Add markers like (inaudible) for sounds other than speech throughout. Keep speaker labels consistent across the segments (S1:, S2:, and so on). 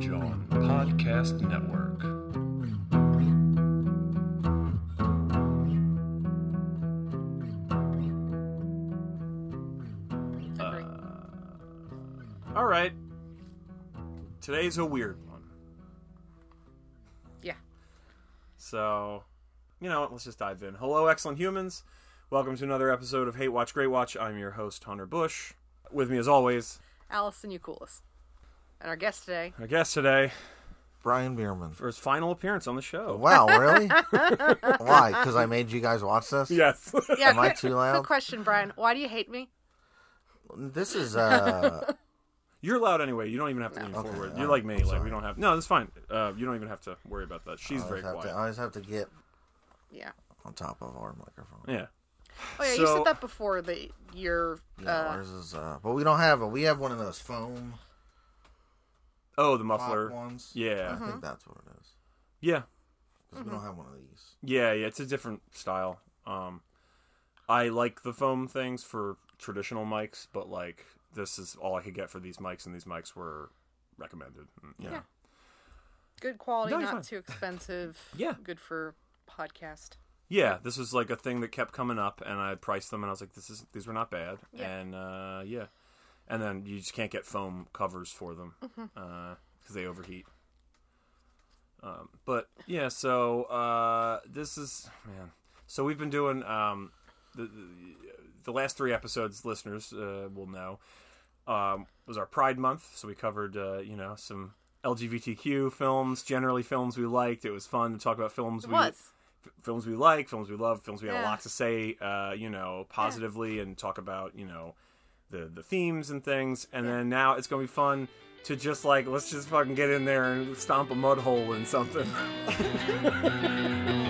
S1: John Podcast Network. Uh, all right. Today's a weird one.
S2: Yeah.
S1: So, you know what? Let's just dive in. Hello, excellent humans. Welcome to another episode of Hate Watch Great Watch. I'm your host, Hunter Bush. With me, as always,
S2: Allison Eucoolis. And our guest today,
S1: our guest today,
S3: Brian Bierman.
S1: for his final appearance on the show.
S3: Wow, really?
S1: (laughs)
S3: Why? Because I made you guys watch this?
S1: Yes. (laughs)
S2: yeah,
S3: Am I
S2: quick,
S3: too
S2: quick
S3: loud?
S2: question, Brian. Why do you hate me?
S1: (laughs)
S3: This is uh
S1: You're loud anyway. You don't even have to lean forward. You're like me. like we don't have. No, that's fine. Uh, you don't even have to worry about that. She's
S3: I
S1: very
S3: always, have
S1: quiet.
S3: to, I always have to get
S2: Yeah.
S3: on top of our microphone.
S1: Yeah.
S2: Oh yeah, you
S1: So-
S2: said that before that you're
S3: Yeah,
S2: uh,
S3: ours is uh but we don't have a we have one of those foam
S1: Oh, the
S3: pop
S1: muffler.
S3: ones.
S1: Yeah. Mm-hmm.
S3: I think that's what it is.
S1: Yeah.
S3: 'Cause we don't have one of these.
S1: Yeah. Yeah. It's a different style. Um, I like the foam things for traditional mics, but like this is all I could get for these mics, and these mics were recommended. Mm, Yeah.
S2: Yeah. good quality,
S1: No, you're
S2: not
S1: fine.
S2: too expensive.
S1: Yeah.
S2: Good for podcast.
S1: Yeah, this was like a thing that kept coming up, and I priced them, and I was like, "This is these were not bad,"
S2: Yeah.
S1: and uh, yeah, and then you just can't get foam covers for them
S2: Mm-hmm.
S1: because they overheat. Um, but yeah, so uh, this is man. So we've been doing um, the, the the last three episodes. Listeners uh, will know um, was our Pride Month, so we covered uh, you know some LGBTQ films, generally films we liked. It was fun to talk about films
S2: It
S1: we
S2: was.
S1: films we like, films we love, films we had a
S2: Yeah.
S1: lot to say, uh, you know, positively and talk about, you know, the the themes and things. And then now it's gonna be fun to just like let's just fucking get in there and stomp a mud hole in something.
S3: (laughs)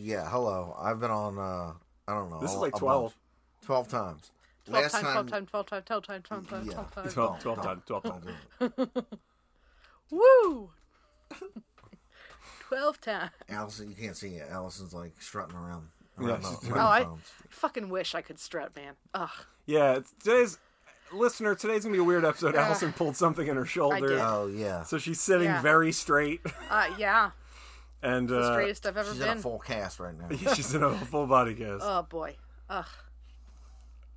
S3: Yeah, hello. I've been on uh I don't know.
S1: This is
S3: a-
S1: like
S3: a
S1: 12.
S3: bunch. Twelve times.
S2: 12
S3: Last
S2: times,
S3: time,
S2: 12 times, 12 times, 12 times, 12 times,
S3: Yeah. (laughs)
S2: 12 times.
S1: 12, 12
S3: Don't-
S1: times, 12
S3: don't
S1: times.
S3: do it.
S2: Woo! (laughs) 12 times.
S3: (laughs) Allison, you can't see it. Allison's like strutting around. around
S1: Yeah,
S3: the
S1: she's-
S2: Oh, I
S3: microphones.
S2: fucking wish I could strut, man. Ugh.
S1: Yeah, it's, today's listener, today's gonna be a weird episode. Allison pulled something in her
S2: did.
S1: shoulder.
S3: Oh yeah.
S1: So she's sitting
S2: Yeah.
S1: very straight (laughs)
S2: Uh, yeah.
S1: and
S2: The
S1: uh,
S2: straightest I've ever
S3: She's in
S2: been.
S3: a full cast right now.
S1: (laughs) she's in a full body cast.
S2: Oh, boy. Ugh.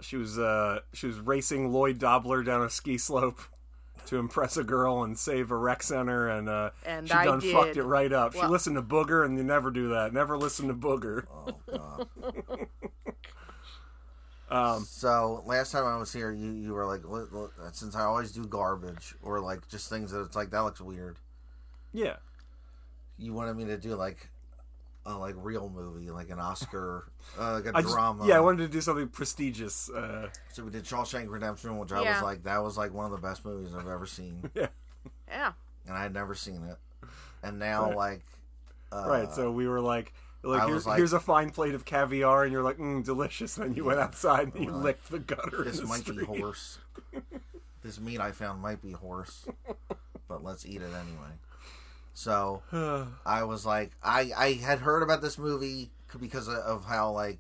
S1: She was uh she was racing Lloyd Dobler down a ski slope to impress a girl and save a rec center and uh
S2: And
S1: she
S2: I
S1: done
S2: did.
S1: fucked it right up. she
S2: Well-
S1: listened to Booger and you never do that. Never listen to Booger.
S3: So last time I was here, you, you were like, "Look, look," since I always do garbage or like just things that it's like that looks weird.
S1: Yeah.
S3: You wanted me to do like a like real movie, like an Oscar, uh, like a
S1: I just,
S3: drama.
S1: yeah, I wanted to do something prestigious. Uh
S3: so we did Shawshank Redemption, which I
S2: Yeah.
S3: was like, that was like one of the best movies I've ever seen,
S2: Yeah.
S3: and I had never seen it. And now like, uh,
S1: right. So we were like like
S3: I
S1: here's,
S3: was like-
S1: here's a fine plate of caviar and you're like, mm, delicious. Then you went outside and you licked the gutter. (laughs)
S3: this
S1: in the
S3: might be
S1: street.
S3: horse. this meat I found might be horse, but let's eat it anyway.
S1: (sighs)
S3: So I was like, I I had heard about this movie c- because of, of how like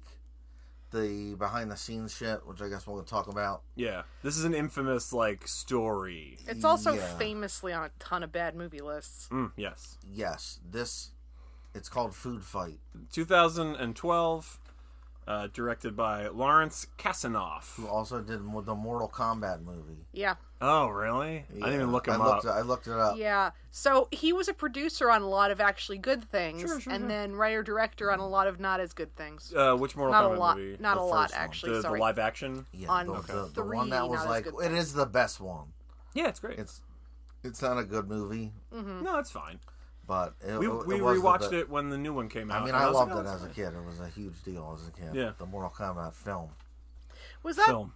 S3: the behind the scenes shit, which I guess we'll talk about.
S1: Yeah. This is an infamous like story.
S2: It's also
S3: Yeah. Oh.
S2: famously on a ton of bad movie lists.
S1: Mm, yes.
S3: Yes, this it's called Food Fight.
S1: 2012, uh, directed by Lawrence Kasanoff.
S3: Who also did mo- the Mortal Kombat movie.
S2: Yeah.
S1: Oh, really? I didn't even
S3: Yeah,
S1: look him
S3: I
S1: up.
S3: looked, I looked it up.
S2: Yeah. So he was a producer on a lot of actually good things,
S1: Sure, sure,
S2: and
S1: sure.
S2: then writer director on a lot of not as good things.
S1: Uh, which Mortal
S2: not a
S1: Kombat
S2: lot.
S1: movie?
S2: Not
S3: The
S2: a lot,
S3: first one.
S2: actually.
S1: the, the
S2: sorry.
S1: live action.
S3: Yeah,
S2: On
S3: the, the, the
S2: three,
S3: one that was
S2: not as
S3: like
S2: good.
S3: it is the best one.
S1: Yeah, it's great.
S3: It's it's not a good movie,
S1: no, it's fine.
S3: but it,
S1: We,
S3: it
S1: we
S3: was the
S1: rewatched
S3: be-
S1: it when the new one came out.
S3: I mean,
S1: and
S3: I
S1: was
S3: loved
S1: like,
S3: it
S1: oh,
S3: as a kid. It was a huge deal as a kid.
S1: Yeah.
S3: The Mortal Kombat film.
S2: was that
S1: Film.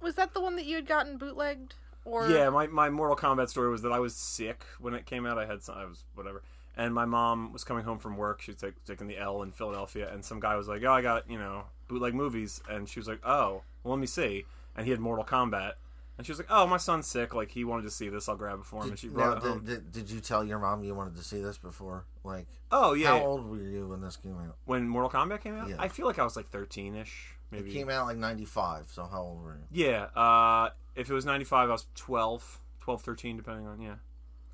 S2: was that the one that you had gotten bootlegged Or
S1: yeah, my, my Mortal Kombat story was that I was sick when it came out. I had some, I was whatever, and my mom was coming home from work. She was take, taking the L in Philadelphia, and some guy was like, "Oh, I got you know bootleg movies," and she was like, "Oh, well, let me see," and he had Mortal Kombat, and she was like, "Oh, my son's sick. Like he wanted to see this. I'll grab it for him." and she
S3: Now,
S1: brought it home.
S3: did, did, did you tell your mom you wanted to see this before? Like,
S1: oh yeah,
S3: how
S1: yeah.
S3: old were you when this came out?
S1: when Mortal Kombat came out,
S3: Yeah.
S1: I feel like I was like thirteen ish, maybe.
S3: It came out like '95. So how old were you?
S1: Yeah, uh, if it was ninety five, I was 12, 12, 13, depending on yeah.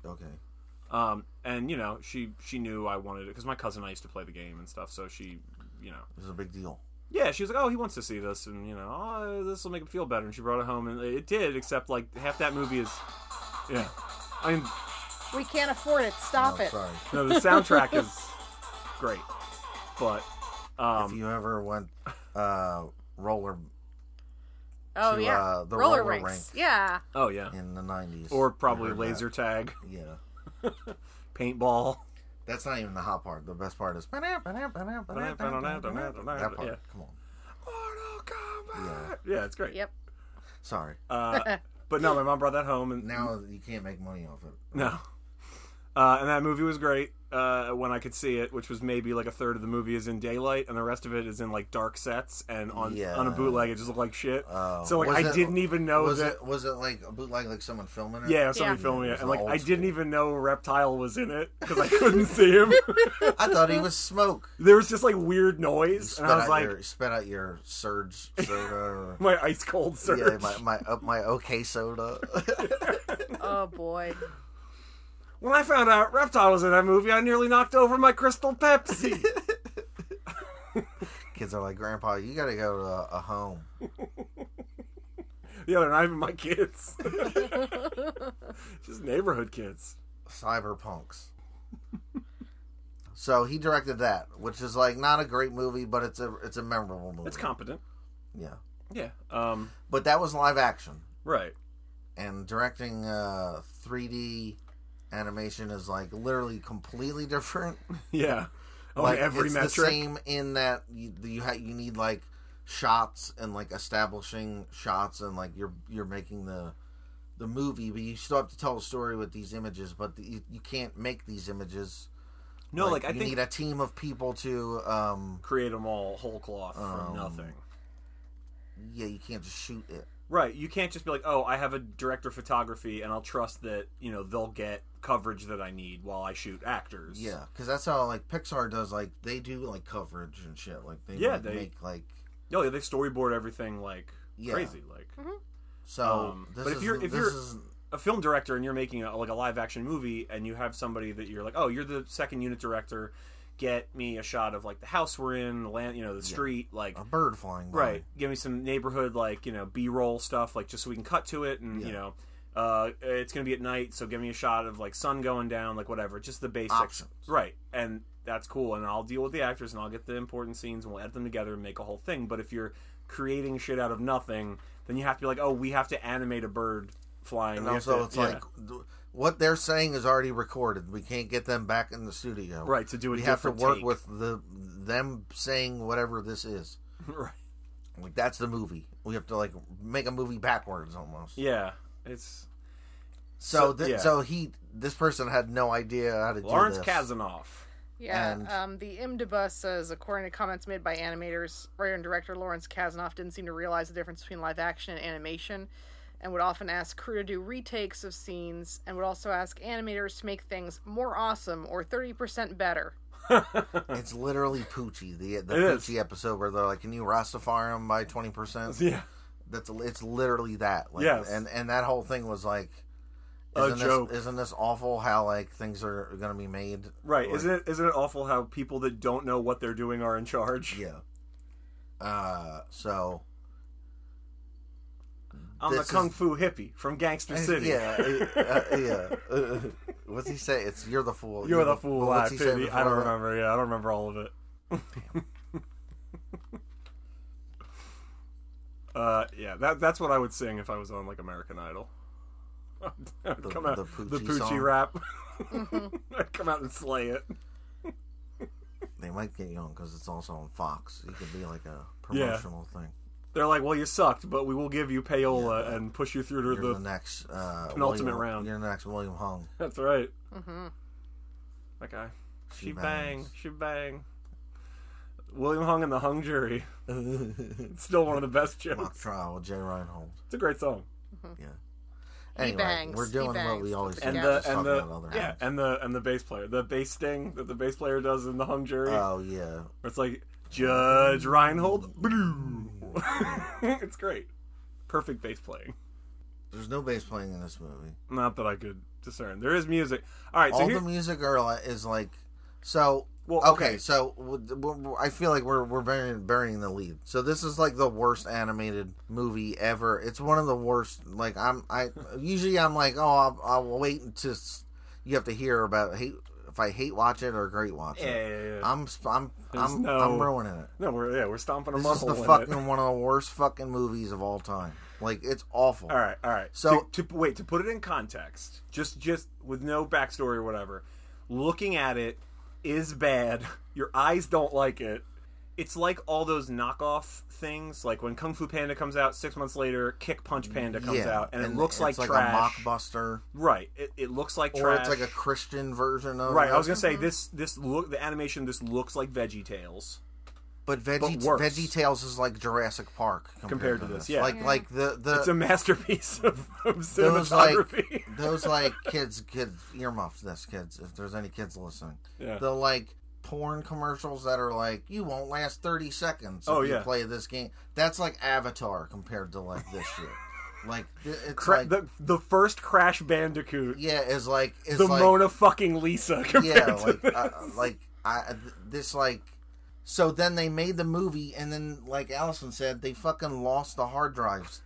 S3: Okay.
S1: Um, and you know, she she knew I wanted it because my cousin and I used to play the game and stuff. So she, you know,
S3: It was a big deal.
S1: yeah, she was like, "Oh, he wants to see this," and you know, "Oh, this will make him feel better." And she brought it home, and it did. Except like half that movie is, yeah, I mean,
S2: we can't afford it. Stop
S3: Oh,
S2: it.
S3: Sorry.
S1: no, the soundtrack is great, but
S3: if
S1: um,
S3: you ever went uh, roller
S2: Oh
S3: to,
S2: yeah,
S3: uh, the
S2: roller,
S3: roller
S2: rinks.
S3: rink.
S2: Yeah,
S1: oh yeah,
S3: in the '90s,
S1: or
S3: I
S1: probably
S3: heard
S1: laser tag,
S3: that. Yeah.
S1: paintball.
S3: That's not even the hot part. The best part is (laughs) that part.
S1: Yeah.
S3: Come on.
S1: Mortal Kombat. Yeah, it's great.
S2: yep.
S3: Sorry.
S1: Uh, but no, my mom brought that home, and
S3: Now you can't make money off it.
S1: No. Uh, and that movie was great uh, when I could see it, which was maybe like a third of the movie is in daylight, and the rest of it is in like dark sets, and on
S3: Yeah.
S1: on a bootleg it just looked like shit.
S3: Oh.
S1: so like
S3: Was
S1: I
S3: it-
S1: didn't even know
S3: was
S1: that.
S3: it was it like a bootleg like someone filming it?
S1: yeah, somebody
S2: Yeah.
S1: filming
S3: It
S1: it,
S3: was
S1: and like
S3: old
S1: I didn't
S3: school.
S1: even know Reptile was in it because I couldn't see him. (laughs)
S3: I thought he was smoke.
S1: there was just like weird noise, (laughs)
S3: Spit
S1: and I was
S3: out
S1: like,
S3: your spit out your surge soda or
S1: my ice cold (laughs) surge.
S3: (laughs) yeah, my my uh, my okay soda. (laughs)
S2: Oh
S1: (laughs)
S2: boy.
S1: When I found out Reptile was in that movie, I nearly knocked over my crystal
S3: (laughs)
S1: Pepsi.
S3: Kids are like, Grandpa, you gotta go to a, a home.
S1: yeah, they're not even my kids. (laughs) just neighborhood kids.
S3: Cyberpunks. so he directed that, which is like not a great movie, but it's a it's a memorable movie.
S1: It's competent.
S3: yeah,
S1: Yeah. Um.
S3: but that was live action,
S1: Right.
S3: and directing uh, 3D animation is like literally completely different.
S1: (laughs) Yeah. (laughs) On
S3: like
S1: every
S3: it's
S1: metric.
S3: the same in that you you, ha- you need like shots and like establishing shots and like you're you're making the the movie but you still have to tell a story with these images but the, you, you can't make these images
S1: no, like, I
S3: you
S1: think
S3: need a team of people to. Um,
S1: create them all whole cloth from
S3: Um,
S1: nothing.
S3: yeah, you can't just shoot it.
S1: Right. You can't just be like, oh, I have a director of photography, and I'll trust that you know they'll get coverage that I need while I shoot actors.
S3: Yeah, because that's how like Pixar does. Like they do like coverage and shit. Like they
S1: Yeah,
S3: like,
S1: they-
S3: make like
S1: Oh yeah, they storyboard everything like
S3: Yeah.
S1: crazy. Like
S3: so.
S1: Um,
S3: this
S1: but if
S3: is,
S1: you're- if
S3: this
S1: you're-
S3: is,
S1: a film director, and you're making a, like a live action movie, and you have somebody that you're like, oh, you're the second unit director. Get me a shot of like the house we're in, the land, you know, the street, like
S3: a bird flying by.
S1: Right. Give me some neighborhood, like, you know, B roll stuff, like, just so we can cut to it. And, you
S3: Yeah.
S1: know, uh, it's going to be at night, so give me a shot of, like, sun going down, like, whatever. Just the basics.
S3: Options.
S1: Right. And that's cool. And I'll deal with the actors and I'll get the important scenes and we'll edit them together and make a whole thing. But if you're creating shit out of nothing, then you have to be like, oh, we have to animate a bird flying.
S3: And
S1: We have
S3: also,
S1: to-
S3: it's
S1: yeah.
S3: like th- what they're saying is already recorded. We can't get them back in the studio.
S1: Right, to do a
S3: we have to
S1: different
S3: work
S1: take.
S3: with the them saying whatever this is.
S1: (laughs) right.
S3: Like that's the movie. We have to like make a movie backwards almost.
S1: Yeah. It's
S3: So
S1: So-
S3: th-
S1: yeah.
S3: so he this person had no idea how to
S1: Lawrence
S3: do this. (laughs)
S1: Kazanoff.
S2: Yeah,
S3: And-
S2: um, the IMDb says, according to comments made by animators, writer and director Lawrence Kazanoff didn't seem to realize the difference between live action and animation, and would often ask crew to do retakes of scenes, and would also ask animators to make things more awesome or thirty percent better.
S3: It's literally Poochie, the the
S1: It is.
S3: Poochie episode where they're like, "Can you Rastafari him by twenty percent?"
S1: Yeah.
S3: That's it's literally that. Like,
S1: Yes.
S3: and and that whole thing was like,
S1: A
S3: isn't
S1: joke.
S3: This, isn't this awful? How like things are gonna be made?
S1: Right.
S3: Like,
S1: Isn't it, isn't it awful how people that don't know what they're doing are in charge?
S3: Yeah. Uh, so
S1: I'm the
S3: This
S1: kung
S3: is-
S1: fu hippie from Gangster City.
S3: Yeah, uh, uh, yeah. (laughs) Uh, what's he say? It's you're the fool.
S1: You're the fool.
S3: what's
S1: I,
S3: he say
S1: pity.
S3: before
S1: I don't
S3: that?
S1: remember. Yeah, I don't remember all of it. (laughs) uh, yeah, that that's what I would sing if I was on like American Idol. (laughs) I'd come out
S3: the
S1: the
S3: Poochie
S1: Poochie,
S3: song?
S1: rap. (laughs) I'd come out and slay it.
S3: They might get you on because it's also on Fox. It could be like a promotional thing.
S1: They're like, well, you sucked, but we will give you payola and push you through to
S3: You're the,
S1: the.
S3: next uh,
S1: penultimate
S3: William-
S1: round.
S3: You're the next William Hung.
S1: That's right. That guy. She,
S3: She
S1: bang.
S3: bangs.
S1: She bang. William Hung and the Hung
S3: (laughs)
S1: Jury. it's still one of the best
S3: Mock
S1: jokes.
S3: trial with Jay Reinhold.
S1: It's a great song.
S3: Yeah. Anyway,
S2: bangs,
S3: we're
S2: he
S3: doing what
S2: bangs.
S3: we always do.
S1: And
S2: Yeah.
S1: the
S3: just
S1: and
S3: talking about
S1: the
S3: other
S1: yeah
S3: ones.
S1: and the and the bass player, the bass sting that the bass player does in the Hung Jury.
S3: Oh yeah.
S1: Where it's like Judge Reinhold. Blue. (laughs) it's great. Perfect bass playing.
S3: There's no bass playing in this movie.
S1: Not that I could discern. There is music. All right, so
S3: All
S1: here,
S3: the music are li- is like so.
S1: Well,
S3: okay,
S1: okay.
S3: so w- w- I feel like we're we're burying, burying the lead. So this is like the worst animated movie ever. It's one of the worst. Like I'm, I usually I'm like, oh, I'll, I'll wait until s- you have to hear about hate if I hate watch it or great watch
S1: yeah,
S3: it.
S1: yeah, yeah.
S3: I'm sp- I'm
S1: There's
S3: I'm,
S1: no-
S3: I'm ruining it.
S1: no, we're yeah, we're stomping a
S3: This is
S1: muscle.
S3: the fucking one of the worst fucking movies of all time. Like it's awful.
S1: All right, all right.
S3: So-
S1: So to, to wait to put it in context, just just with no backstory or whatever, looking at it is bad. (laughs) Your eyes don't like it. It's like all those knockoff things, like when Kung Fu Panda comes out six months later, Kick Punch Panda comes
S3: Yeah,
S1: out, and, it looks like
S3: it's
S1: trash.
S3: a mockbuster,
S1: right? It, it looks like
S3: or
S1: trash.
S3: it's like a Christian version of
S1: right. I
S3: it. (laughs)
S1: was gonna say this this look the animation this looks like Veggie Tales.
S3: But
S1: But
S3: Veggie
S1: worse.
S3: Veggie Tales is like Jurassic Park
S1: Compared to this, yeah.
S3: Like
S2: Yeah.
S3: like the the
S1: It's a masterpiece (laughs) of, of
S3: those (laughs) like
S1: cinematography.
S3: those like kids kids earmuffs this kids if there's any kids listening.
S1: Yeah.
S3: The like porn commercials that are like you won't last 30 seconds if
S1: Oh,
S3: you
S1: yeah.
S3: play this game. That's like Avatar compared to like this shit. like th- it's
S1: Cra-
S3: like
S1: the the first Crash Bandicoot
S3: yeah, is like it's
S1: the
S3: like
S1: Mona fucking Lisa compared
S3: yeah,
S1: to
S3: like
S1: this.
S3: uh, like I th- this like. So then they made the movie, and then like Allison said, they fucking lost the hard drives.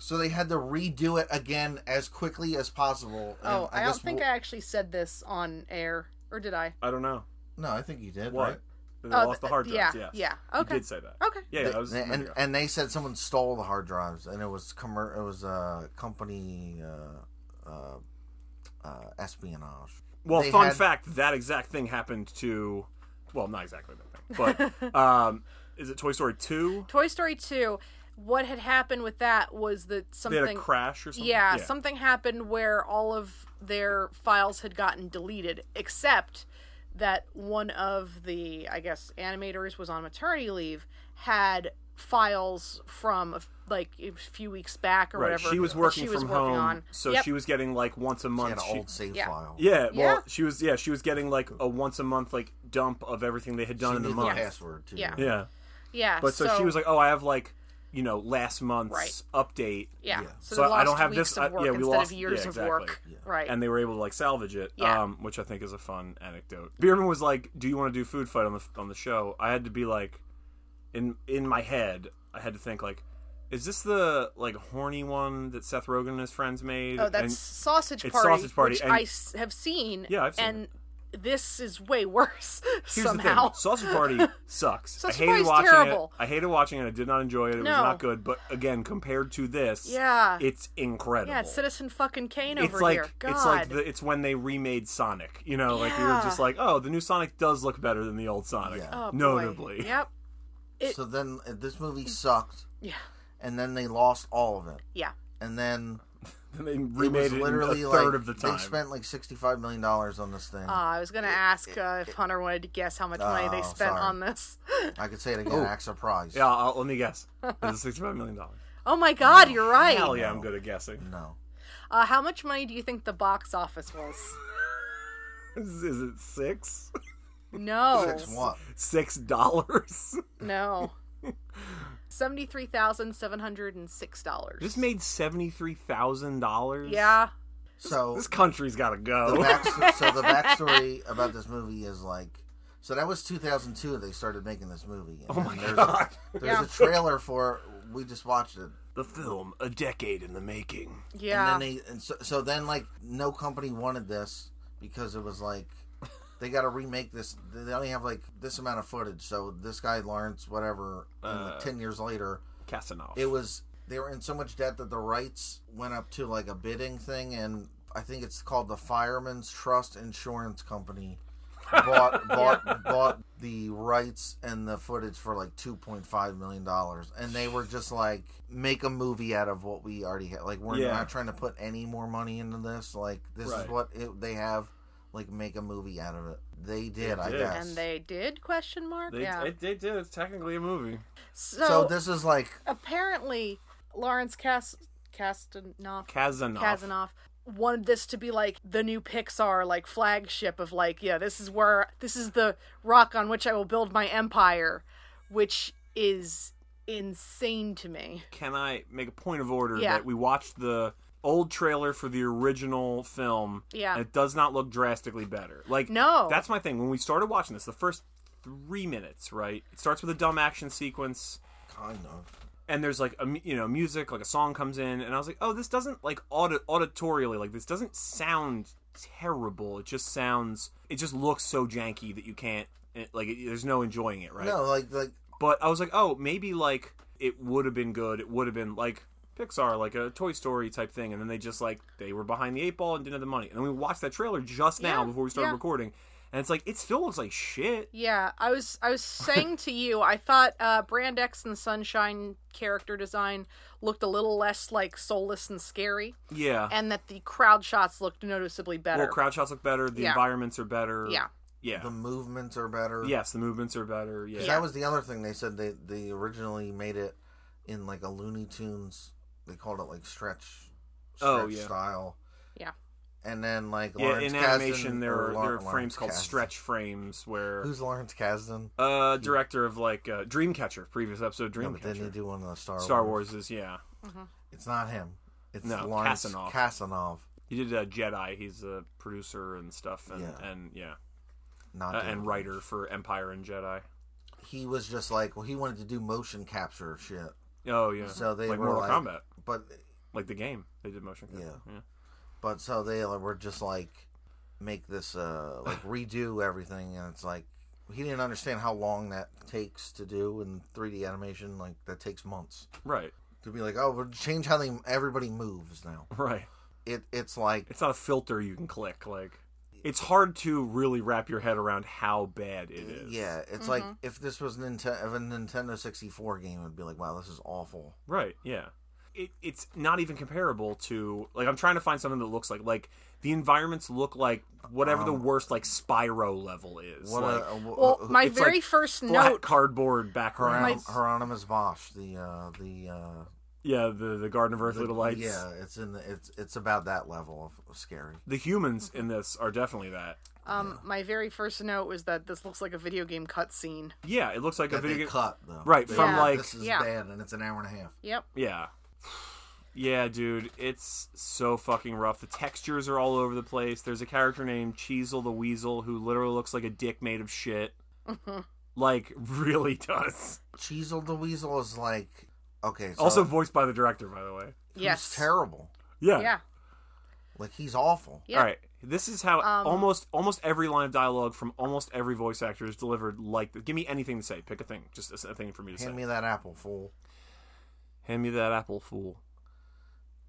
S3: So they had to redo it again as quickly as possible. and
S2: Oh, I, don't
S3: guess
S2: think
S3: we'll-
S2: I actually said this on air, or did I?
S1: (laughs) I don't know
S3: No, I think you did.
S1: what.
S3: Right?
S1: They
S2: oh,
S1: lost the
S2: th-
S1: hard drives.
S2: Yeah,
S1: Yeah,
S2: yeah. Okay. Oh.
S1: You did say that.
S2: Okay.
S1: Yeah, yeah, that was a
S3: and
S1: minute
S3: and,
S1: ago.
S3: and they said someone stole the hard drives, and it was commer- it was a company uh, uh, uh, espionage.
S1: well,
S3: they
S1: fun
S3: had-
S1: fact: that exact thing happened to, well, not exactly that thing,
S2: (laughs)
S1: but um, is it Toy Story two?
S2: Toy Story 2, what had happened with that was that
S1: They had
S2: something
S1: a crash or something.
S2: yeah, something happened where all of their files had gotten deleted except that one of the I guess animators was on maternity leave had files from a f- like a few weeks back or
S1: right.
S2: whatever.
S1: She was
S2: that
S1: working
S2: she was
S1: from
S2: working
S1: home,
S2: on.
S1: so
S2: Yep.
S1: she was getting like once a
S3: They had
S1: month.
S3: an
S1: she-
S3: old save
S2: yeah.
S3: file.
S1: yeah, well,
S2: Yeah.
S1: she was yeah, she was getting like a once a month like dump of everything they had done
S3: You
S1: in the
S3: knew the
S1: month.
S3: password too.
S2: Yeah.
S1: Yeah,
S2: yeah.
S1: but so, she was like, oh, I have like you know last month's
S2: Right.
S1: update.
S2: yeah.
S3: yeah.
S2: So,
S1: so
S2: they
S1: I
S2: lost
S1: don't have
S2: weeks
S1: this- I-
S2: of work
S1: yeah, we
S2: instead
S1: lost-
S2: of
S1: yeah,
S2: years
S1: exactly.
S2: of work.
S3: Yeah.
S2: Right.
S1: and they were able to like salvage it,
S2: Yeah.
S1: um, which I think is a fun anecdote. Bierman was like, "Do you want to do food fight on the on the show?" I had to be like, in in my head, I had to think like, "Is this the like horny one that Seth Rogen and his friends made?"
S2: Oh, that's
S1: And-
S2: sausage
S1: it's
S2: party.
S1: Sausage Party,
S2: which
S1: and-
S2: I s- have seen.
S1: Yeah, I've seen
S2: and this is way (laughs) worse
S1: Here's
S2: somehow.
S1: the thing.
S2: (laughs)
S1: Sausage Party sucks.
S2: Sausage
S1: I hated
S2: Party's
S1: watching
S2: terrible.
S1: it. I hated watching it. I did not enjoy it. It was
S2: No.
S1: not good. But again, compared to this,
S2: Yeah.
S1: it's incredible.
S2: yeah, it's Citizen fucking Kane over
S1: it's like
S2: here. God.
S1: it's like the, it's when they remade Sonic. You know, like you're
S2: Yeah.
S1: just like, oh, the new Sonic does look better than the old Sonic,
S3: Yeah.
S2: Oh, boy.
S1: notably.
S2: Yep. It-
S3: So then uh, this movie sucked,
S2: Yeah.
S3: and then they lost all of it,
S2: Yeah.
S3: and then
S1: And (laughs) they
S3: it was
S1: remade it,
S3: literally
S1: in a third
S3: like
S1: of the time.
S3: they spent like sixty-five million dollars on this thing.
S2: Uh, I was gonna ask uh, if Hunter wanted to guess how much money they
S3: Oh,
S2: spent
S3: sorry.
S2: on this. (laughs)
S3: I could say it again. Act surprised.
S1: Oh. yeah, I'll, let me guess. It's sixty-five million
S3: (laughs)
S1: dollars.
S2: Oh my God, you're right.
S1: Hell yeah, I'm good at guessing. (laughs)
S3: No.
S2: Uh, how much money do you think the box office was?
S1: Is, is it six? (laughs)
S2: No.
S3: Six what?
S1: Six dollars? (laughs)
S2: No. Seventy-three thousand seven hundred and six dollars.
S1: This made seventy-three thousand dollars.
S2: Yeah.
S3: So
S1: this country's got to
S3: the
S1: go.
S3: back,
S1: (laughs)
S3: so the backstory about this movie is like so that was 2002 they started making this movie. And oh my there's
S1: God.
S3: A, there's
S2: Yeah.
S3: a trailer for it. we just watched it.
S1: the film, a decade in the making.
S2: Yeah.
S3: And then they and so, so then like no company wanted this because it was like they got to remake this. They only have like this amount of footage. So this guy Lawrence whatever and like 10 years later
S1: Casanova.
S3: it was they were in so much debt that the rights went up to like a bidding thing and i think it's called the fireman's trust insurance company (laughs) bought bought bought the rights and the footage for like 2.5 million dollars and they were just like make a movie out of what we already had like we're
S1: Yeah.
S3: not trying to put any more money into this like this
S1: Right.
S3: is what it, they have like make a movie out of it they did i
S1: did.
S3: guess
S2: And they did question mark?
S1: They,
S2: yeah.
S1: it, they did. It's technically a movie.
S2: so
S3: so this is like
S2: apparently Lawrence Cas Kastanoff
S1: Kazanov.
S2: Kazanoff wanted this to be like the new Pixar like flagship of like yeah this is where this is the rock on which I will build my empire which is insane to me.
S1: Can I make a point of order
S2: Yeah.
S1: that we watched the old trailer for the original film?
S2: Yeah.
S1: And it does not look drastically better. Like
S2: No.
S1: that's my thing. When we started watching this, the first three minutes, right? It starts with a dumb action sequence.
S3: kind of
S1: and there's like a mu- you know music like a song comes in and i was like oh this doesn't like audi- auditorially like this doesn't sound terrible it just sounds it just looks so janky that you can't it- like it, there's no enjoying it right
S3: no like like
S1: but i was like oh maybe like it would have been good it would have been like pixar like a toy story type thing and then they just like they were behind the eight ball and didn't have the money and then we watched that trailer just now
S2: Yeah,
S1: before we started
S2: yeah.
S1: recording and it's like it still looks like shit
S2: Yeah, I was I was saying to you, I thought uh, Brand X and Sunshine character design looked a little less like soulless and scary,
S1: yeah
S2: and that the crowd shots looked noticeably better.
S1: well crowd shots look better the
S2: Yeah.
S1: environments are better
S2: yeah,
S1: yeah
S3: the movements are better
S1: Yes, the movements are better. Yeah.
S3: 'Cause that was the other thing they said they they originally made it in like a Looney Tunes. They called it like stretch, stretch
S1: Oh, yeah.
S3: style.
S2: Yeah.
S3: And then like
S1: yeah,
S3: Lawrence
S1: in
S3: Kasdan-
S1: animation, there
S3: or
S1: are,
S3: Law-
S1: there are
S3: Lawrence
S1: frames called
S3: Kasdan.
S1: stretch frames where
S3: Who's Lawrence Kasdan?
S1: uh director of like uh, Dreamcatcher, previous episode
S3: No, but then you
S1: Dreamcatcher,
S3: do one of the Star,
S1: Star Wars is yeah.
S3: It's not him. It's
S1: No,
S3: Lawrence
S1: Kasanoff.
S3: Kasanoff.
S1: He did uh, Jedi. He's a producer and stuff, and
S3: Yeah.
S1: and yeah,
S3: not
S1: uh,
S3: David
S1: and
S3: Lynch.
S1: writer for Empire and Jedi.
S3: He was just like, well, he wanted to do motion capture shit,
S1: Oh yeah,
S3: So they
S1: like
S3: were
S1: Mortal
S3: like-
S1: Kombat,
S3: but
S1: like the game they did motion. capture.
S3: Yeah. but so they were just like make this uh
S1: (sighs)
S3: like redo everything and it's like he didn't understand how long that takes to do in 3D animation like that takes months
S1: right, (laughs)
S3: to be like oh we'll change how they everybody moves now
S1: right.
S3: it it's like
S1: It's not a filter you can click. Like it's hard to really wrap your head around how bad it is.
S3: yeah it's like
S2: Mm-hmm.
S3: if this was Nintendo of a Nintendo 64 game it would be like wow this is awful
S1: Right. Yeah. It, it's not even comparable to like I'm trying to find something that looks like like the environments look like whatever the worst like Spyro level is.
S3: Um, what
S1: like,
S3: a,
S2: Well, my
S1: uh, it's
S2: very
S1: like
S2: first
S1: flat
S2: note.
S1: cardboard background.
S2: My-
S3: Hieronymus Bosch the uh the uh
S1: yeah, the the Garden of Earthly
S3: the-
S1: Delights.
S3: yeah it's in the it's it's about that level of scary
S1: The humans in this are definitely that.
S2: Um, my very first note was that this looks like a video game cutscene.
S1: Yeah, it looks like a
S3: that
S1: video
S3: they
S1: game.
S3: cut though.
S1: Right,
S3: They-
S1: from,
S2: Yeah.
S1: like-
S3: this is
S2: Yeah.
S3: bad and it's an hour and a half.
S2: Yep.
S1: Yeah. Yeah, dude, it's so fucking rough. The textures are all over the place. There's a character named Cheezel the Weasel who literally looks like a dick made
S2: (laughs)
S1: of shit. like, (laughs) really does.
S3: Cheezel the Weasel is like okay. So
S1: also
S3: he's
S1: voiced by the director, by the way.
S2: yes.
S3: terrible.
S1: Yeah. (laughs)
S2: Yeah.
S3: Like he's awful.
S2: Yeah.
S1: All right. This is how
S2: Um,
S1: almost almost every line of dialogue from almost every voice actor is delivered like. Give me anything to say. Pick a thing. Just a, a thing for me to
S3: Hand
S1: say.
S3: me that apple, fool.
S1: Hand me that apple, fool.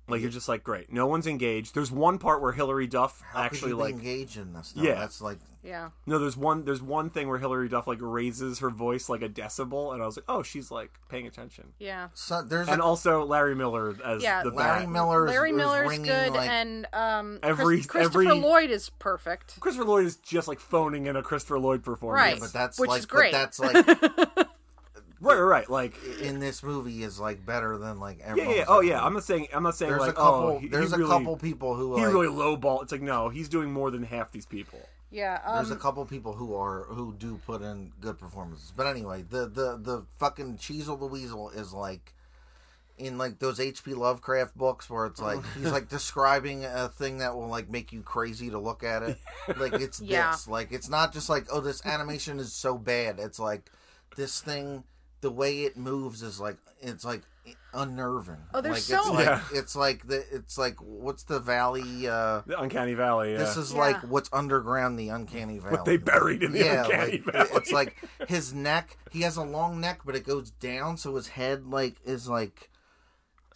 S1: Like you're just like great. No one's engaged. There's one part where Hillary Duff
S3: How could
S1: actually
S3: you
S1: like
S3: be engaged in this? No,
S1: Yeah.
S3: that's like
S2: Yeah.
S1: No, there's one. There's one thing where Hillary Duff like raises her voice like a decibel, and I was like, oh, she's like paying attention.
S2: Yeah.
S3: so, there's
S1: And
S3: a,
S1: also Larry Miller as
S2: Yeah,
S1: the
S3: Larry
S1: bat.
S3: Miller. is-
S2: Larry
S3: is
S2: Miller's
S3: ringing,
S2: good,
S3: like,
S2: and um, Chris-
S1: Every-
S2: Christopher
S1: every-
S2: Lloyd is perfect.
S1: Christopher Lloyd is just like phoning in a Christopher Lloyd
S2: Right.
S1: performance.
S3: but that's
S2: which
S3: like
S2: is great.
S3: But
S2: (laughs)
S3: that's like
S1: Right, right, right. Like,
S3: in this movie is like better than like
S1: yeah,
S3: everyone.
S1: yeah. Oh, yeah. I'm not saying. I'm not saying
S3: There's
S1: like.
S3: a couple.
S1: oh, he,
S3: there's
S1: he
S3: a
S1: really,
S3: couple people who
S1: He
S3: like,
S1: really lowball. It's like no, he's doing more than half these people.
S2: Yeah.
S3: There's
S2: Um,
S3: a couple people who are who do put in good performances, but anyway, the the the fucking Cheezel the Weasel is like in like those H.P. Lovecraft books where it's like
S2: Oh.
S3: he's
S2: (laughs)
S3: like describing a thing that will like make you crazy to look at it. Like
S2: (laughs)
S3: it's
S2: Yeah.
S3: this, like it's not just like oh this animation is so bad. It's like this thing, the way it moves is like it's like unnerving.
S2: Oh, there's
S3: like,
S2: so-
S3: it's like
S1: Yeah.
S3: it's like the it's like what's the valley? uh
S1: The Uncanny Valley. uh, Yeah. (laughs)
S3: this is
S2: Yeah.
S3: like what's underground the uncanny valley.
S1: what they buried in the
S3: yeah,
S1: Uncanny
S3: like,
S1: Valley.
S3: it's like his neck. He has a long neck, but it goes down, so his head like is like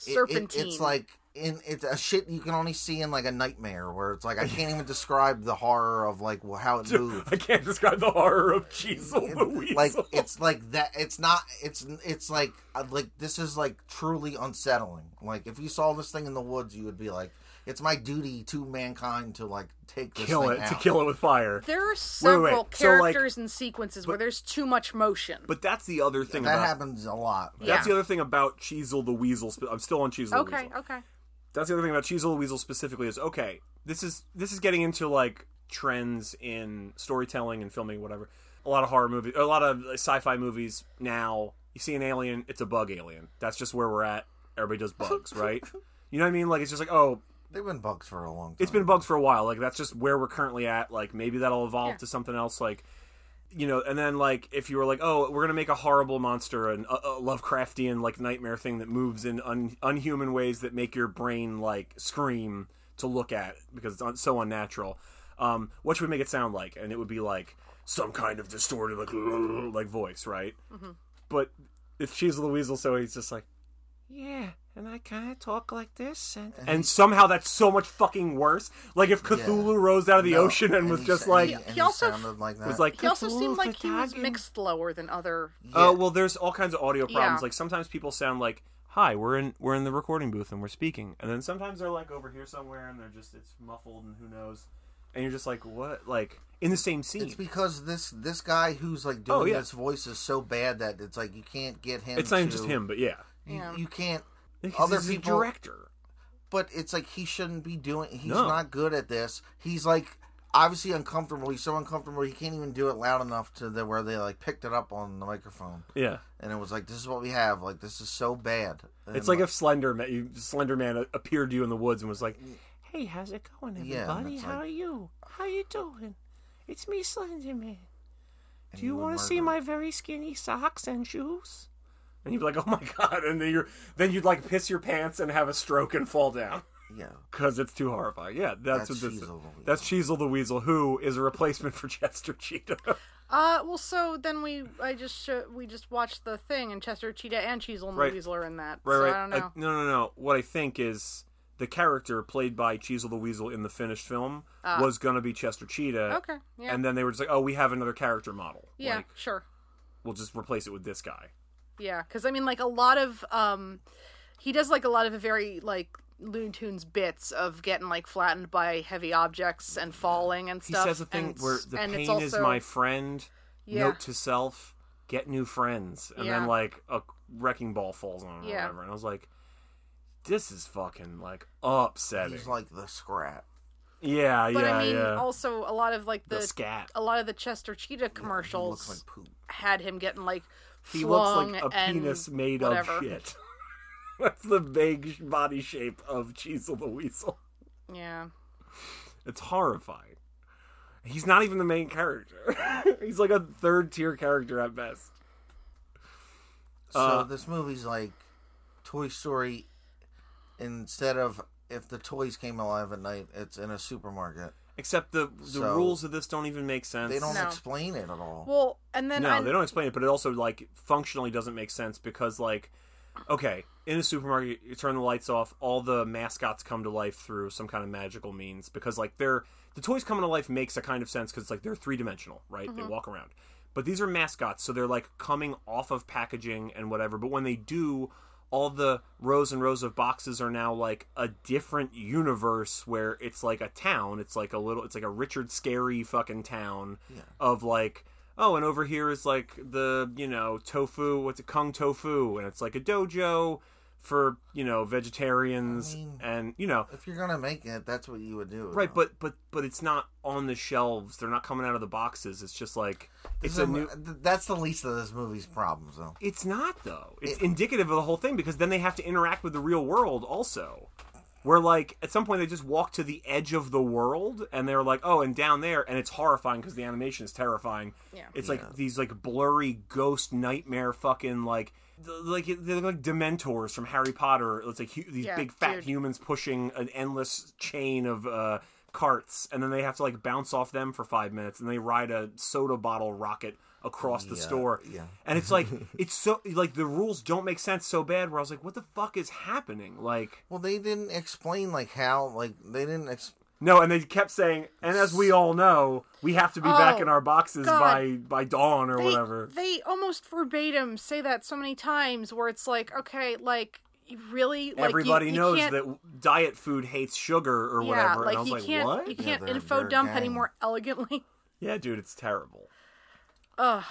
S3: it- it-
S2: serpentine.
S3: it's like in it's a shit you can only see in like a nightmare where it's like I can't even describe the horror of like
S1: (laughs)
S3: well, how it moved.
S1: I can't describe the horror of Cheezel the Weasel.
S3: like it's like that it's not it's it's like uh, like this is like truly unsettling like if you saw this thing in the woods you would be like it's my duty to mankind to like take this
S1: (laughs) kill
S3: thing
S1: it
S3: out.
S1: to kill it with fire.
S2: There are
S1: Wait,
S2: several
S1: wait, wait. So, like-
S2: characters and sequences where there's too much motion.
S1: But that's the other thing
S3: that
S1: about
S3: happens a lot
S2: Yeah.
S1: that's the other thing about Cheezel the Weasel. spe- I'm still on Cheezel the
S2: okay,
S1: Weasel.
S2: okay.
S1: that's the other thing about Cheezel the Weasel specifically is okay. This is this is getting into like trends in storytelling and filming, whatever. A lot of horror movies, a lot of sci-fi movies now. You see an alien, it's a bug alien. That's just where we're at. Everybody does bugs, right? You know what I mean? Like it's just like oh,
S3: they've been bugs for a long time
S1: it's been bugs for a while. Like that's just where we're currently at. Like maybe that'll evolve
S2: Yeah.
S1: to something else. Like you know, and then like if you were like, oh, we're gonna make a horrible monster, an a, a Lovecraftian like nightmare thing that moves in un- unhuman ways that make your brain like scream to look at because it's un- so unnatural. Um, what should we make it sound like? And it would be like some kind of distorted like (laughs) like voice, right? But if she's the weasel, so he's just like. Yeah, and I kind of talk like this, and, and somehow that's so much fucking worse. Like if Cthulhu rose out of the
S3: No,
S1: ocean and was
S3: he
S1: just
S3: sa-
S1: like,
S3: he, and
S2: He
S3: he
S2: also f-
S3: sounded like that
S1: was like,
S2: He also
S1: "Cthulhu
S2: seemed like he was
S1: Fatagan."
S2: mixed lower than other.
S1: Oh
S3: Yeah.
S1: well, there's all kinds of audio problems.
S2: Yeah.
S1: Like sometimes people sound like, "Hi, we're in we're in the recording booth and we're speaking," and then sometimes they're like over here somewhere and they're just it's muffled and who knows, and you're just like, "What?" Like in the same scene.
S3: It's because this this guy who's like doing
S1: Oh, yeah.
S3: this voice is so bad that it's like you can't get him.
S1: It's not even
S3: to-
S1: just him, but yeah,
S3: You,
S2: Yeah.
S3: you can't.
S1: because
S3: Other
S1: he's a
S3: people-
S1: director.
S3: But it's like he shouldn't be doing. He's
S1: No.
S3: not good at this. He's like obviously uncomfortable. He's so uncomfortable he can't even do it loud enough to the, where they like picked it up on the microphone
S1: Yeah,
S3: and it was like this is what we have. Like this is so bad. And,
S1: it's like if Slender Man, you- Slender Man appeared to you in the woods and was like,
S4: Hey, how's it going,
S3: Yeah, and
S4: everybody?
S3: it's
S4: How
S3: like-
S4: are you? How you doing? It's me, Slender Man.
S3: and
S4: Do you
S3: would
S4: want to see
S3: murder
S4: my very skinny socks and shoes?
S1: and you'd be like, "Oh my god!" And then you're then you'd like piss your pants and have a stroke and fall down.
S3: it. Yeah.
S1: Because it's too horrifying. Yeah, that's,
S3: That's
S1: what this is.
S3: Cheezel the Weasel.
S1: That's Cheezel the Weasel, who is a replacement for (laughs) Chester Cheetah.
S2: Uh, well, so then we, I just sho- we just watched the thing, and Chester Cheetah and Cheezel and the
S1: Right.
S2: Weasel are in that.
S1: Right,
S2: so
S1: right.
S2: I don't know.
S1: no, no, no. What I think is the character played by Cheezel the Weasel in the finished film was going to be Chester Cheetah.
S2: Ah. okay, yeah,
S1: And then they were just like, oh, we have another character model.
S2: yeah,
S1: Like,
S2: sure,
S1: we'll just replace it with this guy.
S2: yeah. Because I mean, like a lot of, um, he does like a lot of very like Looney Tunes bits of getting like flattened by heavy objects and falling and
S1: He
S2: stuff.
S1: says a thing
S2: and,
S1: where the
S2: and
S1: pain
S2: it's also,
S1: is my friend.
S2: Yeah.
S1: Note to self, get new friends. And
S2: Yeah.
S1: then, like, a wrecking ball falls on him or
S2: Yeah.
S1: whatever. And I was like, this is fucking, like, upsetting.
S3: He's like the scrat.
S1: yeah,
S2: But
S1: yeah,
S2: I mean,
S1: yeah.
S2: also a lot of like
S1: the,
S2: the,
S1: scat.
S2: a lot of the Chester Cheetah
S3: He
S2: commercials
S3: looks like poop.
S2: had him getting like
S1: He looks
S2: flung
S1: like a
S2: and
S1: penis made
S2: whatever.
S1: of shit. (laughs) That's the vague sh- body shape of Cheezel the Weasel.
S2: Yeah.
S1: It's horrifying. He's not even the main character. (laughs) He's like a third tier character at best.
S3: So
S1: Uh,
S3: this movie's like Toy Story. Instead of if the toys came alive at night, it's in a supermarket.
S1: Except the the
S3: So-
S1: rules of this don't even make sense.
S3: They don't
S2: No.
S3: explain it at all.
S2: Well, and then
S1: no,
S2: I'm-
S1: they don't explain it, but it also like functionally doesn't make sense because like okay, in a supermarket you turn the lights off, all the mascots come to life through some kind of magical means because like they're the toys coming to life makes a kind of sense cuz like they're three-dimensional, right? They walk around. But these are mascots, so they're like coming off of packaging and whatever, but when they do all the rows and rows of boxes are now like a different universe where it's like a town. It's like a little, it's like a Richard Scary fucking town of like, oh, and over here is like the, you know, tofu, what's it, Kung Tofu, and it's like a dojo for, you know, vegetarians
S3: I mean-
S1: and, you know,
S3: If you're gonna make it, that's what you would do.
S1: right, but, but, but it's not on the shelves. They're not coming out of the boxes. It's just like, it's a new.
S3: That's the least of this movie's problems, though.
S1: It's not though. It's indicative of the whole thing because then they have to interact with the real world also. Where like at some point they just walk to the edge of the world and they're like, "Oh, and down there." And it's horrifying because the animation is terrifying.
S2: Yeah.
S1: It's like these like blurry ghost nightmare fucking like th- like they're like dementors from Harry Potter. It's like hu- these
S2: Yeah,
S1: big fat
S2: dude.
S1: humans pushing an endless chain of uh carts and then they have to like bounce off them for 5 minutes and they ride a soda bottle rocket across the
S3: Yeah,
S1: store.
S3: yeah.
S1: And it's
S3: (laughs)
S1: like it's so like the rules don't make sense so bad where I was like, what the fuck is happening? Like
S3: Well, they didn't explain like how like they didn't. Ex-
S1: no, and they kept saying, and as we all know, we have to be back
S2: Oh,
S1: in our boxes
S2: God.
S1: by by dawn or
S2: they,
S1: whatever.
S2: They almost verbatim say that so many times where it's like, okay, like you really like you-
S1: Everybody
S2: you
S1: knows
S2: can't-
S1: that diet food hates sugar or
S2: yeah,
S1: whatever.
S2: Like
S1: and I was
S2: you
S1: like,
S2: can't
S1: what?
S2: you
S3: Yeah,
S2: can't
S3: they're-
S2: info
S3: they're a
S2: dump any
S3: gang.
S2: more (laughs) elegantly.
S1: Yeah, dude, it's terrible.
S2: Oh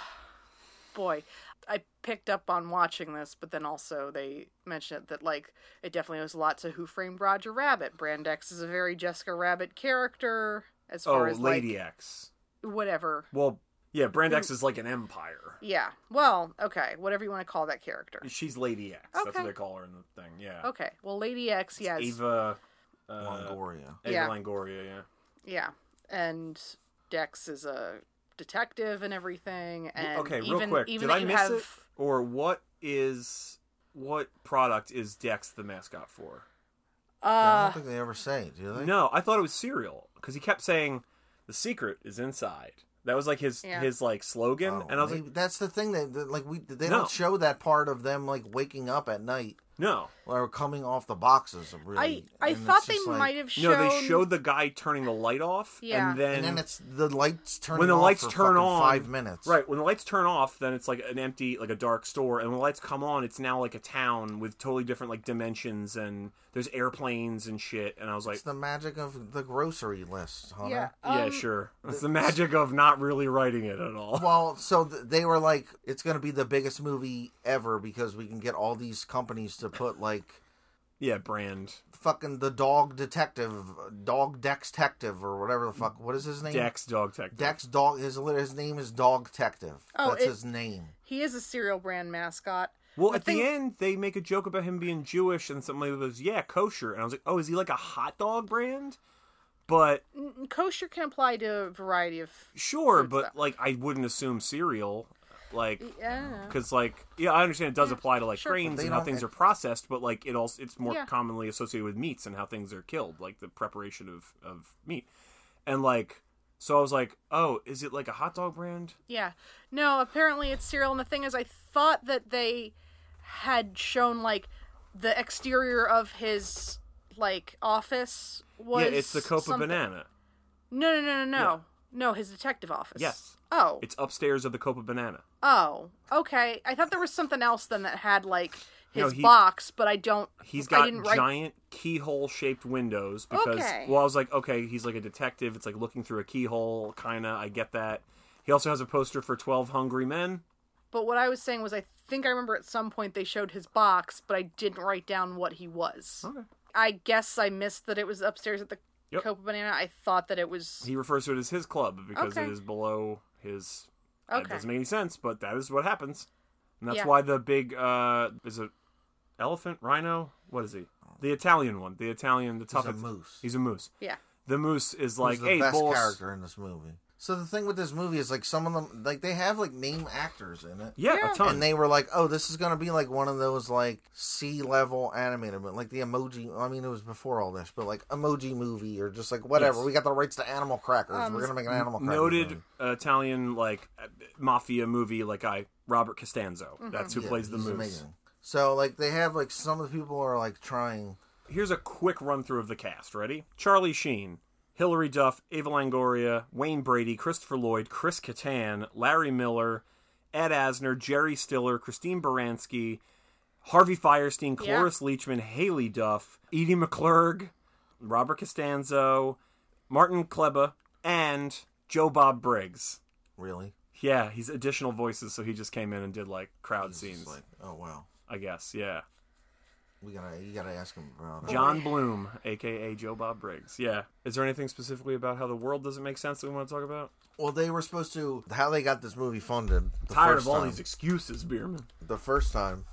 S2: boy. I picked up on watching this, but then also they mentioned that like it definitely owes a lot to Who Framed Roger Rabbit. Brandex is a very Jessica Rabbit character as
S1: Oh,
S2: far as
S1: Lady
S2: like
S1: X.
S2: whatever.
S1: Well, yeah, Brand X is like an empire.
S2: Yeah. Well, okay, whatever you want to call that character.
S1: She's Lady X. That's what
S2: Okay.
S1: they call her in the thing. Yeah.
S2: Okay. Well, Lady X, yes.
S1: Ava. Uh,
S3: Longoria.
S1: Ava
S2: Yeah.
S1: Longoria. Yeah.
S2: Yeah, and Dex is a detective and everything. And
S1: okay,
S2: even,
S1: real quick,
S2: even
S1: did
S2: that
S1: I
S2: you
S1: miss
S2: have,
S1: it? Or what is what product is Dex the mascot for?
S3: I
S2: Uh,
S3: don't think they ever say, it, do they?
S1: No, I thought it was cereal because he kept saying the secret is inside. That was like his
S2: Yeah.
S1: his like slogan,
S3: Oh,
S1: and I was
S3: maybe-
S1: like,
S3: that's the thing that, that, like we they
S1: No.
S3: don't show that part of them like waking up at night
S1: no,
S3: or coming off the boxes.
S2: I
S3: Really,
S2: I
S3: And it's
S2: thought they
S3: just like-
S2: might have
S1: no.
S2: shown.
S1: They showed the guy turning the light off,
S2: Yeah.
S1: and then,
S3: And then it's the lights turn
S1: when the
S3: off
S1: lights
S3: for
S1: turn
S3: fucking
S1: on
S3: five minutes.
S1: right when the lights turn off then it's like an empty like a dark store and when the lights come on it's now like a town with totally different like dimensions and there's airplanes and shit and i was like
S3: It's the magic of the grocery list, Hunter.
S2: Yeah,
S1: yeah
S2: um,
S1: sure it's the magic of not really writing it at all
S3: Well, so th- they were like, it's going to be the biggest movie ever because we can get all these companies to put like
S1: yeah brand
S3: fucking the dog detective, dog Dex detective, or whatever the fuck. What is his name?
S1: dex dog tech
S3: Dex dog. His lit- his name is dog detective.
S2: Oh,
S3: That's
S2: it-
S3: his name.
S2: He is a cereal brand mascot.
S1: well
S2: The
S1: at
S2: thing-
S1: the end they make a joke about him being jewish and somebody goes yeah kosher and i was like oh is he like a hot dog brand but
S2: N- Kosher can apply to a variety of.
S1: sure
S2: Foods,
S1: but
S2: though.
S1: like i wouldn't assume cereal like
S2: I don't know.
S1: because like yeah i understand it does apply to like
S2: sure.
S1: grains
S3: But they
S1: and how
S3: don't-
S1: things are processed but like it also it's more
S2: Yeah.
S1: commonly associated with meats and how things are killed like the preparation of of meat and like so i was like oh is it like a hot dog brand
S2: Yeah. No, apparently it's cereal. And the thing is, I thought that they had shown, like, the exterior of his, like, office was.
S1: yeah it's the copa
S2: something-
S1: banana
S2: No, no, no, no, no. No, his detective office.
S1: Yes.
S2: Oh.
S1: it's upstairs of the copa banana
S2: Oh. Okay. I thought there was something else then that had, like, his
S1: No, he-
S2: box, but I don't.
S1: He's
S2: I
S1: got
S2: didn't write-
S1: giant keyhole shaped windows because
S2: Okay.
S1: well I was like okay he's like a detective it's like looking through a keyhole kind of I get that. He also has a poster for 12 Hungry Men.
S2: But what I was saying was, I think I remember at some point they showed his box, but I didn't write down what he was.
S1: Okay.
S2: I guess I missed that it was upstairs at the
S1: Yep.
S2: Copa Banana. I thought that it was.
S1: He refers to it as his club because
S2: Okay.
S1: it is below his. That
S2: Okay.
S1: doesn't make any sense, but that is what happens, and that's
S2: Yeah.
S1: why the big uh is it elephant, rhino? What is he? The Italian one, the Italian, the
S3: He's
S1: toughest.
S3: a moose.
S1: He's a moose.
S2: Yeah.
S1: The moose is like,
S3: He's the
S1: hey,
S3: best
S1: boss.
S3: character in this movie. So the thing with this movie is like some of them like they have like name actors in it.
S1: Yeah,
S2: Yeah.
S1: a ton.
S3: And they were like, "Oh, this is gonna be like one of those like C level animated, mo- like the emoji. I mean, it was before all this, but like emoji movie or just like whatever.
S1: Yes.
S3: We got the rights to Animal Crackers.
S2: Um,
S3: we're gonna make an Animal Crackers.
S1: noted
S3: movie.
S1: Italian like uh, mafia movie like I Robert Costanzo. That's who
S3: Yeah,
S1: plays the
S3: he's
S1: moose.
S3: amazing. So like they have like some of the people are like trying.
S1: Here's a quick run through of the cast. Ready? Charlie Sheen, Hilary Duff, Ava Langoria, Wayne Brady, Christopher Lloyd, Chris Kattan, Larry Miller, Ed Asner, Jerry Stiller, Christine Baranski, Harvey Firestein,
S2: Yeah.
S1: Cloris Leachman, Haley Duff, Edie McClurg, Robert Costanzo, Martin Kleba, and Joe Bob Briggs.
S3: Really,
S1: Yeah, he's additional voices, so he just came in and did like crowd
S3: It's just
S1: scenes.
S3: like, oh wow,
S1: I guess, yeah.
S3: we gotta you gotta ask him about it.
S1: John Bloom, aka Joe Bob Briggs. Yeah. Is there anything specifically about how the world doesn't make sense that we want to talk about?
S3: Well, they were supposed to how they got this movie funded. The
S1: Tired
S3: first
S1: of all
S3: time.
S1: these excuses, Beerman.
S3: the first time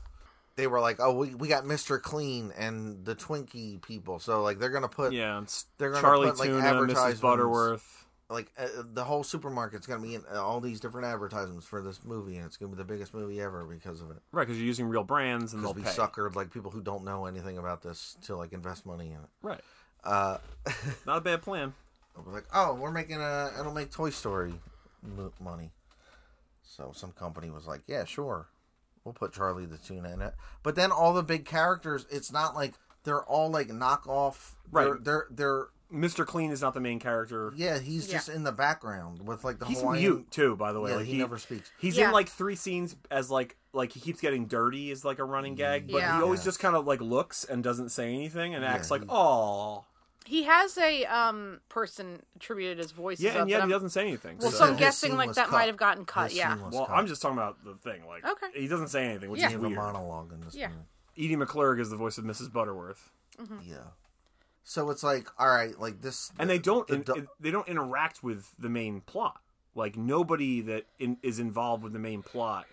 S3: they were like oh we, we got mr clean and the twinkie people so like they're gonna put
S1: Yeah, it's
S3: They're gonna
S1: Charlie
S3: put, like,
S1: Tuna, Mrs.
S3: advertisements.
S1: Butterworth.
S3: like uh, the whole supermarket's gonna be in uh, all these different advertisements for this movie and it's gonna be the biggest movie ever because of it
S1: Right, because you're using real brands and
S3: they'll
S1: they'll
S3: be
S1: pay.
S3: suckered like people who don't know anything about this to like invest money in it
S1: Right.
S3: uh (laughs)
S1: Not a bad plan.
S3: i was like oh we're making a it'll make toy story mo- money So some company was like, "Yeah, sure, we'll put Charlie the Tuna in it." But then all the big characters, it's not like they're all like knockoff.
S1: Right.
S3: They're they're, they're
S1: Mr. Clean is not the main character.
S3: yeah. He's
S2: Yeah.
S3: just in the background with like the
S1: He's
S3: Hawaiian.
S1: mute too, by the way.
S3: Yeah,
S1: like
S3: he, never speaks.
S1: He's
S2: Yeah.
S1: in like three scenes as like like he keeps getting dirty is like a running gag, but
S2: Yeah.
S1: he always
S3: Yeah.
S1: just kind of like looks and doesn't say anything and acts
S3: Yeah,
S1: like
S3: he-
S1: oh
S2: He has a um person attributed his voices
S1: yeah,
S2: up,
S1: and yet
S2: but
S1: he
S2: I'm-
S1: doesn't say anything.
S2: Well,
S1: so-
S2: so I'm
S3: His
S2: guessing
S3: scene
S2: like
S3: was
S2: that
S3: cut.
S2: might have gotten cut.
S3: His
S2: Yeah,
S3: scene was
S1: well,
S3: cut.
S1: I'm just talking about the thing. Like
S2: Okay.
S1: he doesn't say anything, which
S2: Yeah.
S1: is
S3: Give a
S1: weird.
S3: monologue in this
S2: Yeah. Mm-hmm.
S3: movie.
S1: Edie McClurg is the voice of Mrs. Butterworth.
S3: Yeah. So it's like, all right, like this,
S1: and they don't
S3: the
S1: in,
S3: du-
S1: in- they don't interact with the main plot. Like nobody that in, is involved with the main plot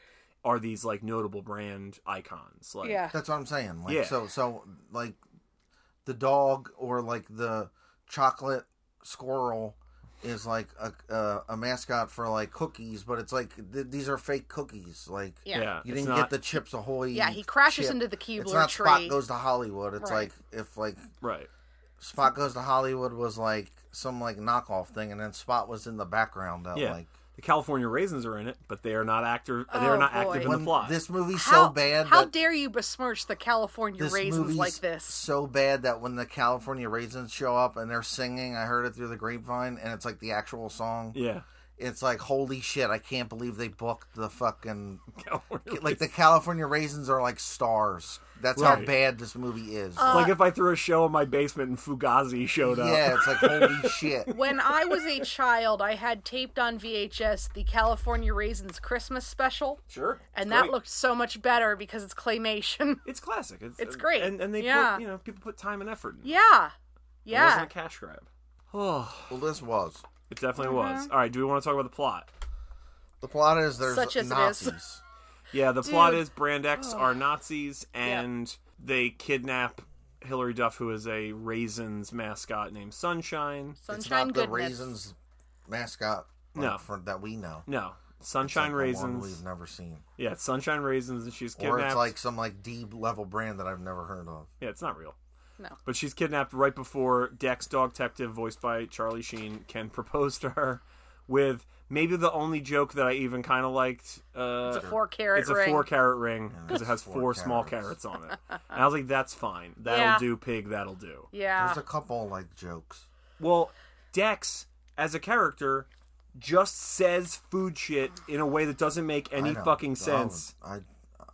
S1: are these like notable brand icons. Like
S2: yeah.
S3: That's what I'm saying. Like
S1: Yeah.
S3: so so like the dog or like the chocolate squirrel is like a a, a mascot for like cookies, but it's like th- these are fake cookies. Like
S2: Yeah.
S3: you
S1: it's
S3: didn't
S1: not-
S3: get the chips ahoy.
S2: Yeah, he crashes
S3: chip.
S2: into the
S3: It's
S2: Keebler
S3: not Spot
S2: tree.
S3: goes to Hollywood. It's
S2: Right.
S3: like if like
S1: right.
S3: Spot goes to Hollywood was like some like knockoff thing, and then Spot was in the background. That,
S1: Yeah.
S3: like
S1: The California Raisins are in it, but they are not actor.
S2: Oh,
S1: they are not
S2: boy.
S1: active in the
S3: when
S1: plot.
S3: this movie's so bad.
S2: How
S3: that
S2: dare you besmirch the California
S3: this
S2: raisins
S3: movie's
S2: like this?
S3: so bad that when the California Raisins show up and they're singing, I heard it through the grapevine, and it's like the actual song. (laughs)
S1: yeah,
S3: It's like holy shit! I can't believe they booked
S1: (laughs)
S3: the fucking
S1: California
S3: like the California Raisins are like stars. That's how
S1: Right.
S3: bad this movie is.
S1: It's
S2: Oh.
S1: like if I threw a show in my basement and Fugazi showed up.
S3: yeah, it's like holy shit.
S2: When I was
S3: (laughs)
S2: a child, I had taped on VHS the California Raisins Christmas special,
S1: sure.
S2: and
S1: Great.
S2: that looked so much better because it's claymation. (laughs)
S1: It's classic. It's, uh,
S2: It's great.
S1: And and they
S2: Yeah.
S1: put you know people put time and effort. In it.
S2: yeah,
S1: It wasn't
S2: yeah.
S1: a cash grab.
S3: (sighs)
S1: Oh,
S3: Well, this was
S1: it definitely
S2: Mm-hmm.
S1: was. All right. Do we want to talk about the plot?
S3: the plot is there's
S2: Such as it is.
S3: Nazis.
S1: Yeah, the plot is
S2: (sighs)
S1: Brand X are Nazis and they kidnap Hillary Duff, who is a raisins mascot named Sunshine.
S3: It's
S2: Sunshine
S3: not the
S2: goodness.
S3: Raisins mascot. like,
S1: No.
S3: for, that we know.
S1: No,
S3: It's
S1: Sunshine
S3: like the one
S1: Raisins.
S3: we've never seen,
S1: Yeah, it's Sunshine Raisins, and she's
S3: or
S1: kidnapped.
S3: it's like some like D level brand that I've never heard of.
S1: Yeah, it's not real.
S2: No.
S1: But she's kidnapped right before Dex Dog Detective, voiced by Charlie Sheen, can propose to her with maybe the only joke that I even kind of liked. Uh,
S2: It's a four carat
S1: it's a
S2: ring.
S1: four carat ring because it has
S3: Four
S1: four, small
S3: carrots.
S1: carrots on
S2: (laughs)
S1: it. And I was like, that's fine. That'll
S2: Yeah.
S1: do, pig. That'll do.
S2: yeah.
S3: There's a couple like jokes.
S1: Well, Dex as a character just says food shit in a way that doesn't make any
S3: I know.
S1: fucking
S3: So
S1: sense.
S3: I,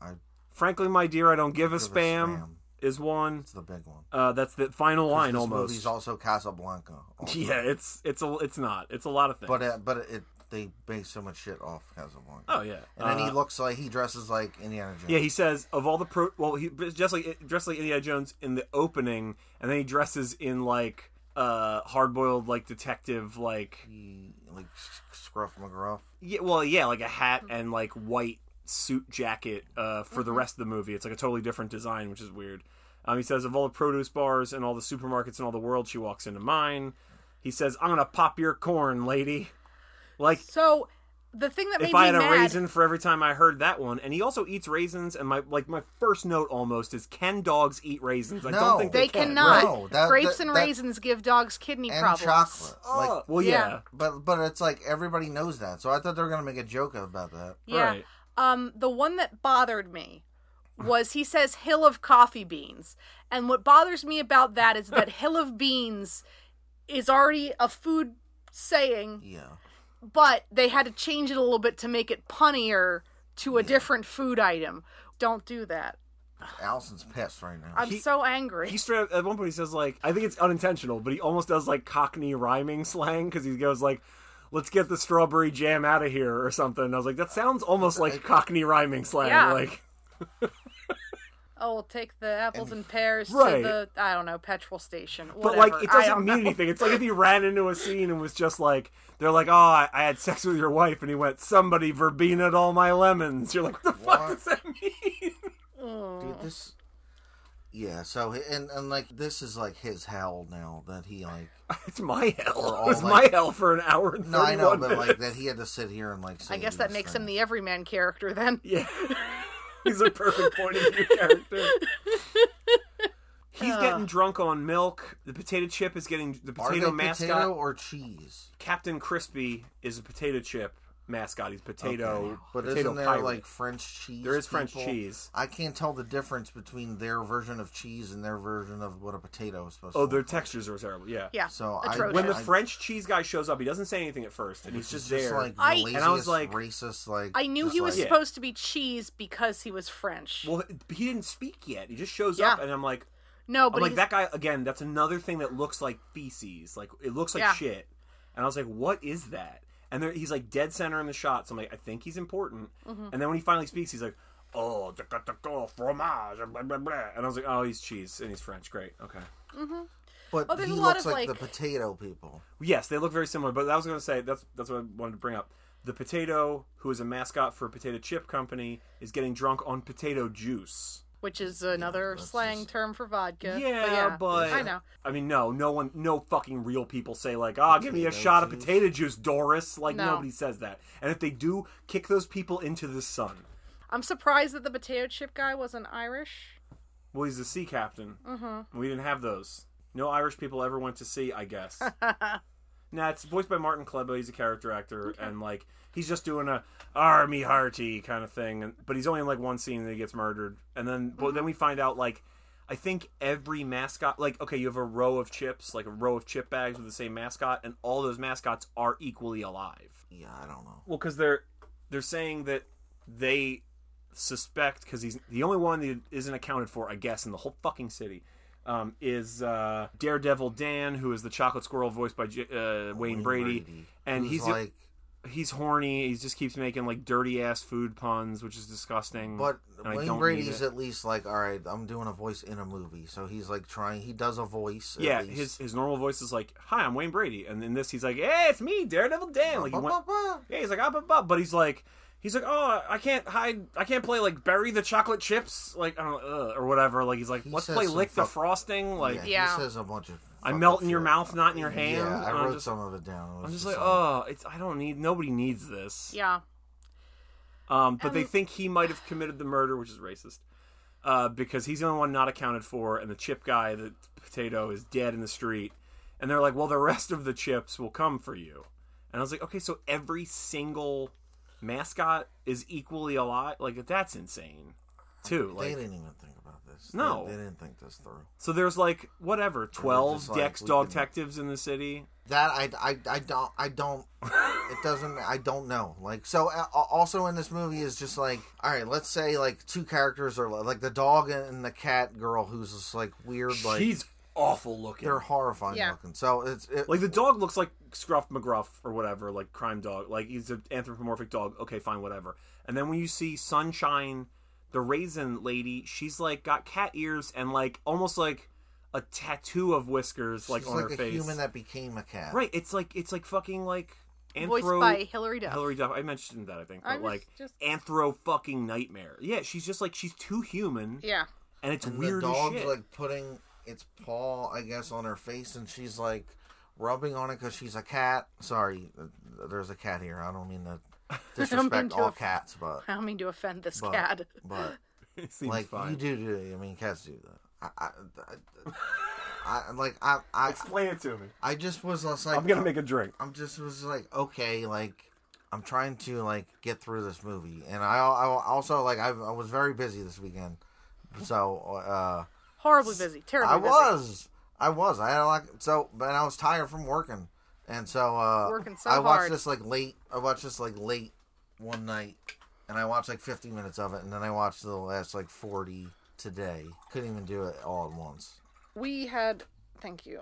S3: I,
S1: Frankly, my dear, I don't give a spam,
S3: spam.
S1: is one.
S3: it's the big one.
S1: Uh, that's the final line
S3: this
S1: almost.
S3: movie's also
S1: (laughs)
S3: Casablanca. also.
S1: yeah, it's it's a it's not. It's a lot of things.
S3: but uh, but it they base so much shit off Casablanca.
S1: oh yeah.
S3: and then
S1: Uh,
S3: he looks like he dresses like Indiana Jones.
S1: Yeah, he says of all the pro. Well, he just like dressed like Indiana Jones in the opening, and then he dresses in like uh hard-boiled like detective like
S3: He- like S- Scruff McGruff.
S1: yeah well yeah like a hat and like white suit jacket uh for the rest of the movie it's like a totally different design which is weird um he says of all the produce bars and all the supermarkets in all the world she walks into mine he says i'm gonna pop your corn lady like
S2: so the thing that made
S1: if I
S2: me
S1: had a
S2: mad.
S1: raisin for every time I heard that one, and he also eats raisins, and my like my first note almost is can dogs eat raisins? I
S3: No.
S1: don't think
S2: they
S1: they,
S2: cannot.
S3: No, that-
S2: Grapes
S3: that-
S2: and
S3: that-
S2: raisins give dogs kidney
S3: And
S2: problems.
S3: chocolate.
S1: Right.
S3: Like,
S1: well,
S2: Yeah.
S1: yeah,
S3: but but it's like everybody knows that. So I thought they were gonna make a joke about that.
S2: Yeah.
S1: right.
S2: Um, the one that bothered me was he says hill of coffee beans. And what bothers me about that is that hill of beans is already a food saying,
S3: Yeah.
S2: but they had to change it a little bit to make it punnier to a different food item. Don't do that.
S3: Allison's pissed right now.
S2: I'm
S1: He-
S2: so angry.
S1: He straight up, at one point he says like I think it's unintentional, but he almost does like Cockney rhyming slang because he goes like. Let's get the strawberry jam out of here or something. And I was like, that sounds almost like Cockney rhyming
S2: Uh,
S1: slang.
S2: Yeah.
S1: Like,
S2: oh, we'll take the apples and, pears to
S1: Right.
S2: the I don't know petrol station.
S1: but
S2: Whatever.
S1: like, it
S2: I
S1: doesn't
S2: don't
S1: mean
S2: know.
S1: anything. It's like
S3: (laughs)
S1: if he ran into a scene and was just like, they're like, oh, I, I had sex with your wife, and he went, somebody verbena all my lemons. You're like, what the fuck
S3: What?
S1: does that mean? (laughs)
S3: Dude, this. Yeah. So and and like this is like his hell now that
S1: (laughs)
S3: he like.
S1: It's my hell.
S3: Or
S1: It was
S3: all, like-
S1: my hell for an hour and
S3: No, I
S1: 31
S3: know, but like
S1: minutes.
S3: that he had to sit here and like. Say
S2: I guess that
S3: these
S2: makes him
S3: things.
S2: the everyman character then.
S1: (laughs) Yeah. He's a perfect point of view
S3: (laughs)
S1: character. He's getting drunk on milk. The potato chip is getting the
S3: Are
S1: potato
S3: they
S1: mascot.
S3: potato or cheese.
S1: Captain Crispy is a potato chip, mascot. He's potato,
S3: But
S1: potato
S3: isn't there
S1: pirate.
S3: like French cheese?
S1: there is French
S3: people?
S1: cheese.
S3: I can't tell the difference between their version of cheese and their version of what a potato is supposed
S1: Oh,
S3: to.
S1: their
S3: look like.
S1: textures are terrible. Yeah.
S2: (laughs) Yeah.
S3: So I
S2: Atrocious.
S1: When the
S3: I-
S1: French cheese guy shows up, he doesn't say anything at first, and he's
S3: It's
S1: just,
S3: just
S1: there.
S3: like
S2: I-
S3: the
S2: And
S1: I was
S3: laziest,
S1: like-
S3: racist, like
S2: I knew
S3: just
S2: he was
S3: like-
S1: Yeah.
S2: supposed to be cheese because he was French.
S1: well, he didn't speak yet. He just shows
S2: Yeah.
S1: up, and I'm like,
S2: no, but
S1: I'm like
S2: he's-
S1: that guy again. That's another thing that looks like feces. Like it looks like
S2: Yeah.
S1: shit. And I was like, what is that? And there, he's like dead center in the shot. So I'm like, I think he's important.
S2: Mm-hmm.
S1: And then when he finally speaks, he's like, oh, taka taka fromage, blah, blah, blah. And I was like, oh, he's cheese and he's French. Great, okay.
S3: But
S2: Well, Oh, there's
S3: he
S2: a lot
S3: looks
S2: of,
S3: like,
S2: like-
S3: the potato people.
S1: Yes, they look very similar. But I was going to say that's that's what I wanted to bring up. The potato, who is a mascot for a potato chip company, is getting drunk on potato juice.
S2: which is another
S3: that's
S2: slang
S3: just-
S2: term for vodka.
S1: Yeah,
S2: but, yeah,
S1: but-
S2: I know.
S1: I mean, no, no one, no fucking real people say like, "Ah, give me a shot of potato juice, Doris." Like
S2: No.
S1: nobody says that. And if they do, kick those people into the sun.
S2: I'm surprised that the potato chip guy wasn't Irish.
S1: Well, he's the sea captain. Mm-hmm. We didn't have those. No Irish people ever went to sea, I guess. nah, it's voiced by Martin Kleba. He's a character actor, and like he's just doing a army hearty kind of thing. And, but he's only in like one scene, and he gets murdered. And then, but then we find out like I think every mascot, like okay, you have a row of chips, like a row of chip bags with the same mascot, and all those mascots are equally alive.
S3: Yeah, I don't know.
S1: Well, because they're they're saying that they suspect because he's the only one that isn't accounted for, I guess, in the whole fucking city. Um, is uh, Daredevil Dan, who is the chocolate squirrel voiced by J- uh, Wayne, Brady, and
S3: who's
S1: he's
S3: like,
S1: he's horny. He just keeps making like dirty ass food puns, which is disgusting.
S3: but
S1: and I don't
S3: Wayne
S1: need
S3: Brady's
S1: it.
S3: at least like, all right, I'm doing a voice in a movie, so he's like trying. He does a voice. at
S1: yeah,
S3: least.
S1: his his normal voice is like, "Hi, I'm Wayne Brady," and in this he's like, "Hey, it's me, Daredevil Dan." Like he went,
S3: Ba-ba-ba.
S1: Yeah, he's like up, up, up, but he's like, he's like, oh, I can't hide, I can't play like bury the chocolate chips, like I don't know, uh, or whatever. Like he's like,
S3: He
S1: let's
S3: says
S1: play
S3: some
S1: lick the
S3: fuck-
S1: frosting, like
S3: yeah,
S2: Yeah.
S3: He says a bunch of.
S1: I
S3: fucking
S1: melt in your
S3: shit.
S1: mouth, not in your hand.
S3: Yeah, I
S1: and I'm
S3: wrote
S1: just,
S3: some of it down. It was
S1: I'm just like, oh, it's I don't need, nobody needs this.
S2: Yeah.
S1: Um, but they
S2: And-
S1: think he might have committed the murder, which is racist. Uh, because he's the only one not accounted for, and the chip guy, the potato, is dead in the street. And they're like, well, the (laughs) rest of the chips will come for you. And I was like, okay, so every single mascot is equally alive? Like, that's insane, too.
S3: they
S1: Like,
S3: didn't even think about this. They-
S1: No.
S3: they, didn't think this through.
S1: so there's like, whatever, 12
S3: just like,
S1: Dex
S3: we
S1: dog
S3: can-
S1: detectives in the city.
S3: That I, I, I don't I don't it doesn't I don't know like so uh, also in this movie is just like all right let's say like two characters are like the dog and the cat girl who's just like weird like
S1: She's awful looking.
S3: they're horrifying
S2: Yeah.
S3: looking so it's it,
S1: Like the dog looks like Scruff McGruff or whatever, like crime dog. Like he's an anthropomorphic dog. Okay, fine, whatever. And then when you see Sunshine, the raisin lady, she's like got cat ears and like almost like a tattoo of whiskers like
S3: she's
S1: on
S3: like
S1: her
S3: a
S1: face.
S3: human that became a cat
S1: right. It's like it's like fucking like anthro.
S2: Voiced by Hillary Duff.
S1: Hillary Duff. I mentioned that I think, but
S2: I was
S1: like
S2: just-
S1: anthro fucking nightmare. Yeah, she's just like she's too human,
S2: Yeah.
S1: and it's
S3: and
S1: weird.
S3: the dog's
S1: as shit.
S3: like putting its paw I guess on her face and she's like rubbing on it because she's a cat sorry uh, there's a cat here I don't mean to disrespect
S2: to
S3: all
S2: off-
S3: cats but
S2: I don't mean to offend this
S3: but
S2: cat.
S3: but.
S1: (laughs) It seems
S3: like
S1: fine.
S3: you do do. I mean, cats do that. I, I, I, I like I, I,
S1: Explain it to me.
S3: I just was just like
S1: I'm gonna make a drink.
S3: I'm just was like okay, like I'm trying to like get through this movie, and I, I also like I, I was very busy this weekend, so uh,
S2: Horribly busy. Terribly
S3: I
S2: busy.
S3: was, I was, I had a lot. So, but I was tired from working, and so uh,
S2: Working so
S3: I watched
S2: hard.
S3: this like late. I watched this like late one night, and I watched like 50 minutes of it, and then I watched the last like 40 today. Couldn't even do it all at once.
S2: We had thank you.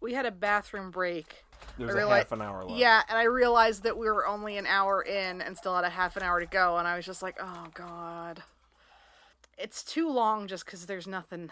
S2: We had a bathroom break.
S1: There's
S2: I
S1: a
S2: reali-
S1: half an hour left.
S2: Yeah, and I realized that we were only an hour in and still had a half an hour to go, and I was just like, oh god, it's too long just because there's nothing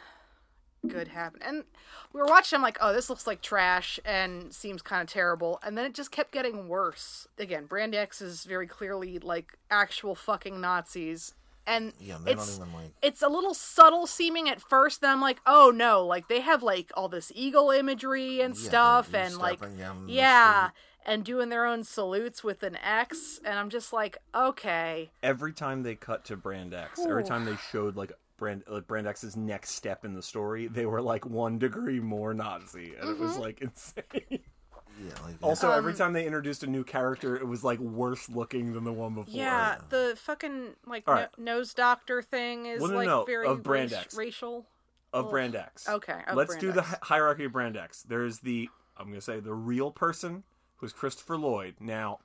S2: good happening. And we were watching. I'm like, oh, this looks like trash and seems kind of terrible. And then it just kept getting worse. Again, Brand X is very clearly like actual fucking Nazis. And
S3: Yeah, they
S2: it's
S3: don't even like.
S2: it's a little subtle seeming at first then i'm like oh no like they have like all this eagle imagery and
S3: Yeah,
S2: stuff
S3: they're
S2: and like
S3: stepping down the
S2: yeah and doing their own salutes with an x and i'm just like okay
S1: every time they cut to Brand X, every time they showed like Brand like Brand X's next step in the story, they were like one degree more Nazi, and it was like (laughs) insane.
S3: yeah, like
S1: Also, every time they introduced a new character, it was like worse looking than the one before.
S2: Yeah, the fucking like
S1: All
S2: no-
S1: right.
S2: nose doctor thing is
S1: Well, no, no,
S2: like
S1: no,
S2: very
S1: of Brand
S2: rac-
S1: X.
S2: racial.
S1: of Brand X.
S2: Okay, of
S1: let's
S2: Brand
S1: do the
S2: X.
S1: hi- hierarchy of Brand X. There's the I'm going to say the real person who's Christopher Lloyd. Now,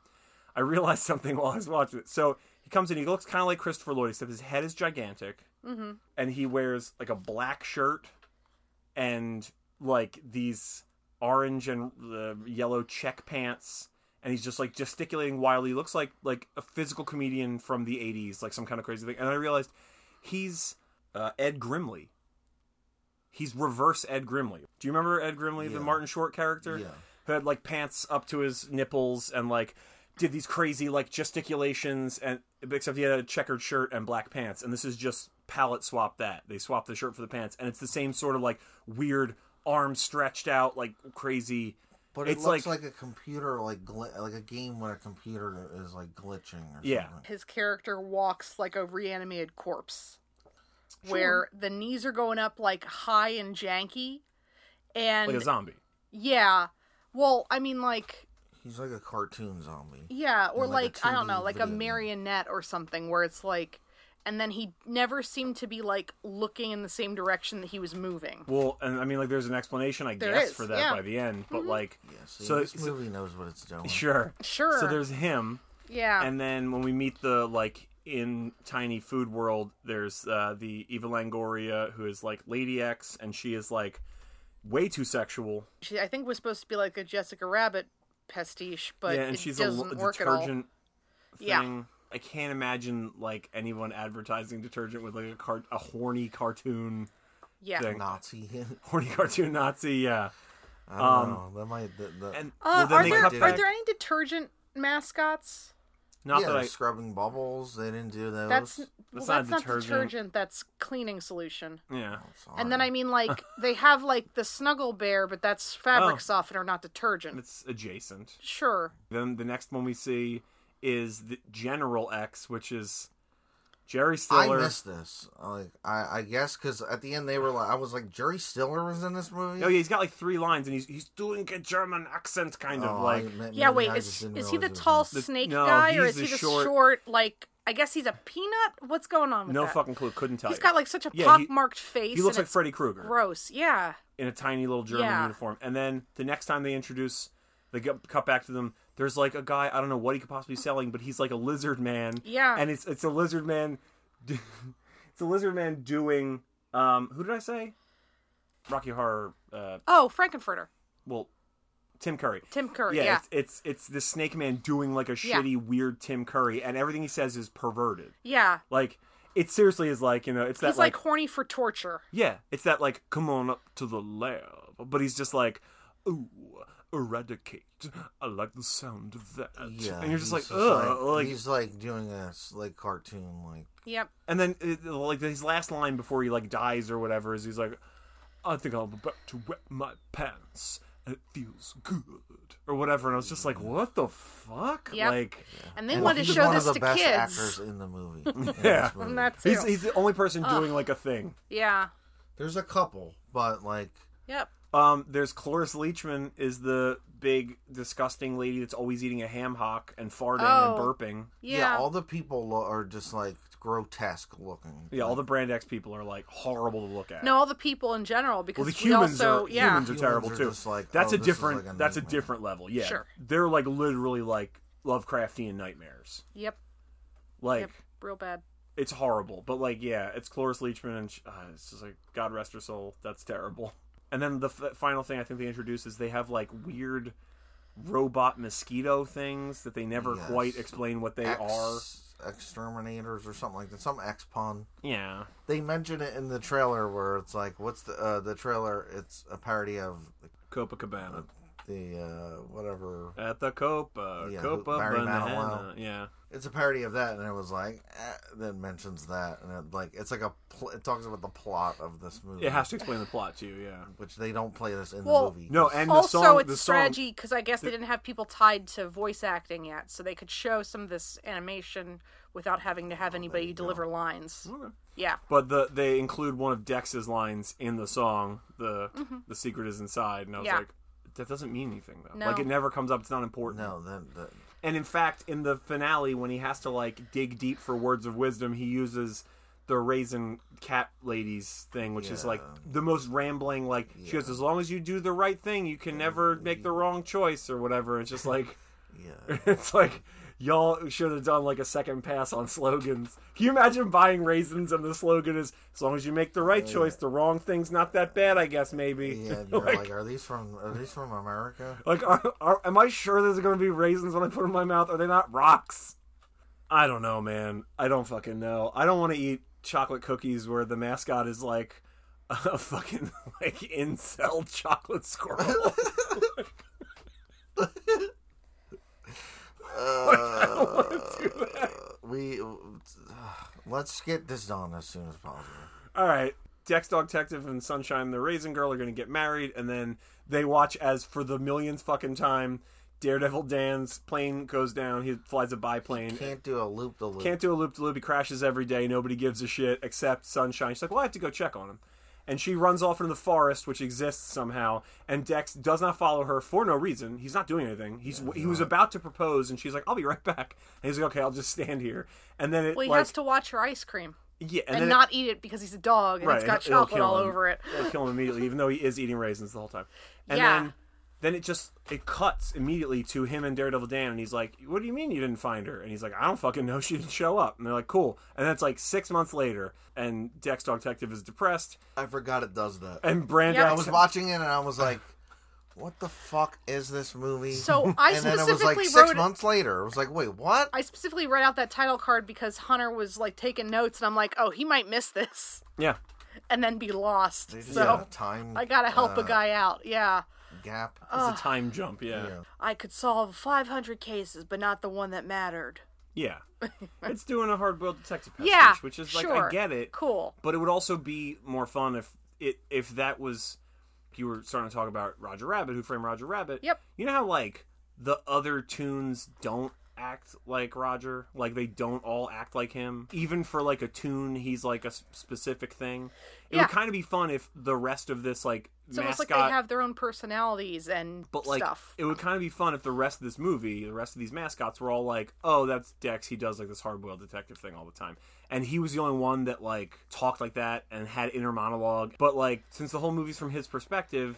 S1: I realized (laughs) something while I was watching it. So he comes in, he looks kind of like Christopher Lloyd, except his head is gigantic,
S2: Mm-hmm.
S1: and he wears like a black shirt and like these orange and uh, yellow check pants. And he's just like gesticulating wildly. He looks like like a physical comedian from the '80s, like some kind of crazy thing. And I realized he's uh, Ed Grimley. He's reverse Ed Grimley. Do you remember Ed Grimley, the
S3: Yeah.
S1: Martin Short character,
S3: Yeah.
S1: who had like pants up to his nipples and like did these crazy like gesticulations and except he had a checkered shirt and black pants and this is just palette swap that they swap the shirt for the pants and it's the same sort of like weird arms stretched out like crazy
S3: But it
S1: it's
S3: looks
S1: like-
S3: like, a computer, like gl- like a game when a computer is like glitching or
S1: Yeah.
S3: something.
S2: His character walks like a reanimated corpse, where the knees are going up like high and janky, and
S1: like a zombie
S2: yeah, well, I mean like
S3: He's like a cartoon zombie.
S2: yeah, or
S3: And, like,
S2: like,
S3: a
S2: I don't
S3: 2D
S2: know, like a
S3: video game.
S2: marionette or something, where it's like, and then he never seemed to be like looking in the same direction that he was moving.
S1: well and i mean like there's an explanation i
S2: There
S1: guess
S2: is,
S1: for that
S2: yeah. Mm-hmm.
S1: by the end but like
S3: Yeah, see,
S1: so,
S3: this
S1: so
S3: movie knows what it's doing.
S1: sure
S2: Sure.
S1: so there's him
S2: yeah.
S1: and then when we meet the like in tiny food world there's uh the eva langoria who is like lady x and she is like way too sexual
S2: she I think was supposed to be like a Jessica Rabbit pastiche, but
S1: yeah and
S2: it
S1: she's
S2: doesn't
S1: a, l-
S2: work at all.
S1: detergent
S2: Yeah.
S1: thing i can't imagine like anyone advertising detergent with like a cart a horny cartoon
S2: Yeah. Uh,
S1: thing.
S3: Nazi. (laughs)
S1: horny (laughs) cartoon nazi yeah
S3: I don't
S1: Um,
S3: know. That might. That, that,
S1: and
S2: Uh,
S1: well, then
S2: are,
S1: they
S2: there,
S1: cut
S2: are
S1: back
S2: there any detergent mascots?
S1: not
S3: yeah,
S1: that i
S3: scrubbing bubbles. They didn't do those.
S2: That's well,
S1: That's
S2: that's
S1: not
S2: not,
S1: detergent.
S2: detergent. That's cleaning solution.
S1: yeah
S3: Sorry.
S2: And then I mean,
S1: (laughs)
S2: like they have like the snuggle bear, but that's fabric
S1: Oh.
S2: softener, not detergent.
S1: it's adjacent
S2: Sure.
S1: Then the next one we see is the General X, which is Jerry
S3: I
S1: Stiller.
S3: missed this. Like I, I guess because at the end they were like, I was like, Jerry Stiller was in this movie.
S1: Oh yeah, he's got like three lines, and he's he's doing a German accent, kind of
S3: Oh,
S1: like.
S3: I- ma-
S2: Yeah.
S3: maybe
S2: Wait.
S3: I just
S2: Is
S3: didn't
S2: is he the
S3: realize it was
S2: tall
S3: him.
S1: The-
S2: snake
S1: no,
S2: guy, or
S1: he's
S2: is he
S1: the
S2: the
S1: short-
S2: short... Like I guess he's a peanut. What's going on with
S1: no
S2: that?
S1: fucking clue. Couldn't tell.
S2: He's
S1: you.
S2: got like such a
S1: Yeah, he-
S2: pockmarked face.
S1: He looks
S2: and
S1: like
S2: it's
S1: Freddy Krueger
S2: gross. Yeah.
S1: in a tiny little German
S2: Yeah.
S1: uniform. And then the next time they introduce, they get, cut back to them. There's like a guy. I don't know what he could possibly be selling, but he's like a lizard man.
S2: Yeah.
S1: And it's it's a lizard man. (laughs) it's a lizard man doing. Um, who did I say? Rocky Horror. Uh,
S2: Oh, Frankenfurter.
S1: well, Tim Curry.
S2: Tim Curry.
S1: yeah,
S2: Yeah.
S1: It's, it's it's the Snake Man doing like a
S2: Yeah.
S1: shitty, weird Tim Curry, and everything he says is perverted.
S2: Yeah.
S1: Like it seriously is like you know, it's that
S2: He's like,
S1: like,
S2: horny for torture.
S1: yeah, it's that like come on up to the lab, but he's just like ooh. Eradicate. I like the sound of that.
S3: Yeah,
S1: and you're just
S3: he's
S1: like, ugh. Like,
S3: he's like doing a s- like cartoon like
S2: Yep.
S1: and then it, like his last line before he like dies or whatever is he's like, I think I'm about to wet my pants, and it feels good or whatever. And I was just like, what the fuck?
S2: Yep.
S1: Like,
S2: And they
S3: And
S2: wanted to
S3: he's
S2: show
S3: one
S2: this
S3: of
S2: to
S3: the best
S2: kids.
S3: actors in the movie. in this
S1: (laughs) Yeah.
S3: movie.
S2: And that's
S1: He's,
S2: it.
S1: he's the only person doing like a thing.
S2: Yeah.
S3: There's a couple, but like
S2: Yep.
S1: Um, there's Cloris Leachman is the big disgusting lady that's always eating a ham hock and farting
S2: Oh.
S1: and burping.
S2: Yeah.
S3: yeah, all the people lo- are just like grotesque looking.
S1: Yeah, all the Brand X people are like horrible to look at.
S2: no, all the people in general because
S1: well, the
S2: we
S1: humans
S2: also
S1: are
S2: yeah.
S1: humans are
S3: Humans
S1: terrible
S3: are
S1: too.
S3: just like,
S1: that's
S3: oh,
S1: a
S3: this is
S1: different
S3: like a
S1: that's a
S3: nightmare.
S1: different level. Yeah,
S2: Sure.
S1: they're like literally like Lovecraftian nightmares.
S2: Yep.
S1: Like
S2: Yep. Real bad.
S1: it's horrible, but like yeah, it's Cloris Leachman and sh uh, it's just like God rest her soul. That's terrible. (laughs) And then the f- final thing I think they introduce is they have like weird robot mosquito things that they never
S3: Yes.
S1: quite explain what they are.
S3: Ex- exterminators or something like that. Some X pun.
S1: Yeah.
S3: They mention it in the trailer where it's like, what's the uh, the trailer? It's a parody of
S1: Copacabana.
S3: the uh, whatever.
S1: At the Copa.
S3: Yeah,
S1: Copa
S3: Barry
S1: Banana.
S3: Manilow.
S1: Yeah.
S3: It's a parody of that, and it was like, eh, then mentions that, and it, like it's like a pl- it talks about the plot of this movie.
S1: It has to explain the plot to you, yeah.
S3: which they don't play this in
S2: Well-
S3: the movie.
S1: No, and the
S2: Also,
S1: song the
S2: it's
S1: song,
S2: strategy because I guess they didn't have people tied to voice acting yet, so they could show some of this animation without having to
S1: Oh,
S2: have anybody deliver lines. Yeah.
S1: But the they include one of Dex's lines in the song, the the secret is inside, and I was
S2: Mm-hmm. Yeah.
S1: like, that doesn't mean anything though.
S2: No.
S1: Like it never comes up. It's not important.
S3: No, then the,
S1: And in fact, in the finale, when he has to like dig deep for words of wisdom, he uses the raisin cat ladies thing, which is like the most rambling. Like she goes, as long as you do the right thing, you can never make the wrong choice or whatever. It's just like (laughs)
S3: yeah.
S1: it's like y'all should have done like a second pass on slogans. Can you imagine buying raisins and the slogan is as long as you make the right choice, the wrong thing's not that bad, I guess maybe.
S3: Yeah, and you're
S1: like,
S3: like, are these from are these from America?
S1: (laughs) like are, are, am I sure there's going to be raisins when I put 'em in my mouth? Are they not rocks? I don't know, man. I don't fucking know. I don't want to eat chocolate cookies where the mascot is like (laughs) a fucking like incel chocolate squirrel.
S3: We uh, let's get this done as soon as possible.
S1: All right. Dex Dog Detective and Sunshine the Raisin Girl are going to get married, and then they watch as for the millionth fucking time, Daredevil Dan's plane goes down. He flies a biplane. Can't,
S3: Can't do a loop the loop.
S1: do a loop to loop. He crashes every day. Nobody gives a shit except Sunshine. She's like, well, I have to go check on him. And she runs off into the forest, which exists somehow. And Dex does not follow her for no reason. He's not doing anything. He's he was about to propose, and she's like, "I'll be right (laughs) back." And he's like, "Okay, I'll just stand here." And then it
S2: Well, he
S1: like
S2: has to watch her ice cream
S1: yeah, and,
S2: and,
S1: then it-
S2: not eat it because he's a dog and
S1: Right,
S2: it's got
S1: it'll- it'll
S2: chocolate
S1: kill
S2: all
S1: him.
S2: over it.
S1: It'll kill him immediately, even though he is eating raisins the whole time. And
S2: Yeah.
S1: then then it just it cuts immediately to him and Daredevil Dan, and he's like, "What do you mean you didn't find her?" And he's like, "I don't fucking know. (laughs) She didn't show up." And they're like, "Cool." And that's like six months later, and Dex Dog Detective is depressed,
S3: I forgot it does that.
S1: and Brandon.
S2: Yeah.
S3: I was watching it and I was like, what the fuck is this movie?
S2: So I
S3: and then it was
S2: specifically
S3: like six
S2: wrote
S3: months later. I was like, wait, what?
S2: I specifically read out that title card because Hunter was like taking notes and I'm like, "Oh, he might miss this (laughs)
S1: yeah,
S2: and then be lost."
S3: They just
S2: So
S3: got a time uh,
S2: I got to help
S1: Uh.
S2: a guy out. Yeah.
S3: gap.
S1: it's a time jump. Yeah, yeah.
S2: I could solve 500 cases, but not the one that mattered.
S1: it's doing a hard-boiled detective pastiche,
S2: Yeah.
S1: which is like
S2: sure.
S1: I get it.
S2: Cool.
S1: But it would also be more fun if it if that was you were starting to talk about Roger Rabbit, Who Framed Roger Rabbit.
S2: Yep.
S1: You know how like the other tunes don't act like Roger, like they don't all act like him. Even for like a tune, he's like a s- specific thing. It
S2: Yeah.
S1: would kind of be fun if the rest of this like
S2: It's almost
S1: mascot.
S2: like they have their own personalities and
S1: but like
S2: stuff.
S1: it would kind of be fun if the rest of this movie, the rest of these mascots were all like, "Oh, that's Dex. He does like this hard-boiled detective thing all the time." And he was the only one that like talked like that and had inner monologue. But like since the whole movie's from his perspective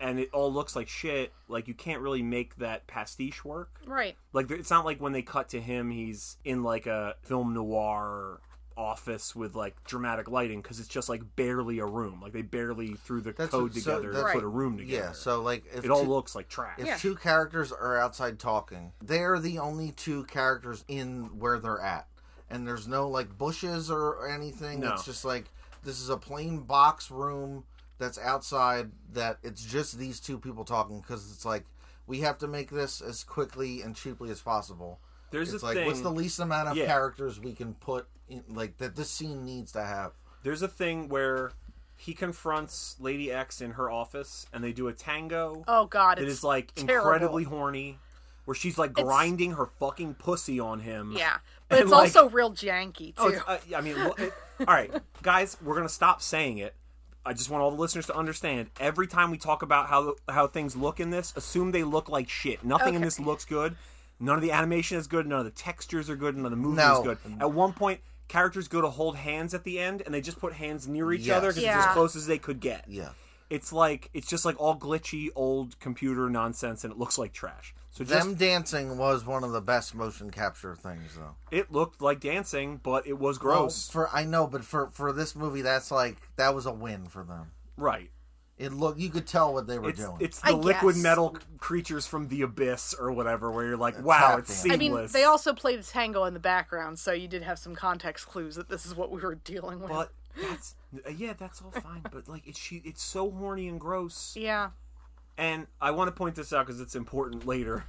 S1: and it all looks like shit, like you can't really make that pastiche work.
S2: Right.
S1: Like it's not like when they cut to him, he's in like a film noir office with like dramatic lighting because it's just like barely a room. Like they barely threw the
S3: That's
S1: code
S3: what- so
S1: together to
S3: that's
S1: put
S2: what-
S1: a room together.
S3: yeah, so like if
S1: it all
S3: two-
S1: looks like trash.
S3: if
S2: Yeah.
S3: two characters are outside talking, they're the only two characters in where they're at. And there's no like bushes or anything.
S1: No.
S3: It's just like this is a plain box room that's outside that it's just these two people talking because it's like we have to make this as quickly and cheaply as possible.
S1: There's
S3: it's
S1: a
S3: like
S1: thing.
S3: what's the least amount of
S1: Yeah.
S3: characters we can put in like that this scene needs to have.
S1: There's a thing where he confronts Lady X in her office, and they do a tango
S2: Oh god,
S1: that
S2: it's
S1: is like
S2: terrible.
S1: incredibly horny, where she's like grinding her fucking pussy on him. (laughs)
S2: Yeah. But
S1: And,
S2: it's
S1: like-
S2: also real janky too.
S1: Oh, it's- uh, yeah, I mean, well, it- all right, (laughs) guys, we're gonna stop saying it. I just want all the listeners to understand. Every time we talk about how how things look in this, assume they look like shit. Nothing in
S2: Okay.
S1: this looks good. None of the animation is good. None of the textures are good. None of the movement
S3: No.
S1: is good. At one point, characters go to hold hands at the end, and they just put hands near each
S3: Yes.
S1: other because it's
S2: Yeah.
S1: as close as they could get.
S3: Yeah.
S1: It's like it's just like all glitchy old computer nonsense, and it looks like trash. So just
S3: Them dancing was one of the best motion capture things though.
S1: it looked like dancing, but it was gross.
S3: Well, Oh, for I know, but for for this movie, that's like that was a win for them.
S1: right.
S3: It look you could tell what they were
S1: It's,
S3: doing.
S1: it's the
S2: I
S1: liquid
S2: guess.
S1: metal creatures from the abyss or whatever, where you're like, wow,
S3: tap
S1: it's
S3: dance.
S2: I
S1: seamless.
S2: mean, they also played tango in the background, so you did have some context clues that this is what we were dealing with.
S1: But that's yeah, that's all fine. But like, it's she, it's so horny and gross.
S2: yeah.
S1: And I want to point this out because it's important later.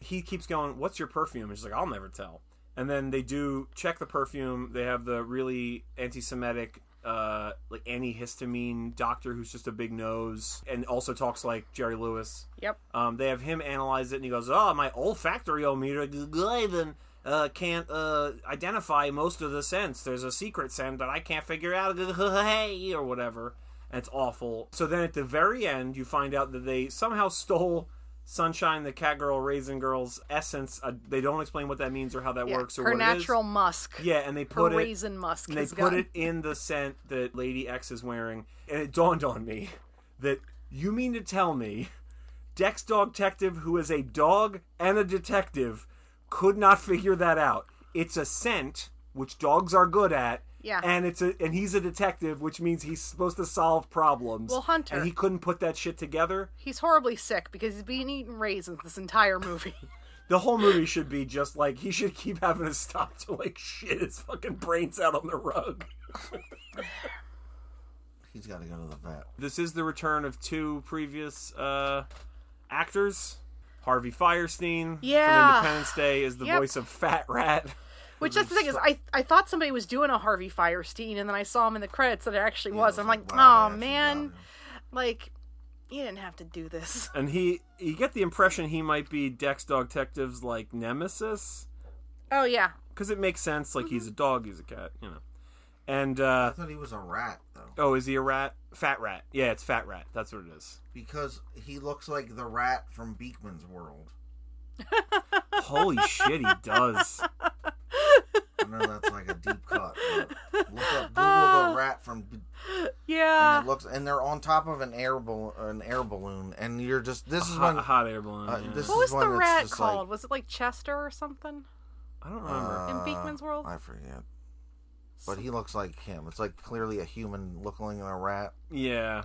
S1: He keeps going, What's your perfume? And she's like, I'll never tell. And then they do check the perfume. They have the really anti Semitic, uh, like antihistamine doctor who's just a big nose and also talks like Jerry Lewis.
S2: Yep.
S1: Um, they have him analyze it and he goes, Oh, my olfactory meter Glavin, uh, can't uh, identify most of the scents. There's a secret scent that I can't figure out, (laughs) hey, or whatever. and it's awful. So then at the very end, you find out that they somehow stole Sunshine, the Catgirl, Raisin Girl's essence. Uh, they don't explain what that means or how that
S2: Yeah.
S1: works or
S2: her
S1: what
S2: natural
S1: it
S2: musk.
S1: is. Yeah, and they
S2: her
S1: put it
S2: raisin musk.
S1: and they
S2: has
S1: put
S2: gone.
S1: it in the scent that Lady X is wearing, and it dawned on me that you mean to tell me Dex Dog Detective, who is a dog and a detective, could not figure that out. It's a scent, which dogs are good at.
S2: Yeah.
S1: And it's a and he's a detective, which means he's supposed to solve problems.
S2: Well, Hunter-
S1: And he couldn't put that shit together.
S2: He's horribly sick because he's been eating raisins this entire movie.
S1: (laughs)
S2: (laughs)
S1: The whole movie should be just like he should keep having to stop to like shit his fucking brains out on the rug.
S3: He's got to go to the vet.
S1: This is the return of two previous uh, actors. Harvey Firestein
S2: Yeah.
S1: from Independence Day is the
S2: Yep.
S1: voice of Fat Rat.
S2: Which that's the thing is, I I thought somebody was doing a Harvey Firestein, and then I saw him in the credits that it actually was. I'm like,
S3: wow,
S2: oh
S3: they actually
S2: man,
S3: got him.
S2: like you didn't have to do this.
S1: And he you get the impression he might be Dex Dog Detective's like nemesis
S2: (laughs) Oh yeah,
S1: cuz it makes sense like
S2: Mm-hmm.
S1: he's a dog, he's a cat, you know. And uh
S3: I thought he was a rat though,
S1: oh, is he a rat? Fat Rat. Yeah, it's Fat Rat. That's what it is.
S3: because he looks like the rat from Beekman's World.
S2: (laughs)
S1: Holy shit, he does.
S3: I know that's like a deep cut. But look up
S2: Ah.
S3: Google the rat from. Be-
S2: yeah.
S3: and it looks, and they're on top of an air ball, an air balloon, and you're just. This is
S1: Hot, (laughs)
S3: when
S1: hot air balloon.
S3: uh,
S1: yeah.
S3: this
S2: What was
S3: is one
S2: the
S3: that's
S2: rat
S3: just
S2: called?
S3: Like,
S2: was it like Chester or something?
S1: I don't remember.
S3: uh,
S2: In Beekman's World?
S3: I forget. But he looks like him. It's like clearly a human looking like a rat.
S1: yeah.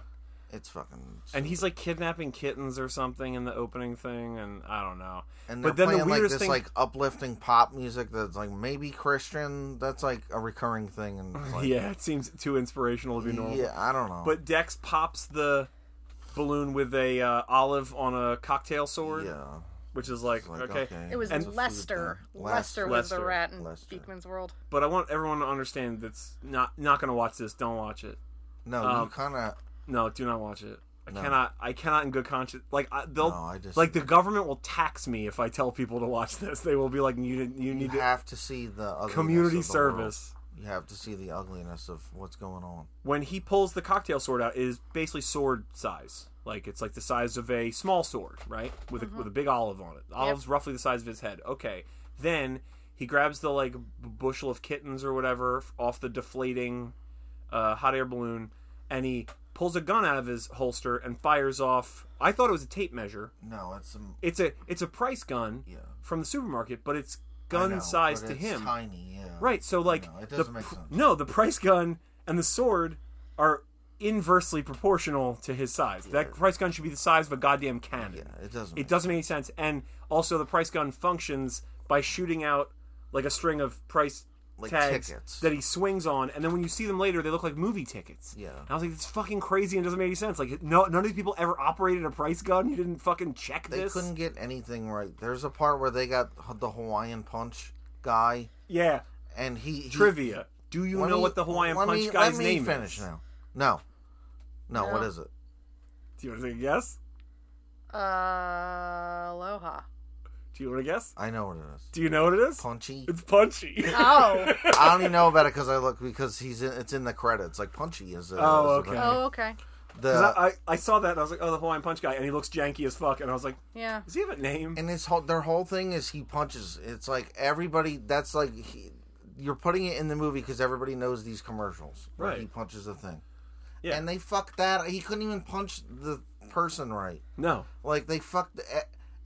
S3: It's fucking.
S1: and he's like kidnapping kittens or something in the opening thing, and I don't know.
S3: and they're
S1: but then the
S3: playing like
S1: weirdest
S3: this
S1: thing,
S3: like uplifting pop music that's like maybe Christian. That's like a recurring thing.
S1: (laughs)
S3: And it's like,
S1: yeah, it seems too inspirational to be normal.
S3: yeah, I don't know.
S1: But Dex pops the balloon with a uh, olive on a cocktail sword,
S3: yeah,
S1: which is like,
S3: it's like,
S1: okay.
S2: It was
S1: And-
S3: it's a food
S2: Lester.
S3: thing.
S2: Lester was the
S1: Lester.
S2: rat in
S3: Lester.
S2: Beekman's World.
S1: But I want everyone to understand that's not not going to watch this. Don't watch it.
S3: No,
S1: Um,
S3: you kind of.
S1: No, do not watch it. I cannot. I cannot in good conscience. Like I, they'll.
S3: No, I just-
S1: like the government will tax me if I tell people to watch this. They will be like, you didn't- you
S3: You
S1: need to
S3: have to see the ugliness
S1: community
S3: of the world.
S1: service.
S3: You have to see the ugliness of what's going on.
S1: when he pulls the cocktail sword out, it is basically sword size. Like it's like the size of a small sword, right? With a, with a big olive on it. The olive's roughly the size of his head. Okay. Then he grabs the like b- bushel of kittens or whatever f- off the deflating uh, hot air balloon, and he pulls a gun out of his holster and fires off. I thought it was a tape measure.
S3: No, it's some.
S1: It's a it's a price gun
S3: Yeah.
S1: from the supermarket, but it's
S3: I
S1: gun
S3: know,
S1: size
S3: but
S1: to
S3: it's
S1: him.
S3: Tiny, yeah.
S1: Right. So like
S3: know, it
S1: the,
S3: doesn't make
S1: pr-
S3: sense.
S1: no, the price gun and the sword are inversely proportional to his size. That price gun should be the size of a goddamn cannon.
S3: Yeah, it doesn't.
S1: It doesn't make any sense. And also, the price gun functions by shooting out like a string of price
S3: Like
S1: tags
S3: tickets.
S1: that he swings on, and then when you see them later, they look like movie tickets.
S3: Yeah.
S1: And I was like, "This is fucking crazy and doesn't make any sense." Like, no, none of these people ever operated a price gun. You didn't fucking check
S3: They
S1: this.
S3: couldn't get anything right. There's a part where they got h- the Hawaiian punch guy,
S1: Yeah.
S3: and he, he
S1: Trivia. Do you
S3: let
S1: know
S3: me-
S1: what the Hawaiian
S3: let
S1: Punch
S3: me-
S1: guy's
S3: let me
S1: name
S3: finish
S1: is?
S3: now. No. no, What
S2: No.
S3: is it?
S1: Do you want to take a guess?
S2: Uh, aloha.
S1: Do you want to guess?
S3: I know what it is.
S1: Do you know what it is?
S3: Punchy.
S1: It's punchy.
S2: Oh. (laughs)
S3: I don't even know about it because I look because he's in, it's in the credits. Like Punchy is. A,
S1: Oh,
S3: is a-
S1: okay.
S2: oh, okay.
S1: 'Cause
S3: The
S1: I, I, I saw that and I was like, oh, the Hawaiian Punch guy, and he looks janky as fuck, and I was like,
S2: Yeah.
S1: does he have a name?
S3: and his whole their whole thing is he punches. It's like everybody. That's like he, you're putting it in the movie because everybody knows these commercials. where
S1: Right.
S3: He punches the thing.
S1: Yeah.
S3: And they fucked that. He couldn't even punch the person right.
S1: no.
S3: Like they fucked e-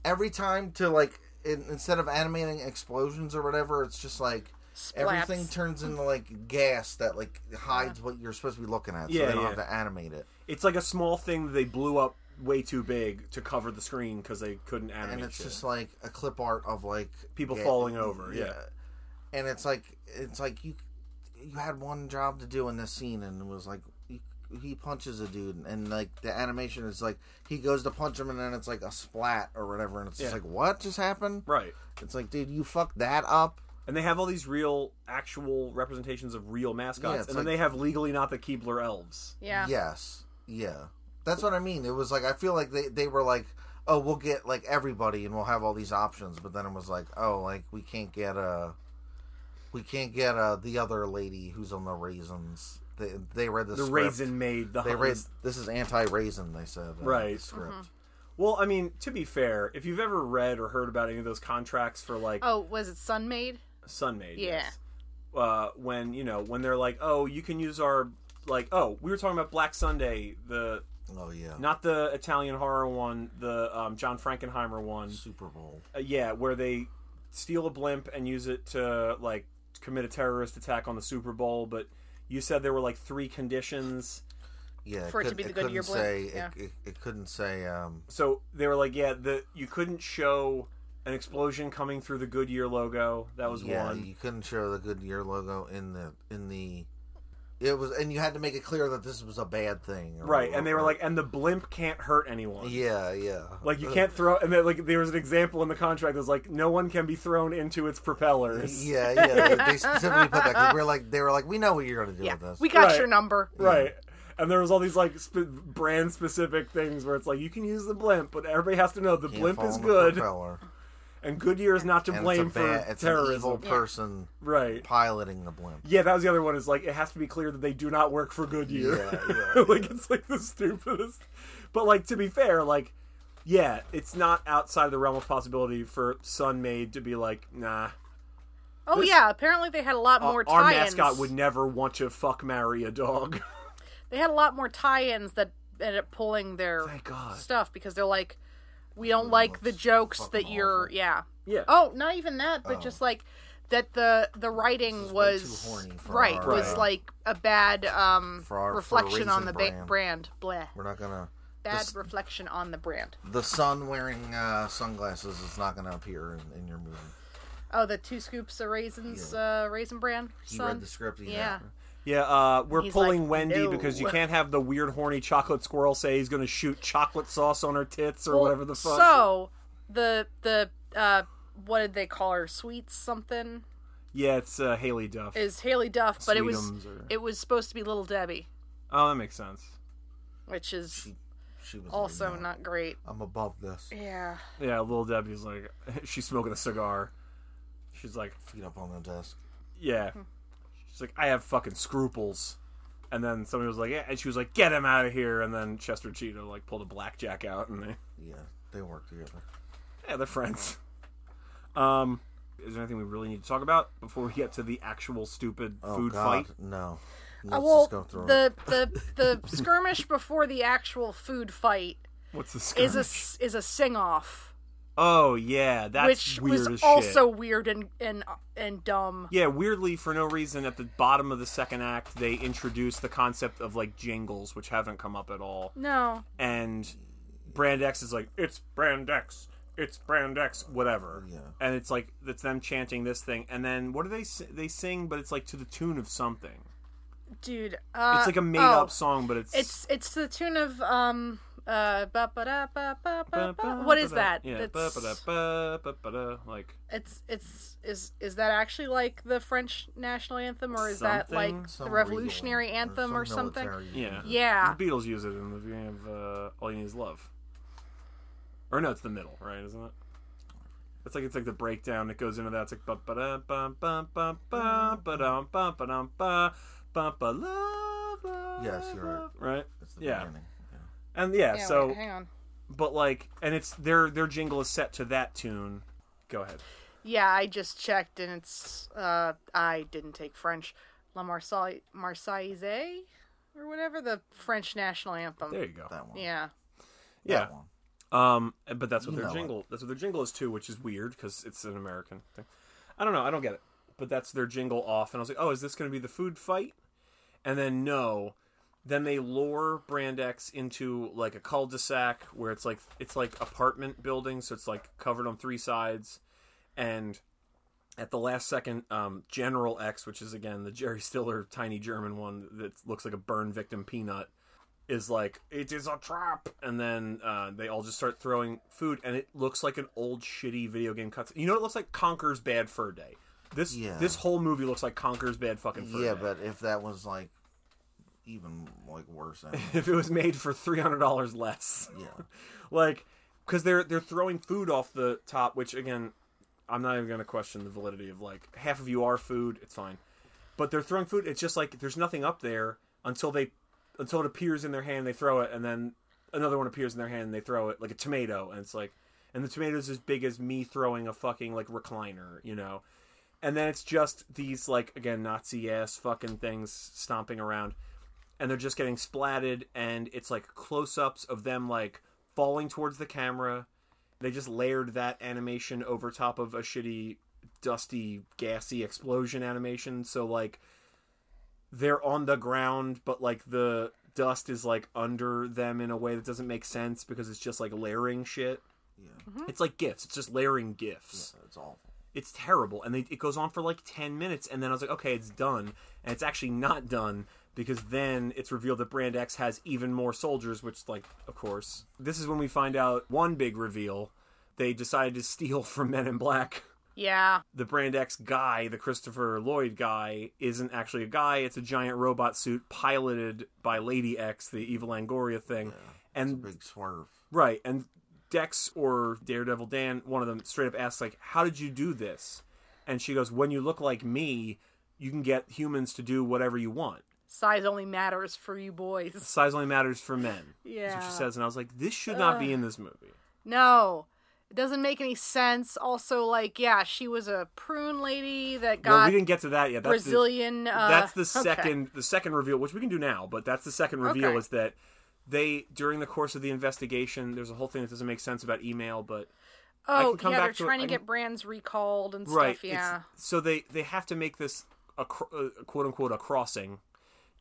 S3: every time to like in, instead of animating explosions or whatever, it's just like
S2: Splats.
S3: everything turns into like gas that like hides what you're supposed to be looking at, so
S1: Yeah,
S3: they don't
S1: yeah.
S3: have to animate it.
S1: It's like a small thing that they blew up way too big to cover the screen because they couldn't animate
S3: And it's
S1: shit.
S3: just like a clip art of like
S1: People falling over, yeah.
S3: and it's like it's like you you had one job to do in this scene, and it was like. you- He punches a dude, and like the animation is like he goes to punch him, and then it's like a splat or whatever, and it's just
S1: Yeah.
S3: like what just happened?
S1: Right.
S3: It's like, dude, you fucked that up.
S1: And they have all these real, actual representations of real mascots,
S3: Yeah, it's
S1: and then
S3: like-
S1: they have Legally Not the Keebler Elves.
S2: Yeah.
S3: Yes. Yeah. That's what I mean. It was like I feel like they, they were like, Oh, we'll get like everybody and we'll have all these options but then it was like, Oh, like we can't get uh we can't get uh the other lady who's on the raisins. They they read the,
S1: The
S3: script.
S1: raisin maid. The
S3: They
S1: hun-
S3: read this is anti raisin. They said uh,
S1: Right.
S3: the script.
S2: Mm-hmm.
S1: Well, I mean, to be fair, if you've ever read or heard about any of those contracts for like
S2: Oh, was it Sun Maid?
S1: Sun Maid,
S2: Yeah.
S1: yes. Uh, when you know when they're like, oh, you can use our like, oh, we were talking about Black Sunday, the
S3: Oh yeah,
S1: not the Italian horror one, the um, John Frankenheimer one.
S3: Super Bowl.
S1: Uh, yeah, where they steal a blimp and use it to like commit a terrorist attack on the Super Bowl, but you said there were like three conditions.
S3: Yeah,
S2: For it to
S3: could-
S2: be the
S3: couldn't
S2: Goodyear blimp,
S3: say
S2: yeah.
S3: it, it, it couldn't say um
S1: So they were like, yeah, the you couldn't show an explosion coming through the Goodyear logo. That was
S3: yeah
S1: one.
S3: you couldn't show the Goodyear logo in the in the it was and you had to make it clear that this was a bad thing or
S1: Right, and they were
S3: whatever.
S1: like, and the blimp can't hurt anyone.
S3: yeah yeah Uh,
S1: Like you
S3: (laughs)
S1: can't throw, and then like there was an example in the contract that was like, no one can be thrown into its propellers.
S3: yeah yeah they,
S1: (laughs)
S3: they specifically put that 'cause we're like they were like we know what you're gonna do
S2: Yeah,
S3: with this
S2: we got
S1: Right.
S2: your number.
S1: Right. And there was all these like sp- brand specific things where it's like you can use the blimp, but everybody has to know the
S3: Can't
S1: blimp
S3: fall
S1: is
S3: on the
S1: good, (laughs)
S3: propeller.
S1: and Goodyear is not to
S3: And
S1: blame
S3: it's a bad,
S1: for
S3: it's an evil
S1: terrorism.
S3: person
S1: Right.
S3: piloting the blimp
S1: Yeah, that was the other one. Is like it has to be clear that they do not work for Goodyear. (laughs)
S3: Yeah, yeah,
S1: like it's like the stupidest. But like to be fair, like yeah, it's not outside of the realm of possibility for Sun Maid to be like, nah,
S2: Oh yeah, apparently they had a lot more
S1: our
S2: tie-ins.
S1: mascot would never want to fuck marry a dog. (laughs)
S2: They had a lot more tie-ins that ended up pulling their
S1: Thank God.
S2: stuff because they're like, we don't like the jokes that
S3: fucking
S2: you're. Yeah.
S1: Yeah.
S2: Oh, not even that, but just like that the the writing
S3: way too
S2: was
S3: horny for
S2: right
S3: our,
S2: was
S1: uh,
S2: like a bad um
S3: for our- for
S2: reflection on
S3: Raisin
S2: the ba-
S3: Bran.
S2: brand. Bleh.
S3: we're not gonna
S2: Bad
S3: this-
S2: reflection on the brand.
S3: the sun wearing uh, sunglasses is not gonna appear in, in your movie
S2: Oh, the two scoops of raisins, uh, raisin brand.
S3: he
S2: Son.
S3: read the script he
S2: yeah.
S3: had-
S1: Yeah, uh, we're
S2: He's
S1: pulling
S2: like,
S1: Wendy
S2: "No."
S1: because you can't have the weird horny chocolate squirrel say he's going to shoot chocolate sauce on her tits or
S2: Well,
S1: whatever the fuck.
S2: So the the uh, what did they call her? Sweets something
S1: yeah, it's uh, Haley Duff.
S2: is Haley Duff, but it was
S1: Sweetums or-
S2: it was supposed to be Little Debbie,
S1: oh, that makes sense.
S2: which is
S3: she she was
S2: also
S3: like, "No,
S2: not great.
S3: I'm above this
S2: Yeah.
S1: Yeah, little Debbie's like (laughs) she's smoking a cigar. She's like,
S3: feet up on the desk
S1: yeah.
S2: Hmm.
S1: She's like, I have fucking scruples. And then somebody was like, yeah, and she was like, get him out of here. And then Chester Cheetah like pulled a blackjack out, and they,
S3: yeah they work together
S1: yeah, they're friends. Um, is there anything we really need to talk about before we get to the actual stupid
S3: oh
S1: food
S3: god
S1: fight?
S3: no let's
S2: Uh, well,
S3: just go through it.
S2: the, the
S1: (laughs)
S2: the skirmish before the actual food fight
S1: What's the
S2: is a
S1: skirmish?
S2: s- is a sing off,
S1: Oh yeah, that's
S2: which
S1: weird
S2: was
S1: as
S2: also
S1: shit.
S2: weird and and and dumb.
S1: Yeah, weirdly for no reason at the bottom of the second act they introduced the concept of like jingles which haven't come up at all.
S2: No,
S1: And Brand X is like, It's Brand X, it's Brand X, whatever.
S3: Yeah.
S1: And it's like it's them chanting this thing and then what do they s- they sing but it's like to the tune of something.
S2: dude. Uh,
S1: It's like a made
S2: oh.
S1: up song but it's
S2: It's it's to the tune of um uh ba ba da ba ba ba ba. What is that?
S1: Yeah,
S2: That's-
S1: ba-ba-da, ba-ba-da, like
S2: It's it's is is that actually like the French national anthem or is that like
S1: Something.
S3: Some
S2: the
S3: regal
S2: revolutionary
S3: one,
S2: anthem or,
S3: some
S2: something?
S3: military-
S1: Yeah.
S2: Yeah.
S1: The Beatles use it in the beginning of uh, All You Need Is Love. Or no, it's the middle, right? Isn't it? It's like it's like the breakdown that goes into that. It's like ba ba da ba ba ba ba ba da ba ba da ba ba ba love. love,
S3: Yes, you're right.
S1: love. Right.
S3: It's the
S1: Yeah.
S3: beginning. Yeah.
S1: And yeah,
S2: Yeah,
S1: so
S2: wait, hang on.
S1: but like, and it's their their jingle is set to that tune. Go ahead.
S2: Yeah, I just checked and it's uh I didn't take French. La Marseillaise Marseillaise or whatever the French national anthem.
S1: There you go.
S3: That one.
S2: Yeah.
S1: yeah.
S3: That one.
S1: Um, but that's what
S3: You
S1: their
S3: know it.
S1: jingle. That's what their jingle is too, which is weird because it's an American thing. I don't know. I don't get it. But that's their jingle off, and I was like, oh, is this going to be the food fight? And then no. Then they lure Brand X into like a cul-de-sac where it's like it's like apartment building, so it's like covered on three sides, and at the last second, um, General X, which is again the Jerry Stiller tiny German one that looks like a burn victim peanut, is like it is a trap, and then uh, they all just start throwing food, and it looks like an old shitty video game cutscene. You know, it looks like Conker's Bad Fur Day. This
S3: Yeah.
S1: this whole movie looks like Conker's Bad fucking Fur
S3: Yeah,
S1: Day.
S3: but if that was like even like worse, I mean,
S1: (laughs) if it was made for three hundred dollars less,
S3: yeah,
S1: (laughs) like because they're they're throwing food off the top, which again, I'm not even going to question the validity of like half of you are food, it's fine, but they're throwing food. It's just like there's nothing up there. until they until it appears in their hand, they throw it, and then another one appears in their hand and they throw it like a tomato, and it's like, and the tomato's as big as me throwing a fucking like recliner, you know. And then it's just these like again Nazi ass fucking things stomping around, and they're just getting splatted, and it's like close ups of them like falling towards the camera. They just layered that animation over top of a shitty, dusty, gassy explosion animation. So like they're on the ground, but like the dust is like under them in a way that doesn't make sense because it's just like layering shit.
S3: Yeah.
S1: It's like gifts. It's just layering gifts.
S3: It's awful.
S1: It's terrible, and they, it goes on for like ten minutes, and then I was like, okay, it's done, and it's actually not done because then it's revealed that Brand X has even more soldiers, which, like, of course, this is when we find out one big reveal. They decided to steal (laughs) from Men in Black
S2: Yeah.
S1: the Brand X guy, the Christopher Lloyd guy, isn't actually a guy. It's a giant robot suit piloted by Lady X, the evil Angoria thing. and
S3: Big swerve.
S1: right, and Dex or Daredevil Dan, one of them straight up asks like, "How did you do this?" And she goes, "When you look like me, you can get humans to do whatever you want.
S2: Size only matters for you boys.
S1: Size only matters for men." That's
S2: Yeah.
S1: what she says, and I was like, "This should not be in this movie."
S2: No. It doesn't make any sense. Also, like, yeah, she was a prune lady that
S1: Well,
S2: got
S1: we didn't get to that yet. That's the-
S2: Brazilian. uh,
S1: that's the
S2: okay.
S1: second the second reveal which we can do now but that's the second reveal
S2: Okay.
S1: is that they during the course of the investigation there's a whole thing that doesn't make sense about email but I
S2: Oh,
S1: can come
S2: yeah,
S1: back
S2: they're
S1: to it.
S2: trying
S1: I
S2: to
S1: can-
S2: get brands recalled and
S1: right
S2: stuff.
S1: it's-
S2: Yeah.
S1: so they they have to make this a, cr- a quote unquote a crossing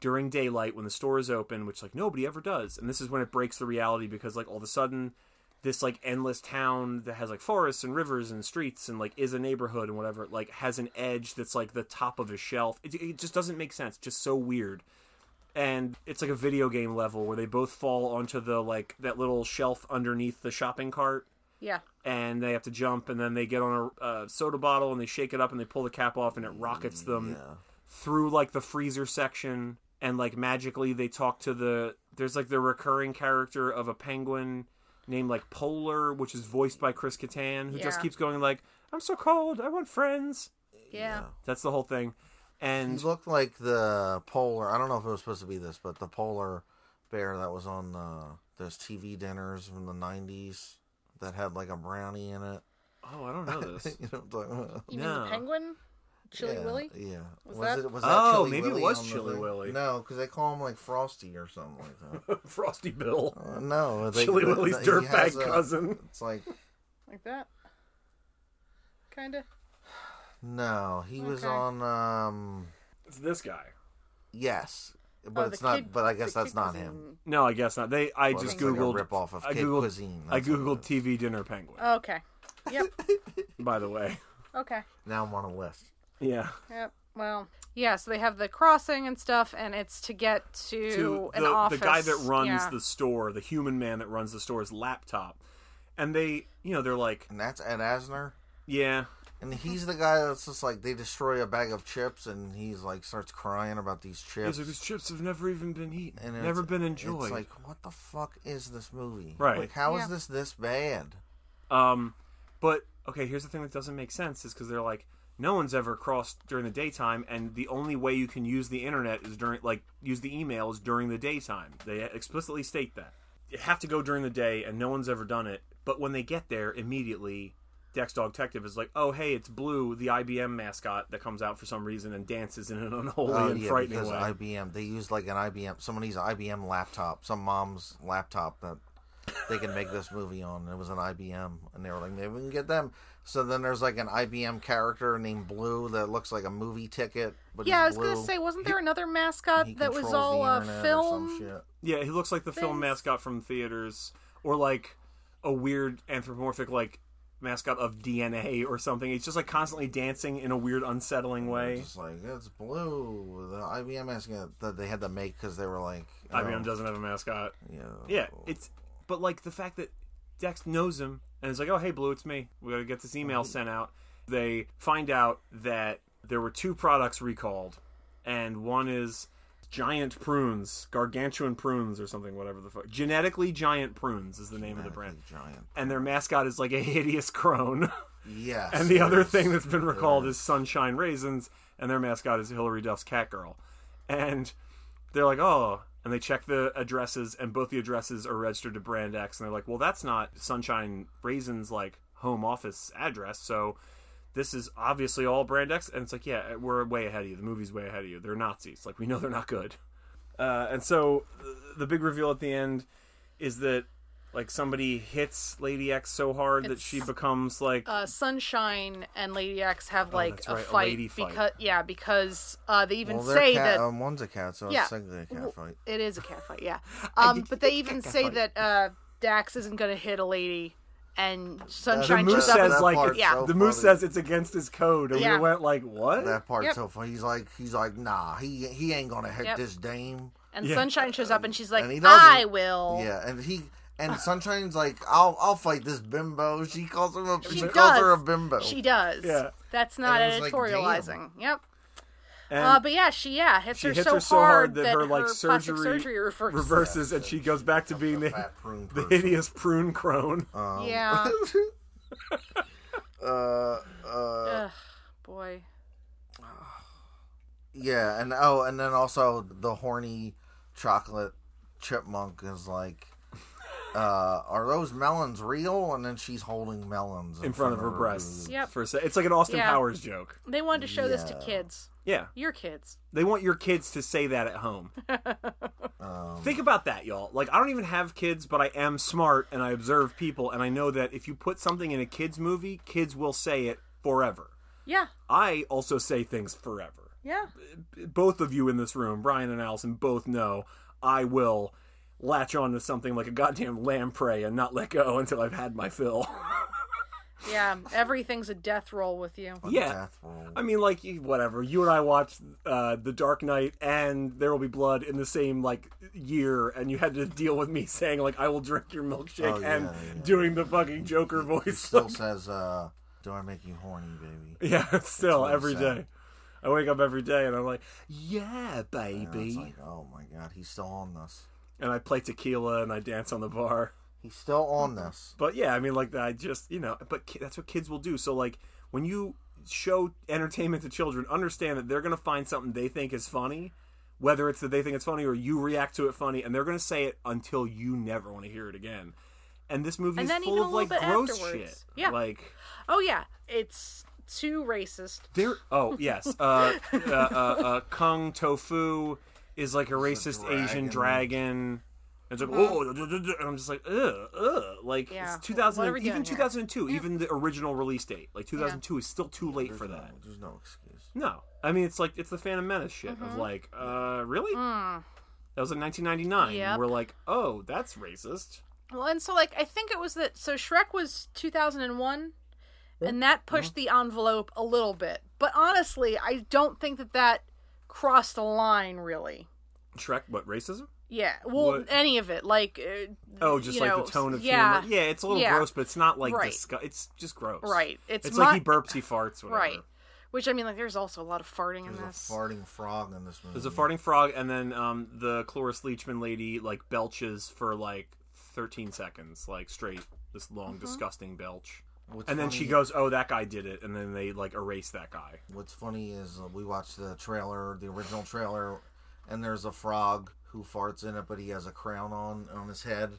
S1: during daylight when the store is open which like nobody ever does and this is when it breaks the reality because like all of a sudden this like endless town that has like forests and rivers and streets and like is a neighborhood and whatever like has an edge that's like the top of a shelf it, it just doesn't make sense just so weird and it's like a video game level where they both fall onto the like that little shelf underneath the shopping cart
S2: Yeah.
S1: and they have to jump and then they get on a uh, soda bottle and they shake it up and they pull the cap off and it rockets them
S3: Yeah.
S1: through like the freezer section and like magically they talk to the there's like the recurring character of a penguin named like Polar which is voiced by Chris Kattan who just
S2: Yeah.
S1: keeps going like I'm so cold I want friends
S2: Yeah.
S1: that's the whole thing
S3: He
S1: and
S3: looked like the polar. I don't know if it was supposed to be this, but the polar bear that was on uh, those TV dinners from the '90s that had like a brownie in it. (laughs)
S1: oh I don't know this
S3: you know what I'm talking about?
S2: You mean the
S1: No.
S2: penguin? Chili
S3: yeah,
S2: Willy?
S3: Yeah.
S2: Was that-
S3: it? Was
S1: Oh,
S3: Chili
S1: maybe it
S3: Willy
S1: was
S3: on the
S1: Chili
S3: thing?
S1: Willy.
S3: No, because they call him like Frosty or something like
S1: (laughs) (laughs)
S3: that.
S1: Frosty Bill
S3: Uh, no,
S1: (laughs)
S3: they,
S1: Chili
S3: they-
S1: Willy's
S3: he has
S1: dirtbag
S3: a-
S1: cousin
S3: It's like
S2: Like that? Kinda.
S3: no, he was
S2: Okay.
S3: on. um
S1: it's this guy
S3: Yes, but
S2: Oh, the
S3: it's not.
S2: kid-
S3: but I guess
S2: the
S3: that's
S2: kid
S3: not
S2: was
S3: him.
S2: in-
S1: no I guess not they I
S3: Well,
S1: just
S3: it's like a
S1: googled
S3: ripoff of
S1: I
S3: Kid
S1: googled
S3: Cuisine,
S1: I
S3: that's what it
S1: googled
S3: is.
S1: TV dinner penguin
S2: Oh, Okay.
S3: (laughs)
S2: Yep.
S1: by the way (laughs)
S2: okay.
S3: Now I'm on a list.
S1: yeah
S2: Yep. Well, yeah. So they have the crossing and stuff, and it's to get to,
S1: to
S2: an
S1: the,
S2: office.
S1: the guy that runs
S2: yeah.
S1: the store, the human man that runs the store's laptop. And they, you know, they're like,
S3: And that's Ed Asner.
S1: yeah,
S3: And he's the guy that's just like they destroy a bag of chips, and he's like starts crying about these chips.
S1: these, these chips have never even been eaten,
S3: and it's-
S1: never been enjoyed.
S3: It's like what the fuck is this movie?
S1: Right.
S3: Like how is
S2: Yeah.
S3: this this bad?
S1: Um, but okay, here's the thing that doesn't make sense is because they're like, no one's ever crossed during the daytime, and the only way you can use the internet is during, like, use the emails during the daytime. They explicitly state that you have to go during the day, and no one's ever done it. But when they get there, immediately, Dex Dog Detective is like, oh hey, it's Blue, the IBM mascot that comes out for some reason and dances in an unholy
S3: Oh
S1: and
S3: yeah,
S1: frightening
S3: because
S1: way.
S3: IBM. They used like an IBM, somebody's IBM laptop, some mom's laptop that they can make this movie on. It was an IBM, and they were like, maybe we can get them. So then there's like an IBM character named Blue that looks like a movie ticket, but
S2: Yeah, I was
S3: he's blue.
S2: gonna say, wasn't there another
S3: He
S2: mascot that was
S3: controls
S2: all
S3: the
S2: uh,
S3: internet or
S2: film?
S3: some shit.
S1: Yeah, he looks like the film
S2: things.
S1: mascot from theaters, or like a weird anthropomorphic like mascot of DNA or something. He's just like constantly dancing in a weird, unsettling way.
S3: It's like it's blue. The IBM asking that they had to make because they were like you
S1: IBM
S3: know,
S1: doesn't have a mascot.
S3: Yeah,
S1: Yeah, it's but like the fact that Dex knows him and is like, "Oh, hey, Blue, it's me. We gotta get this email sent out." They find out that there were two products recalled, and one is giant prunes, gargantuan prunes, or something, whatever the fuck. Genetically giant prunes is the name of the brand.
S3: giant.
S1: and their mascot is like a hideous crone. (laughs)
S3: Yes.
S1: and the other
S3: there's-
S1: thing that's been recalled
S3: there
S1: is Sunshine Raisins, and their mascot is Hillary Duff's Catgirl. And they're like, oh, and they check the addresses, and both the addresses are registered to Brand X, and they're like, well, that's not Sunshine Raisin's like home office address, so this is obviously all Brand X, and it's like, yeah, we're way ahead of you. The movie's way ahead of you. They're Nazis. Like we know they're not good. Uh, and so th- the big reveal at the end is that like somebody hits Lady X so hard that she becomes like
S2: uh, Sunshine and Lady X have like
S1: Oh, that's
S2: a,
S1: right, a
S2: fight
S1: lady fight.
S2: because yeah, because uh, they even
S3: Well, they're
S2: say
S3: cat,
S2: that
S3: um, one's a cat, so
S2: Yeah.
S3: it's technically a cat fight.
S2: it is a cat fight.
S3: (sighs)
S2: Yeah, um, but they even say that uh, Dax isn't gonna hit a lady, and Sunshine
S1: moose
S2: just up.
S1: says
S3: That
S1: like
S3: part's
S2: Yeah.
S3: so
S1: the moose
S3: funny.
S1: says it's against his code, and
S2: Yeah.
S1: we went like, what?
S3: that part's
S2: Yep.
S3: so funny. He's like, he's like, nah, he he ain't gonna hit
S2: Yep.
S3: this dame.
S2: and
S1: Yeah.
S2: Sunshine shows up, and she's like,
S3: and he doesn't.
S2: "I will."
S3: Yeah, and he and Sunshine's like, I'll I'll fight this bimbo. She calls him a she,
S2: She
S3: calls her a
S2: does.
S3: bimbo.
S2: She does.
S1: Yeah.
S2: That's not
S3: And it was like,
S2: editorializing. yep.
S1: And
S2: Uh, but yeah, she yeah hits,
S1: she
S2: her,
S1: hits
S2: so
S1: her so hard that her like
S2: plastic
S1: surgery,
S2: surgery reverses.
S1: reverses, and she goes back to being
S3: a
S1: the,
S3: fat prune
S1: the
S3: person.
S1: hideous prune crone.
S3: (laughs) Um,
S2: Yeah.
S1: (laughs)
S3: Uh, uh,
S2: Ugh, boy.
S3: yeah, and oh, and then also the horny chocolate chipmunk is like. Uh, are those melons real? And then she's holding melons
S1: in front of her breasts.
S3: boob.
S2: Yep.
S1: For a se- it's like an Austin
S2: Yeah.
S1: Powers joke.
S2: They wanted to show this to
S3: Yeah.
S2: kids.
S1: Yeah.
S2: Your kids.
S1: They want your kids to say that
S2: (laughs)
S1: at home.
S3: Um,
S1: Think about that, y'all. Like I don't even have kids, but I am smart and I observe people and I know that if you put something in a kids movie, kids will say it forever.
S2: Yeah.
S1: I also say things forever.
S2: Yeah.
S1: Both of you in this room, Brian and Allison, both know I will latch on to something like a goddamn lamprey and not let go (laughs) until I've had my fill. (laughs)
S2: Yeah. Everything's a death roll with you.
S1: yeah.
S3: death roll.
S1: I mean, like you- whatever. You and I watched uh, The Dark Knight and There Will Be Blood in the same like year, and you had to deal with me (laughs) saying like I will drink your milkshake
S3: Oh, yeah,
S1: and
S3: yeah.
S1: doing the fucking Joker voice. (laughs)
S3: Still says, uh, "Do I make you horny, baby?"
S1: yeah, (laughs) still
S3: what I'm
S1: every
S3: saying.
S1: day. I wake up every day and I'm like, yeah,
S3: And
S1: baby,
S3: it's like, oh my god, he's still on this.
S1: and I play tequila and I dance on the bar.
S3: He's still on this.
S1: But yeah, I mean, like I just you know, but ki- that's what kids will do. So like when you show entertainment to children, understand that they're gonna find something they think is funny, whether it's that they think it's funny or you react to it funny, and they're gonna say it until you never want to hear it again. And this movie
S2: And
S1: is
S2: then
S1: full
S2: even
S1: of
S2: a little
S1: like
S2: bit
S1: gross
S2: afterwards.
S1: shit.
S2: Yeah.
S1: Like
S2: Oh yeah. It's too racist.
S1: there. Oh yes, uh, uh, uh, uh, Kung Tofu is like a racist Asian
S3: dragon.
S1: dragon. And it's like, oh, duh, duh, duh, duh," and I'm just like, ugh, ugh. Like,
S2: Mm-hmm. Yeah.
S1: it's 2000,
S2: What are we doing
S1: even
S2: here? Mm.
S1: 2002, even the original release date, like 2002 is still too late for that.
S3: No, there's no excuse.
S1: No. I mean, it's like, it's the Phantom Menace shit
S2: Mm-hmm.
S1: of like, uh, really? That was in 1999.
S2: Mm. Yep.
S1: We're like, oh, that's racist.
S2: Well, and so like I think it was that. So Shrek was 2001, and that pushed
S1: Uh-huh.
S2: the envelope a little bit. But honestly, I don't think that that crossed the line really.
S1: Shrek, what, racism?
S2: Yeah. Well,
S1: What-
S2: any of it, like. Uh,
S1: Oh, just
S2: you
S1: like
S2: know,
S1: the tone of
S2: yeah,
S1: humor. Yeah, it's a little
S2: yeah.
S1: gross, but it's not like
S2: Right.
S1: disgu- It's just gross.
S2: Right.
S1: It's,
S2: It's,
S1: like
S2: not-
S1: he burps, he farts, whatever.
S2: Right. Which I mean, like, there's also a lot of farting in
S3: There's
S2: this.
S3: a farting frog in this movie.
S1: There's a farting frog, and then um, the Cloris Leachman lady like belches for like 13 seconds, like straight, this long,
S2: Mm-hmm.
S1: disgusting belch.
S3: What's
S1: And then she
S3: funny-
S1: goes, "Oh, that guy did it," and then they like erase that guy.
S3: What's funny is uh, we watched the trailer, the original trailer, and there's a frog who farts in it, but he has a crown on on his head.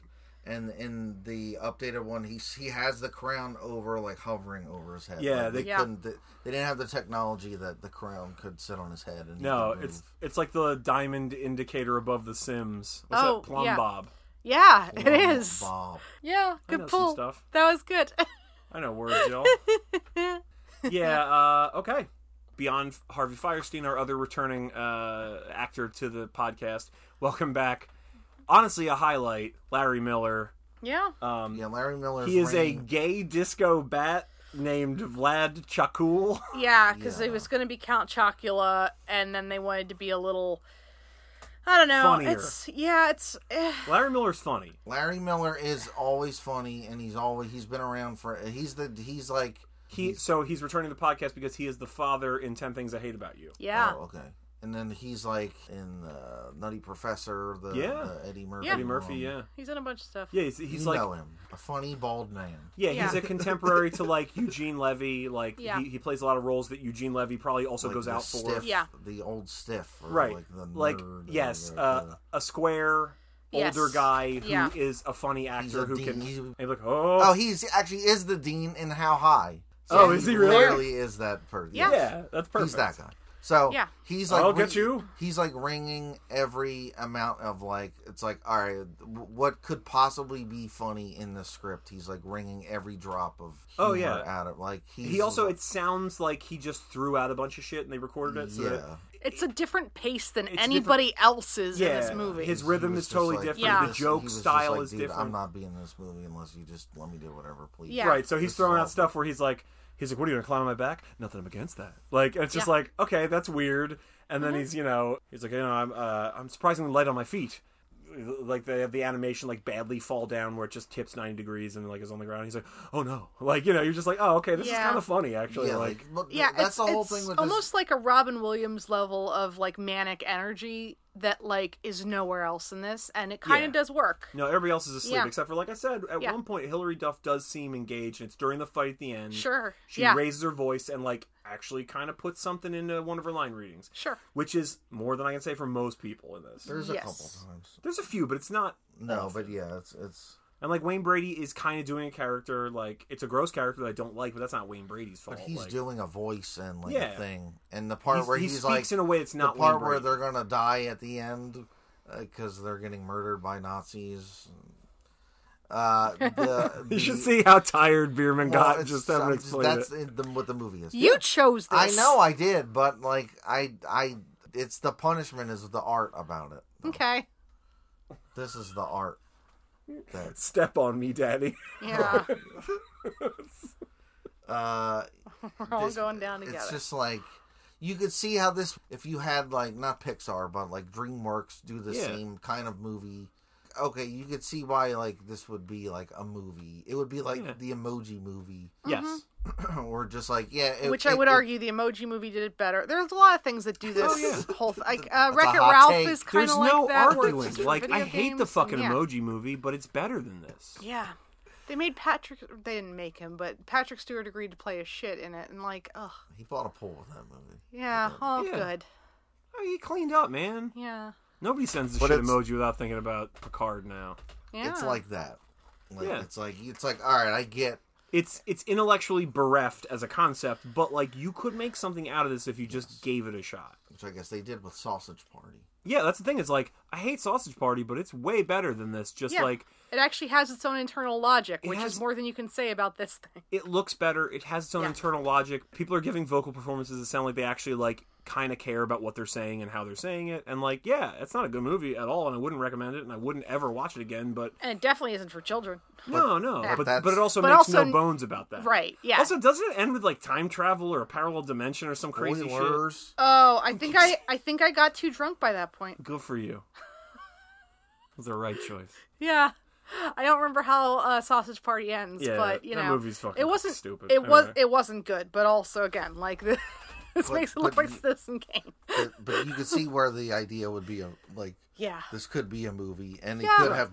S3: And in the updated one, he he has the crown over, like hovering over his head.
S1: Yeah,
S3: Like, they
S1: they-
S2: Yeah.
S3: couldn't. They, they didn't have the technology that the crown could sit on his head. And he
S1: No,
S3: could
S1: it's
S3: move.
S1: it's like the diamond indicator above the Sims. What's
S2: Oh,
S1: that plumb
S2: yeah.
S1: bob?
S2: Yeah,
S3: Oh,
S2: it is.
S3: Bob.
S2: Yeah,
S1: know
S2: good
S1: some
S2: pull.
S1: stuff.
S2: That was good. (laughs)
S1: I know words, y'all. yeah. Uh, okay. Beyond Harvey Firestein, our other returning uh, actor to the podcast, welcome back. Honestly, a highlight: Larry Miller.
S2: yeah.
S1: Um,
S3: Yeah, Larry Miller.
S1: He is a gay disco bat named Vlad Chakul. (laughs)
S2: Yeah, because it
S3: Yeah.
S2: was going to be Count Chocula, and then they wanted to be a little. I don't know.
S1: Funnier.
S2: It's yeah. It's eh,
S1: Larry Miller's funny.
S3: Larry Miller is always funny, and he's always he's been around for. He's the he's like
S1: He so he's returning to the podcast because he is the father in Ten Things I Hate About You.
S2: yeah.
S3: Oh, okay. and then he's like in uh, Nutty Professor, the,
S1: Yeah.
S3: the Eddie Murphy.
S2: Yeah.
S1: Eddie Murphy,
S3: one.
S1: yeah,
S2: He's in a bunch of stuff.
S1: yeah. He's, he's
S3: you
S1: like,
S3: know him, a funny bald man.
S1: yeah, he's
S2: Yeah.
S1: a contemporary to like Eugene Levy. Like,
S2: Yeah.
S1: he, he plays a lot of roles that Eugene Levy probably also
S3: Like
S1: goes
S3: the
S1: out for.
S3: stiff-
S2: Yeah.
S3: the old stiff, or
S1: right?
S3: Like the
S1: Like,
S3: nerd or
S1: yes,
S3: the-
S1: uh, a square
S2: Yes.
S1: older guy who is
S2: Yeah.
S1: a funny
S3: he's
S1: actor
S3: a
S1: who
S3: dean.
S1: can.
S3: he's-
S1: And you're like, oh,
S3: oh, he's actually is the dean in How High.
S1: Oh, is he really?
S3: Literally is that person?
S2: Yeah.
S1: yeah, that's perfect.
S3: He's that guy. So
S2: Yeah.
S3: he's like,
S1: I'll get
S3: ring-
S1: you.
S3: He's like ringing every amount of like, it's like, all right, w- what could possibly be funny in the script? He's like ringing every drop of humor
S1: Oh, yeah.
S3: out of like he's,
S1: He also, it sounds like he just threw out a bunch of shit and they recorded it. So that-
S3: yeah.
S2: It's a different pace than
S1: It's
S2: anybody else's in this
S1: Yeah,
S2: movie.
S1: his-
S3: He
S1: rhythm
S3: was
S1: is
S3: just
S1: totally
S3: like-
S1: different.
S2: Yeah.
S3: he
S2: The
S3: was-
S1: joke
S3: he was just
S1: style
S3: like,
S1: is
S3: "Dude, I'm
S1: different."
S3: not being in this movie unless you just let me do whatever, please.
S2: Yeah.
S1: Right, so he's
S3: This
S1: throwing
S3: is
S1: out
S3: awful.
S1: stuff where he's like, he's like, "What are you gonna climb on my back?" Nothing I'm against that. Like, it's just
S2: Yeah. Mm-hmm.
S1: like, okay, that's weird. And then he's, you know, he's like, you know, I'm, uh, I'm surprisingly light on my feet. Like they have the animation like badly fall down where it just tips ninety degrees and like is on the ground. He's like, oh no, like you know, you're just like, oh okay, this is
S2: Yeah.
S1: kind of funny actually.
S3: Yeah,
S1: like,
S3: like, but
S2: yeah,
S3: that's
S2: it's,
S3: the whole
S2: it's
S3: thing with this-
S2: almost like a Robin Williams level of like manic energy that like is nowhere else in this, and it kind
S1: Yeah.
S2: of does work.
S3: Mm-hmm.
S1: no, everybody else is asleep
S2: Yeah.
S1: except for like I said, at
S2: Yeah.
S1: one point Hillary Duff does seem engaged, and it's during the fight at the end.
S2: Sure,
S1: she
S2: yeah,
S1: raises her voice and like actually kind of puts something into one of her line readings,
S2: sure,
S1: which is more than I can say for most people in this.
S3: There's a
S2: Yes.
S3: couple times.
S1: There's a few, but it's not.
S3: No, but yeah, it's it's
S1: And like Wayne Brady is kind of doing a character like it's a gross character that I don't like, but that's not Wayne Brady's fault.
S3: but he's
S1: like,
S3: doing a voice and like
S1: Yeah.
S3: a thing, and the part
S1: he's-
S3: where
S1: he
S3: he's
S1: speaks
S3: like
S1: in a way that's not
S3: the part
S1: Wayne
S3: where
S1: Brady.
S3: they're gonna die at the end because they're getting murdered by Nazis. Uh, the,
S1: (laughs) (laughs) You should
S3: the-
S1: see how tired Bierman
S3: well,
S1: got
S3: it's-
S1: just having
S3: I'm
S1: to
S3: just-
S1: explain
S3: that's
S1: it.
S3: in the, what the movie is.
S2: you chose this.
S3: I know I did, but like I I it's the punishment is the art about it.
S2: Okay,
S3: This is the art. That's
S1: Step on me, Daddy.
S2: yeah,
S3: uh
S2: (laughs) we're all
S3: This-
S2: going down together.
S3: it's just like you could see how this if you had like not Pixar but like DreamWorks do the
S1: Yeah.
S3: same kind of movie. Okay, you could see why like this would be like a movie. It would be like
S1: Yeah.
S3: the Emoji Movie,
S2: Mm-hmm.
S1: Yes.
S3: (clears throat) or just like yeah, it,
S2: Which I
S3: it-
S2: would
S3: it-
S2: argue the Emoji Movie did it better. There's a lot of things that do this
S1: yeah.
S2: whole th- like uh,
S3: That's a
S2: Wreck It
S3: hot
S2: Ralph
S3: take.
S2: is kind
S1: There's
S2: of like
S1: no
S2: that. where it's
S1: arguing.
S2: just
S1: Like
S2: video
S1: I hate the
S2: games
S1: fucking
S2: and, yeah.
S1: emoji movie, but it's better than this.
S2: Yeah. They made Patrick. They didn't make him, but Patrick Stewart agreed to play a shit in it, and like, ugh,
S3: he bought a pool with that movie.
S2: yeah, oh,
S1: Yeah.
S2: good,
S1: Oh, he cleaned up, man.
S2: yeah,
S1: Nobody sends the
S3: But
S1: shit
S3: it's-
S1: emoji without thinking about Picard now.
S2: yeah.
S3: It's like that. Like
S1: Yeah.
S3: it's like it's like all right, I get
S1: It's it's intellectually bereft as a concept, but like you could make something out of this if you just gave it a shot.
S3: which I guess they did with Sausage Party.
S1: Yeah, that's the thing. It's like I hate Sausage Party, but it's way better than this. Just
S2: Yeah.
S1: like
S2: it actually has its own internal logic, which
S1: has-
S2: is more than you can say about this thing.
S1: it looks better. It has its own
S2: Yeah.
S1: internal logic. People are giving vocal performances that sound like they actually like kind of care about what they're saying and how they're saying it. And like, yeah, it's not a good movie at all, and I wouldn't recommend it, and I wouldn't ever watch it again. But
S2: (laughs) And it definitely isn't for children,
S1: no, no, but
S3: that's-
S1: but it also
S2: But
S1: makes
S2: also-
S1: no bones about that,
S2: right? Yeah.
S1: Also, doesn't it end with like time travel or a parallel dimension or some crazy shit?
S3: Spoilers.
S2: oh, I think
S1: (laughs)
S2: I, I think I got too drunk by that point.
S1: Good for you. (laughs) It was the right choice.
S2: Yeah. I don't remember how uh, Sausage Party ends,
S1: Yeah,
S2: but you
S1: that
S2: know,
S1: movie's fucking
S2: it wasn't
S1: stupid.
S2: It was
S1: Anyway.
S2: it wasn't good, but also again, like (laughs) the, this makes it look
S3: but
S2: like
S3: you-
S2: Citizen Kane.
S3: But, but you could see where the idea would be a, like
S2: Yeah,
S3: this could be a movie, and they
S2: Yeah.
S3: could have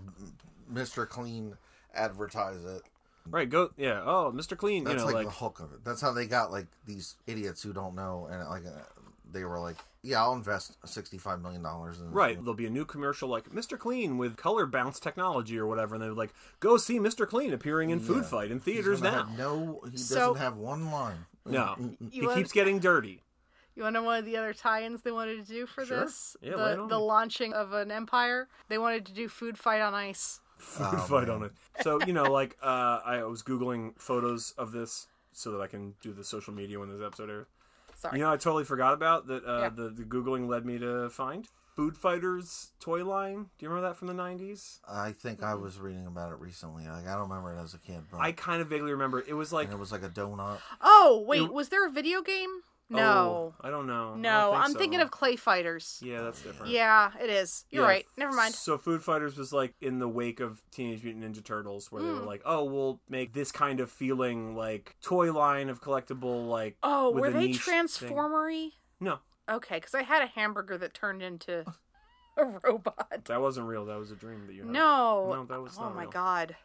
S3: Mr. Clean advertise it.
S1: Right, go yeah. Oh, Mr. Clean,
S3: That's
S1: you know,
S3: like,
S1: like,
S3: the hook of it. That's how they got like these idiots who don't know, and like uh, they were like, "Yeah, I'll invest sixty-five million dollars." in this
S1: Right,
S3: movie."
S1: there'll be a new commercial like Mr. Clean with color bounce technology or whatever, and they're like, "Go see Mr. Clean appearing in Food Fight in
S3: He's
S1: theaters
S3: gonna
S1: now."
S3: have no, he doesn't
S2: So-
S3: have one line.
S1: No,
S3: (laughs)
S1: he
S2: wanna-
S1: keeps getting dirty. (laughs)
S2: you want to know one of the other tie-ins they wanted to do for
S1: Sure.
S2: this?
S1: Yeah,
S2: the,
S1: lay it on
S2: the
S1: me.
S2: launching of an empire. They wanted to do food fight on ice.
S1: (laughs)
S3: Oh,
S1: Food Fight
S3: Um,
S1: on it. So you know, like uh, I was googling photos of this so that I can do the social media when this episode airs.
S2: Sorry.
S1: You know, I totally forgot about that. Uh,
S2: Yeah.
S1: the, the googling led me to find Food Fighters toy line. Do you remember that from the nineties?
S3: I think I was reading about it recently. Like I don't remember it as a kid, but
S1: I kind of vaguely remember it was like
S3: and it was like a donut.
S2: Oh wait, was there a video game? No,
S1: oh, I don't know. I don't
S2: no.
S1: think
S2: I'm
S1: so.
S2: thinking of Clay Fighters.
S1: yeah, that's different.
S2: Yeah, it is. You're
S1: Yeah.
S2: right. Never mind.
S1: So Food Fighters was like in the wake of Teenage Mutant Ninja Turtles, where they
S2: Hmm.
S1: were like, "Oh, we'll make this kind of feeling like toy line of collectible like."
S2: Oh,
S1: with
S2: were
S1: a
S2: they
S1: niche thing."
S2: transformery?
S1: No,
S2: Okay, because I had a hamburger that turned
S1: (laughs)
S2: into a robot.
S1: That wasn't real. That was a dream that you had.
S2: No.
S1: No, that was
S2: Oh
S1: not
S2: my
S1: real.
S2: god.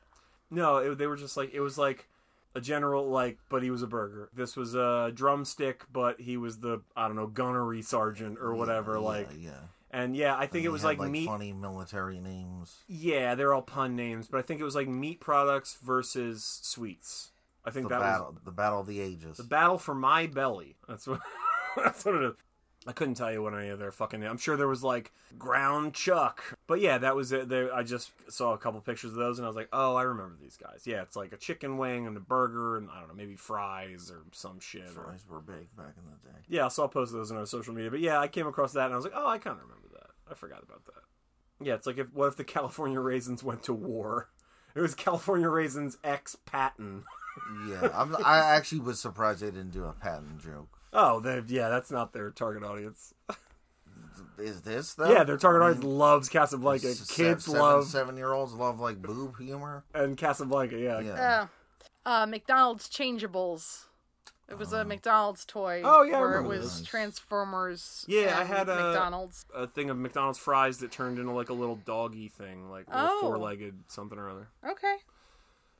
S1: No, it, they were just like it was like a general like, but he was a burger. This was a drumstick, but he was the I don't know gunnery sergeant or whatever.
S3: Yeah,
S1: like,
S3: yeah.
S1: and yeah, I think
S3: They
S1: it was
S3: had,
S1: like, meat.
S3: funny military names.
S1: Yeah, they're all pun names, but I think it was like meat products versus sweets. I think
S3: The
S1: that was
S3: battle, the battle of the ages.
S1: The battle for my belly. That's what. (laughs) that's what it is. I couldn't tell you what any of their fucking. I'm sure there was like ground chuck, but yeah, that was it. They, I just saw a couple pictures of those, and I was like, oh, I remember these guys. Yeah, it's like a chicken wing and a burger, and I don't know, maybe fries or some shit. Or,
S3: Fries were big back in the day.
S1: yeah, so I'll post those on our social media. But yeah, I came across that, and I was like, oh, I kind of remember that. I forgot about that. Yeah, it's like if what if the (laughs) California raisins went to war? It was California raisins ex Patton.
S3: Yeah, I'm, I actually was surprised they didn't do a patent joke.
S1: Oh, they, yeah, that's not their target audience.
S3: Is this though?
S1: Yeah, their target audience loves Casablanca.
S3: S- se-
S1: Kids
S3: seven,
S1: love
S3: seven-year-olds love like boob humor.
S1: and Casablanca. Yeah.
S3: Yeah,
S2: Uh, uh, McDonald's Changeables. It was a McDonald's toy.
S1: Oh, yeah, I
S2: where it
S1: remember
S2: was
S3: those.
S2: Transformers.
S1: Yeah, I
S2: and
S1: had uh, a-
S2: McDonald's.
S1: A thing of McDonald's fries that turned into like a little doggy thing, like little
S2: Oh.
S1: four-legged something or other.
S2: Okay,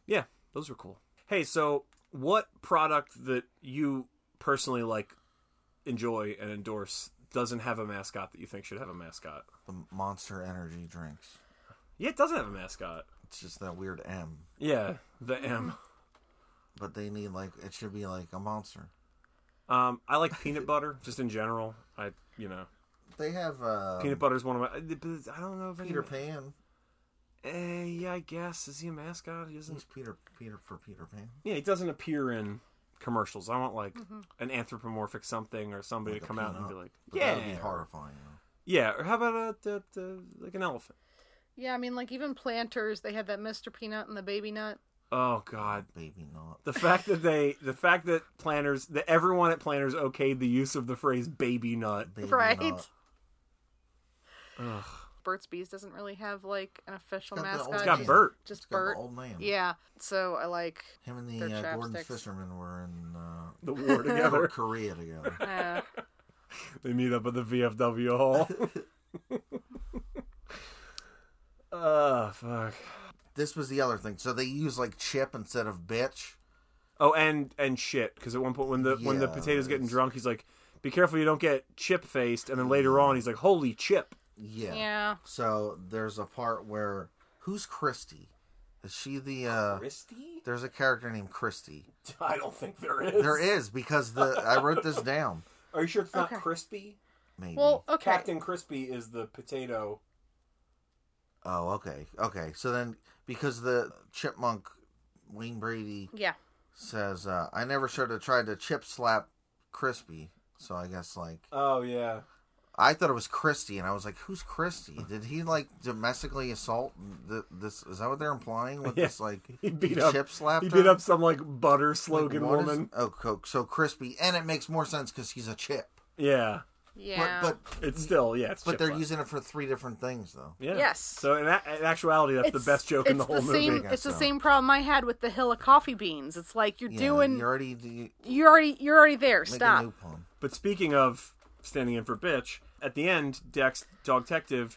S1: Yeah, those were cool. Hey, so what product that you personally like enjoy and endorse doesn't have a mascot that you think should have a mascot?
S3: the Monster Energy drinks.
S1: Yeah, it doesn't have a mascot.
S3: It's just that weird M,
S1: Yeah, the M.
S3: but they need like it should be like a monster.
S1: Um, I like peanut butter just in general. I, you know,
S3: They have uh,
S1: peanut butter is one of my. I don't know if any
S3: Peter Pan.
S1: Eh, yeah, I guess. Is he a mascot? He
S3: Who's
S1: doesn't.
S3: Peter Peter for Peter Pan?
S1: Yeah, he doesn't appear in commercials. I want like an anthropomorphic something or somebody
S3: Like
S1: to
S3: a
S1: come out and be
S3: peanut.
S1: like,
S3: But
S1: yeah,
S3: that'd be horrifying. though.
S1: yeah. Or how about a, the the- like an elephant?
S2: yeah, I mean, like even Planters, they had that Mr. Peanut and the Baby Nut.
S1: Oh God.
S3: Baby, not
S1: The fact that they, the fact that planners, that everyone at planners okayed the use of the phrase "baby nut."
S3: baby
S2: right.
S3: Not.
S1: Ugh.
S2: Burt's Bees doesn't really have like an official
S3: It's got the
S2: mascot.
S3: old-
S1: It's
S3: It's
S1: got
S2: just-
S1: Bert.
S2: Just
S3: It's got
S2: Bert.
S3: the old man.
S2: Yeah. So I like.
S3: Him and the
S2: Their
S3: uh, Gordon
S2: chapsticks.
S3: Fisherman were in uh,
S1: The
S3: (laughs)
S1: war (laughs) together.
S3: Korea together.
S1: (laughs)
S2: Uh,
S1: They meet up at the VFW hall. Oh fuck.
S3: this was the other thing. So they use like chip instead of bitch.
S1: Oh, and and shit, because at one point when the when the
S3: Yeah,
S1: potato's getting
S3: it's-
S1: drunk, he's like, "Be careful you don't get chip faced." And then later on, he's like, "Holy chip!"
S3: Yeah.
S2: yeah.
S3: So there's a part where who's Christy? Is she the uh
S1: Christy?
S3: there's a character named Christy.
S1: I don't think there is.
S3: There is because the I wrote this down.
S1: Are you sure it's
S2: Okay.
S1: crispy?
S3: Maybe.
S2: Well, okay.
S1: Crispy is the potato.
S3: oh, okay. Okay. So then because the chipmunk Wayne Brady
S2: Yeah.
S3: says uh I never should have tried to chip slap Crispy. So I guess like
S1: Oh yeah.
S3: I thought it was Christy, and I was like, "Who's Christy? Did he like domestically assault th- this? Is that what they're implying with
S1: Yeah.
S3: this like
S1: (laughs) He beat
S3: he
S1: up.
S3: chip slap?
S1: He beat up some like butter slogan woman.
S3: oh, co- so crispy, and it makes more sense because he's a chip.
S1: Yeah.
S2: Yeah.
S3: But but
S1: It's still yeah. It's
S3: but
S1: chip
S3: they're
S1: slap.
S3: using it for three different things though.
S1: Yeah.
S2: Yes.
S1: So in, a- in actuality, that's the best joke in the
S2: it's
S1: whole movie.
S2: same,
S3: I guess
S2: It's the
S3: so.
S2: same problem I had with the hill of coffee beans. It's like you're
S3: Yeah,
S2: doing,
S3: you
S2: you're,
S3: already do you
S2: already, you're already there.
S3: make a new
S2: Stop.
S3: pun.
S1: But speaking of standing in for bitch, at the end, Dex, Dog Detective,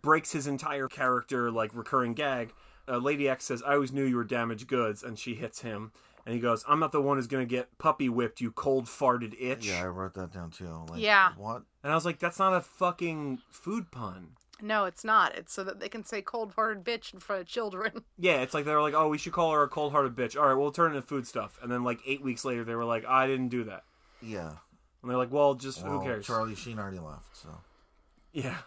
S1: breaks his entire character like recurring gag. Uh, Lady X says, "I always knew you were damaged goods," and she hits him. And he goes, "I'm not the one who's gonna get puppy whipped, you cold farted itch."
S3: Yeah, I wrote that down too. Like,
S2: Yeah.
S3: what?
S1: And I was like, "That's not a fucking food pun."
S2: No, it's not. It's so that they can say cold-hearted bitch in front of children. (laughs)
S1: Yeah, it's like they were like, "Oh, we should call her a cold hearted bitch." All right, we'll turn it into food stuff. And then like eight weeks later, they were like, "I didn't do that."
S3: Yeah,
S1: And they're like, "Well, just
S3: Well,
S1: who cares?"
S3: Charlie Sheen already left. So
S1: (laughs) Yeah.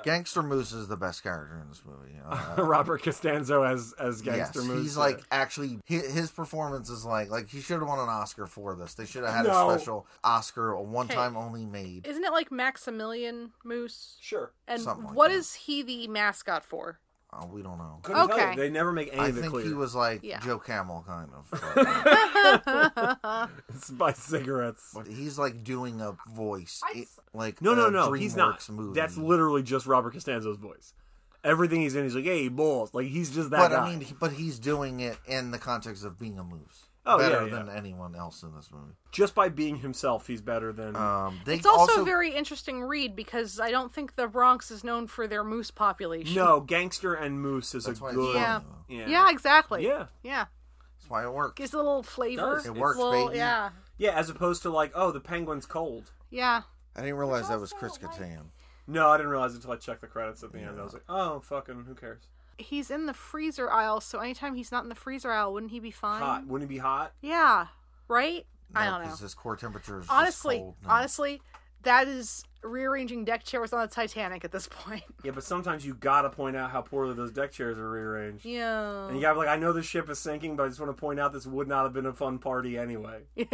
S1: (laughs)
S3: Gangster Moose is the best character in this movie. Uh,
S1: Robert Costanzo as as gangster
S3: yes,
S1: moves.
S3: he's like actually hi- his performance is like like he should have won an Oscar for this. They should have had
S1: No.
S3: a special Oscar, a one time only made.
S2: Isn't it like Maximilian Moose?
S1: sure.
S2: And what
S3: Something
S2: is
S3: like that.
S2: he the mascot for?
S3: Uh, we don't know.
S1: Couldn't
S2: Okay.
S1: tell you. They never make any
S3: I
S1: of it
S3: think
S1: clear.
S3: he was like
S2: Yeah.
S3: Joe Camel kind
S1: (laughs)
S3: of, but, uh,
S1: It's (laughs) by cigarettes.
S3: but he's like doing a voice it- like
S1: No, no,
S3: a
S1: no. He's not.
S3: DreamWorks Movie.
S1: That's literally just Robert Costanzo's voice. Everything he's in, he's like, "Hey, balls!" Like he's just that
S3: but
S1: guy.
S3: I mean, he- but he's doing it in the context of being a moose.
S1: Oh yeah,
S3: better
S1: yeah.
S3: than anyone else in this movie.
S1: Just by being himself, he's better than.
S3: Um, they
S2: It's also,
S3: also
S2: a very interesting read because I don't think the Bronx is known for their moose population.
S1: no, gangster and moose is
S3: That's
S1: a
S3: why it's
S1: good.
S2: Yeah.
S3: funny, though.
S1: Yeah.
S2: Yeah, exactly.
S1: Yeah.
S2: Yeah.
S3: That's why it works.
S2: Gives a little flavor.
S1: does. It
S3: works,
S2: Little-
S3: baby.
S2: Yeah.
S1: Yeah, as opposed to like, oh, the penguin's cold.
S2: Yeah.
S3: I didn't realize that was Chris Kattan.
S1: No, I didn't realize until I checked the credits at the end. I was like, oh, fucking, who cares?
S2: He's in the freezer aisle, so anytime he's not in the freezer aisle, wouldn't he be fine?
S1: Hot. Wouldn't it be hot?
S2: Yeah. Right? I
S3: No,
S2: don't know.
S3: 'cause His core temperature is just
S2: honestly,
S3: cold now.
S2: honestly, that is rearranging deck chairs on the Titanic at this (laughs) point.
S1: Yeah, but sometimes you gotta point out how poorly those deck chairs are rearranged.
S2: Yeah.
S1: And you gotta be like, I know this ship is sinking, but I just want to point out this would not have been a fun party anyway. (laughs)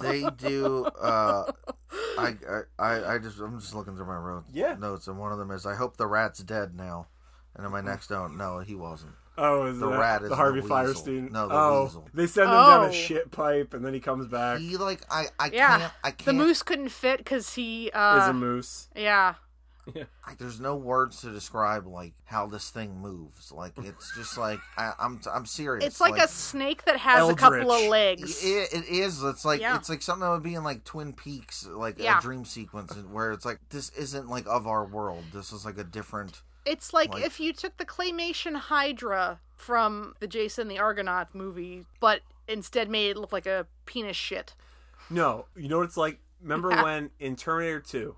S3: they do. Uh, I, I I just I'm just looking through my road
S1: Yeah.
S3: notes, and one of them is I hope the rat's dead now. And in my
S1: Mm-hmm.
S3: next note, no, he wasn't.
S1: Oh, is
S3: The
S1: that
S3: rat is
S1: the
S3: the
S1: Harvey
S3: weasel.
S1: Firestein?
S3: No, the
S1: oh,
S3: weasel.
S1: they send him down
S2: Oh.
S1: a shit pipe, and then he comes back.
S3: He like I I
S2: Yeah.
S3: can't I can't.
S2: the moose couldn't fit because he.
S1: is a
S2: Uh,
S1: moose.
S2: yeah.
S3: I- there's no words to describe like how this thing moves. Like it's just like I, I'm I'm serious.
S2: It's like, a snake that has a couple of
S1: Eldritch.
S2: legs.
S3: It, it is. It's like
S2: Yeah.
S3: it's like something that would be in like Twin Peaks, like
S2: Yeah.
S3: a dream sequence, where it's like this isn't like of our world. This is like a different.
S2: It's like,
S3: Like-
S2: if you took the claymation Hydra from the Jason the Argonaut movie, but instead made it look like a penis shit.
S1: No, you know what it's like? Remember when in Terminator 2,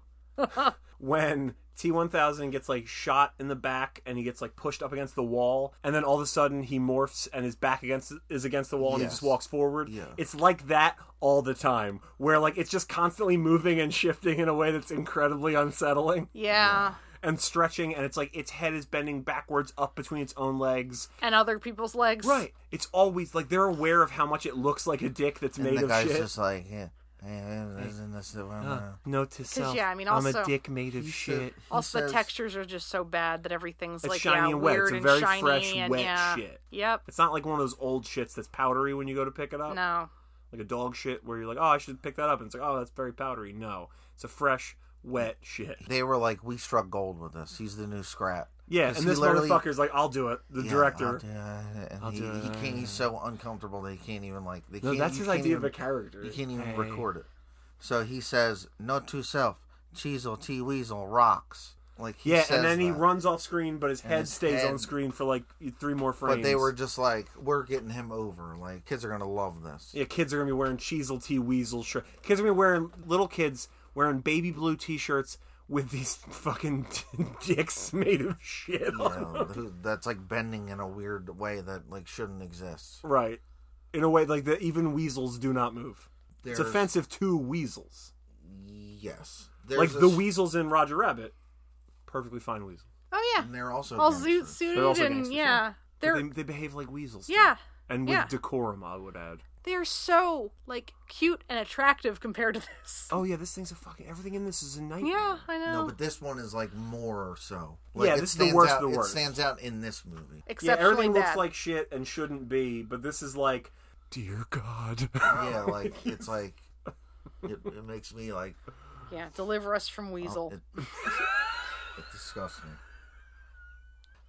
S1: when T1000 gets like shot in the back and he gets like pushed up against the wall and then all of a sudden he morphs and his back against is against the wall and he
S3: Yes.
S1: just walks forward.
S3: Yeah.
S1: It's like that all the time where like it's just constantly moving and shifting in a way that's incredibly unsettling
S2: Yeah.
S1: and stretching and it's like its head is bending backwards up between its own legs.
S2: And other people's legs.
S1: Right. It's always like they're aware of how much it looks like a dick that's
S3: And
S1: made
S3: the
S1: of
S3: guy's
S1: shit.
S3: just like, yeah, yeah, isn't this the one? uh,
S1: No to self.
S2: yeah, I mean,
S1: I'm
S2: also-
S1: a dick made of
S3: he
S1: shit.
S3: said- he
S2: Also, the
S3: says-
S2: textures are just so bad that everything's
S1: It's
S2: like
S1: shiny
S2: yeah,
S1: and wet.
S2: weird
S1: It's a
S2: and
S1: very
S2: shiny
S1: fresh,
S2: and
S1: wet
S2: yeah.
S1: shit.
S2: Yep.
S1: It's not like one of those old shits that's powdery when you go to pick it up,
S2: No.
S1: like a dog shit where you're like, oh, I should pick that up, and it's like, oh, that's very powdery. No, it's a fresh, wet shit.
S3: They were like, we struck gold with this. He's the new Scrat.
S1: Yeah,
S3: 'Cause
S1: and
S3: he
S1: this
S3: literally-
S1: motherfucker's like, I'll do it. The
S3: Yeah, I'll
S1: director.
S3: do it. And he,
S1: do
S3: he
S1: it.
S3: can't. He's so uncomfortable that he can't even like. They
S1: No,
S3: can't,
S1: that's
S3: you
S1: his
S3: can't
S1: idea of
S3: even,
S1: a character.
S3: You can't even
S1: Hey.
S3: record it. So he says, "No to self, Cheezel, T Weasel rocks." Like he
S1: Yeah,
S3: says
S1: and then he
S3: that.
S1: runs off screen, but his head
S3: his
S1: stays
S3: head-
S1: on screen for like three more frames.
S3: But they were just like, "We're getting him over. Like kids are gonna love this."
S1: Yeah, kids are gonna be wearing Cheezle T Weasel shirt. Kids are gonna be wearing little kids wearing baby blue T shirts with these (laughs) fucking dicks made of shit.
S3: You
S1: on
S3: know, th- that's like bending in a weird way that like shouldn't exist.
S1: (laughs) Right. In a way, like that, even weasels do not move.
S3: There's,
S1: It's offensive to weasels.
S3: Yes, There's
S1: like
S3: a
S1: the
S3: s-
S1: weasels in Roger Rabbit, perfectly fine weasels.
S2: Oh yeah.
S3: And they're also
S2: All
S3: gangsters.
S2: zoot suited
S1: They're also
S2: and
S1: gangsters,
S2: yeah.
S1: yeah.
S2: They're
S1: They, they behave like weasels. do.
S2: Yeah.
S1: And with
S2: Yeah.
S1: decorum, I would add.
S2: they're so like cute and attractive compared to this.
S1: Oh yeah, this thing's a fucking everything in this is a nightmare.
S2: Yeah, I know.
S3: No, but this one is like more so.
S1: Yeah,
S3: Like, it
S1: this is the
S3: stands
S1: worst of
S3: out-
S1: the worst.
S3: It stands out in
S2: (laughs)
S3: this movie.
S1: Yeah,
S2: Except
S1: everything looks
S2: bad.
S1: like shit and shouldn't be, but this is like, dear God. (laughs)
S3: Yeah, like it's like it, it makes me like
S2: Yeah, deliver us
S1: Oh,
S2: from Weasel.
S3: it, it disgusts me.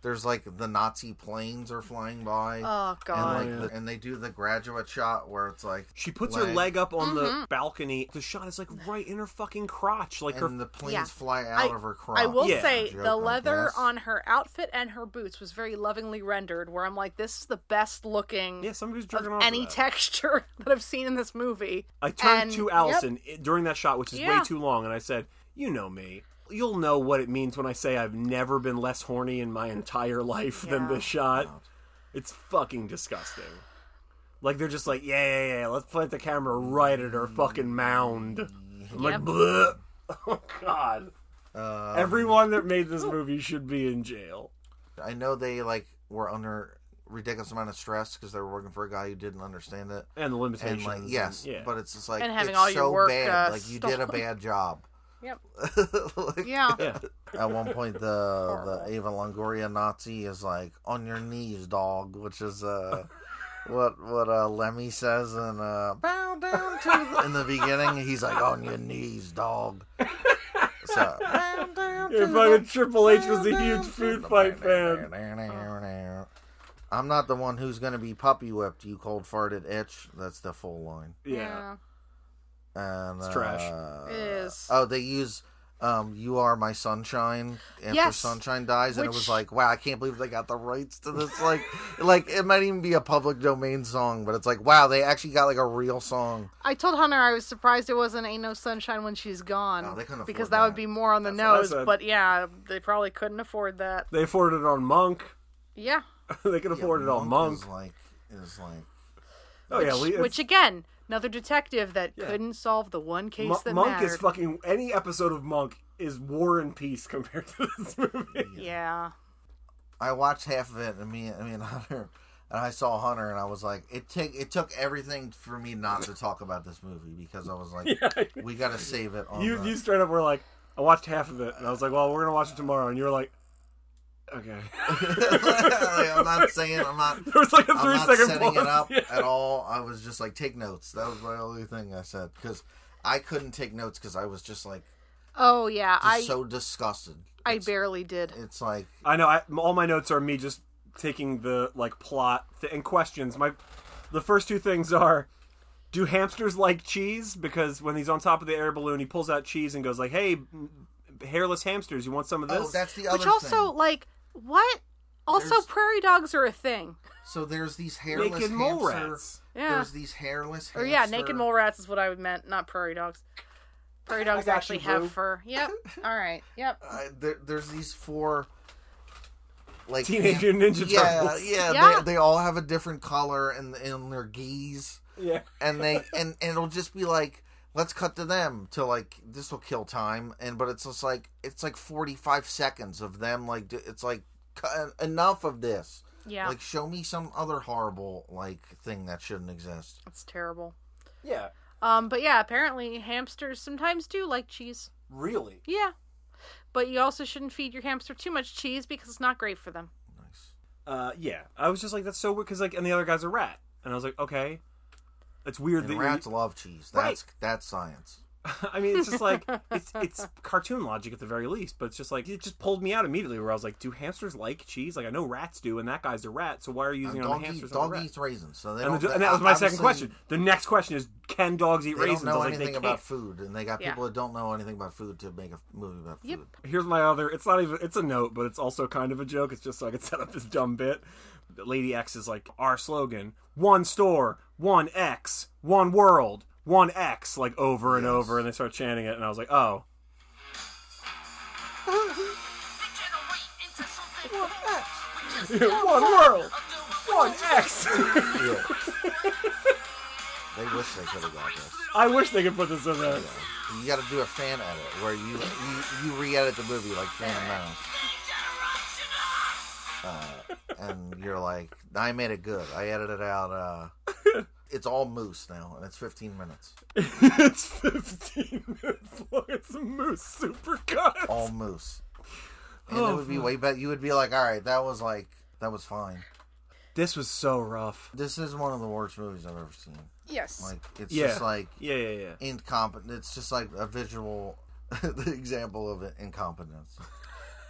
S3: There's like the Nazi planes are flying by,
S2: oh
S3: and
S2: god.
S3: like the, and they do the graduate shot where it's like
S1: She puts her
S3: Leg.
S1: leg up
S2: Mm-hmm.
S1: on the balcony. The shot
S3: (sighs)
S1: is like right in her fucking crotch. Like her
S3: and the planes
S2: Yeah.
S3: fly out
S2: I-
S3: of her crotch.
S2: I will
S1: Yeah.
S2: say
S3: Joke,
S2: the
S3: I
S2: leather
S3: guess.
S2: on her outfit and her boots was very lovingly rendered. Where I'm like, this is the best looking
S1: yeah, somebody's
S2: of
S1: jerking off. to
S2: any (laughs)
S1: that.
S2: texture that I've seen in this movie.
S1: I turned
S2: And-
S1: to Allison i- during that shot, which is
S2: Yeah.
S1: way too long, and I said, "You know me. You'll know what it means when I say I've never been less horny in my entire life than
S2: Yeah.
S1: this shot. It's fucking disgusting. Like they're just like, yeah, yeah, yeah. Let's plant the camera right at her fucking mound. I'm like,
S2: Yep.
S1: Bleh. (laughs) oh god.
S3: Uh,
S1: Everyone that made this movie should be in jail.
S3: I know they like were under ridiculous amount of stress because they were working for a guy who didn't understand it.
S1: And the limitations.
S3: And like
S1: and-
S3: yes,
S1: yeah.
S3: but it's just like
S2: And having
S3: it's
S2: all your
S3: so
S2: work,
S3: bad.
S2: uh,
S3: like you did a
S2: stolen.
S3: bad job.
S2: (laughs) Yep.
S3: (laughs)
S2: (laughs)
S3: Like,
S2: Yeah.
S1: (laughs) yeah.
S3: At one point, the the Ava Longoria Nazi is like on your knees, dog, which is
S2: (laughs)
S3: uh, what what uh, Lemmy says in uh, bow down
S2: (laughs)
S3: to the, in the beginning. He's like on your knees, dog. So bow down
S1: Yeah,
S3: to
S1: fucking
S3: the-
S1: Triple H was
S3: bow
S1: a
S3: down
S1: huge
S3: to
S1: Food
S3: the-
S1: Fight fan.
S3: I'm not the one who's going to be puppy whipped, you cold farted itch. That's the full line.
S1: Yeah.
S3: And,
S1: It's trash.
S3: uh,
S2: It is.
S3: Oh, they use um, "You Are My Sunshine" after
S2: Yes.
S3: Sunshine dies, and it
S2: Which-
S3: was like, wow, I can't believe they got the rights to this. Like, (laughs) like it might even be a public domain song, but it's like, wow, they actually got like a real song.
S2: I told Hunter I was surprised it wasn't "Ain't No Sunshine When She's Gone"
S3: No, Oh, they couldn't afford
S2: because that, would
S3: that.
S2: be more on the
S1: That's what I
S2: nose.
S1: said.
S2: But yeah, they probably couldn't afford that.
S1: They afforded it on Monk. (laughs)
S2: Yeah,
S1: they can afford it on Monk.
S3: is like is like
S1: oh yeah, we,
S2: which again, another detective that
S1: Yeah.
S2: couldn't solve the one case
S1: Mon-
S2: that
S1: Monk
S2: mattered.
S1: is fucking any episode of Monk is War and Peace compared to this (laughs) movie.
S2: yeah,
S3: I watched half of it, and (laughs) me, I mean Hunter, and I saw Hunter, and I was like, it take it took everything for me not to talk about this movie because I
S1: (laughs)
S3: was like, we got to save it. On
S1: You
S3: the-
S1: you straight up were like, I watched half of it, and I was like, well, we're gonna watch it tomorrow, and you were like, okay.
S3: (laughs)
S1: (laughs)
S3: Like, I'm not saying I'm not.
S1: there was like a
S3: I'm
S1: three
S3: not
S1: second
S3: setting
S1: pause.
S3: it
S1: (laughs)
S3: up
S1: Yeah.
S3: at all. I was just like, take notes. That was my only thing I said because I couldn't take notes because I was just like
S2: Oh yeah,
S3: just
S2: I
S3: so disgusted.
S2: I barely did.
S3: It's like
S1: I know. I, all my notes are me just taking the like plot th- and questions. My the first two things are: Do hamsters like cheese? Because when he's on top of the air balloon, he pulls out cheese and goes like, "Hey, m- hairless hamsters, you want some of this?"
S3: oh, that's the other
S2: Which also
S3: thing.
S2: like what? Also,
S3: There's-
S2: prairie dogs are a thing.
S3: So there's these hairless
S1: Naked mole
S3: hamster-
S1: rats.
S2: Yeah.
S3: There's these hairless.
S2: Or
S3: Hamster.
S2: yeah, naked mole rats is what I meant, not prairie dogs. Prairie dogs
S1: got you,
S2: actually have
S1: boo.
S2: fur.
S3: (laughs)
S2: Yep. All right. Yep.
S3: I- uh, there, there's these four. Like
S1: Teenage
S3: ham-
S1: Mutant Ninja
S3: yeah,
S1: Turtles.
S3: Yeah,
S2: Yeah.
S3: They, they all have a different color and and their geese.
S1: Yeah.
S2: (laughs)
S3: and they and, and it'll just be like let's cut to them to like this will kill time and but it's just like it's like 45 seconds of them like d- it's like cu- enough of this
S2: Yeah.
S3: like show me some other horrible like thing that shouldn't exist
S2: That's terrible.
S1: Yeah.
S2: Um, but yeah, apparently hamsters sometimes do like cheese.
S1: Really.
S2: Yeah. But you also shouldn't feed your hamster too much cheese because it's not great for them.
S3: nice
S1: Uh, yeah. I was just like, that's so weird because like, and the other guy's a rat, and I was like, okay, that's weird. that
S3: and
S1: you're-
S3: rats love cheese
S1: Right.
S3: that's that's science
S1: (laughs) I mean, it's just like it's it's cartoon logic at the very least, but it's just like it just pulled me out immediately. Where I was like, "Do hamsters like cheese? Like I know rats do, and that guy's a rat, so why are you using
S3: and
S1: it on
S3: dog,
S1: the
S3: eat,
S1: hamsters and
S3: dog
S1: the rat?"
S3: eats raisins so they
S1: And,
S3: don't
S1: the- and that was my second
S3: obviously,
S1: question. The next question is, can dogs eat
S3: they
S1: raisins? I
S3: don't know
S1: was like,
S3: anything
S1: they
S3: about
S1: can't.
S3: food and they got
S2: Yeah.
S3: people that don't know anything about food to make a movie about
S2: Yep.
S3: food
S1: Here's my other. It's not even. It's a note, but it's also kind of a joke. It's just so I could set up this dumb bit. Lady X is like our slogan: one store, one X, one world, one X, like over and over, and they start chanting it, and I was like, oh, one world, one X.
S3: yeah.
S2: (laughs)
S3: they wish they could have got this
S1: I wish they could put this in there.
S3: You got to do a fan edit where you you, you re-edit the movie like Phantom Menace, uh, and you're like, I made it good. I edited out. Uh, it's all moose now, and it's 15 minutes.
S1: (laughs) it's 15 minutes long. It's a moose supercut.
S3: All moose, and
S1: Oh,
S3: it would be way better. You would be like, all right, that was like that was fine.
S1: This was so rough.
S3: This is one of the worst movies I've ever seen.
S2: Yes.
S3: Like it's
S1: Yeah.
S3: just like
S1: Yeah, yeah, yeah.
S3: incompetent. It's just like a visual (laughs) example of incompetence.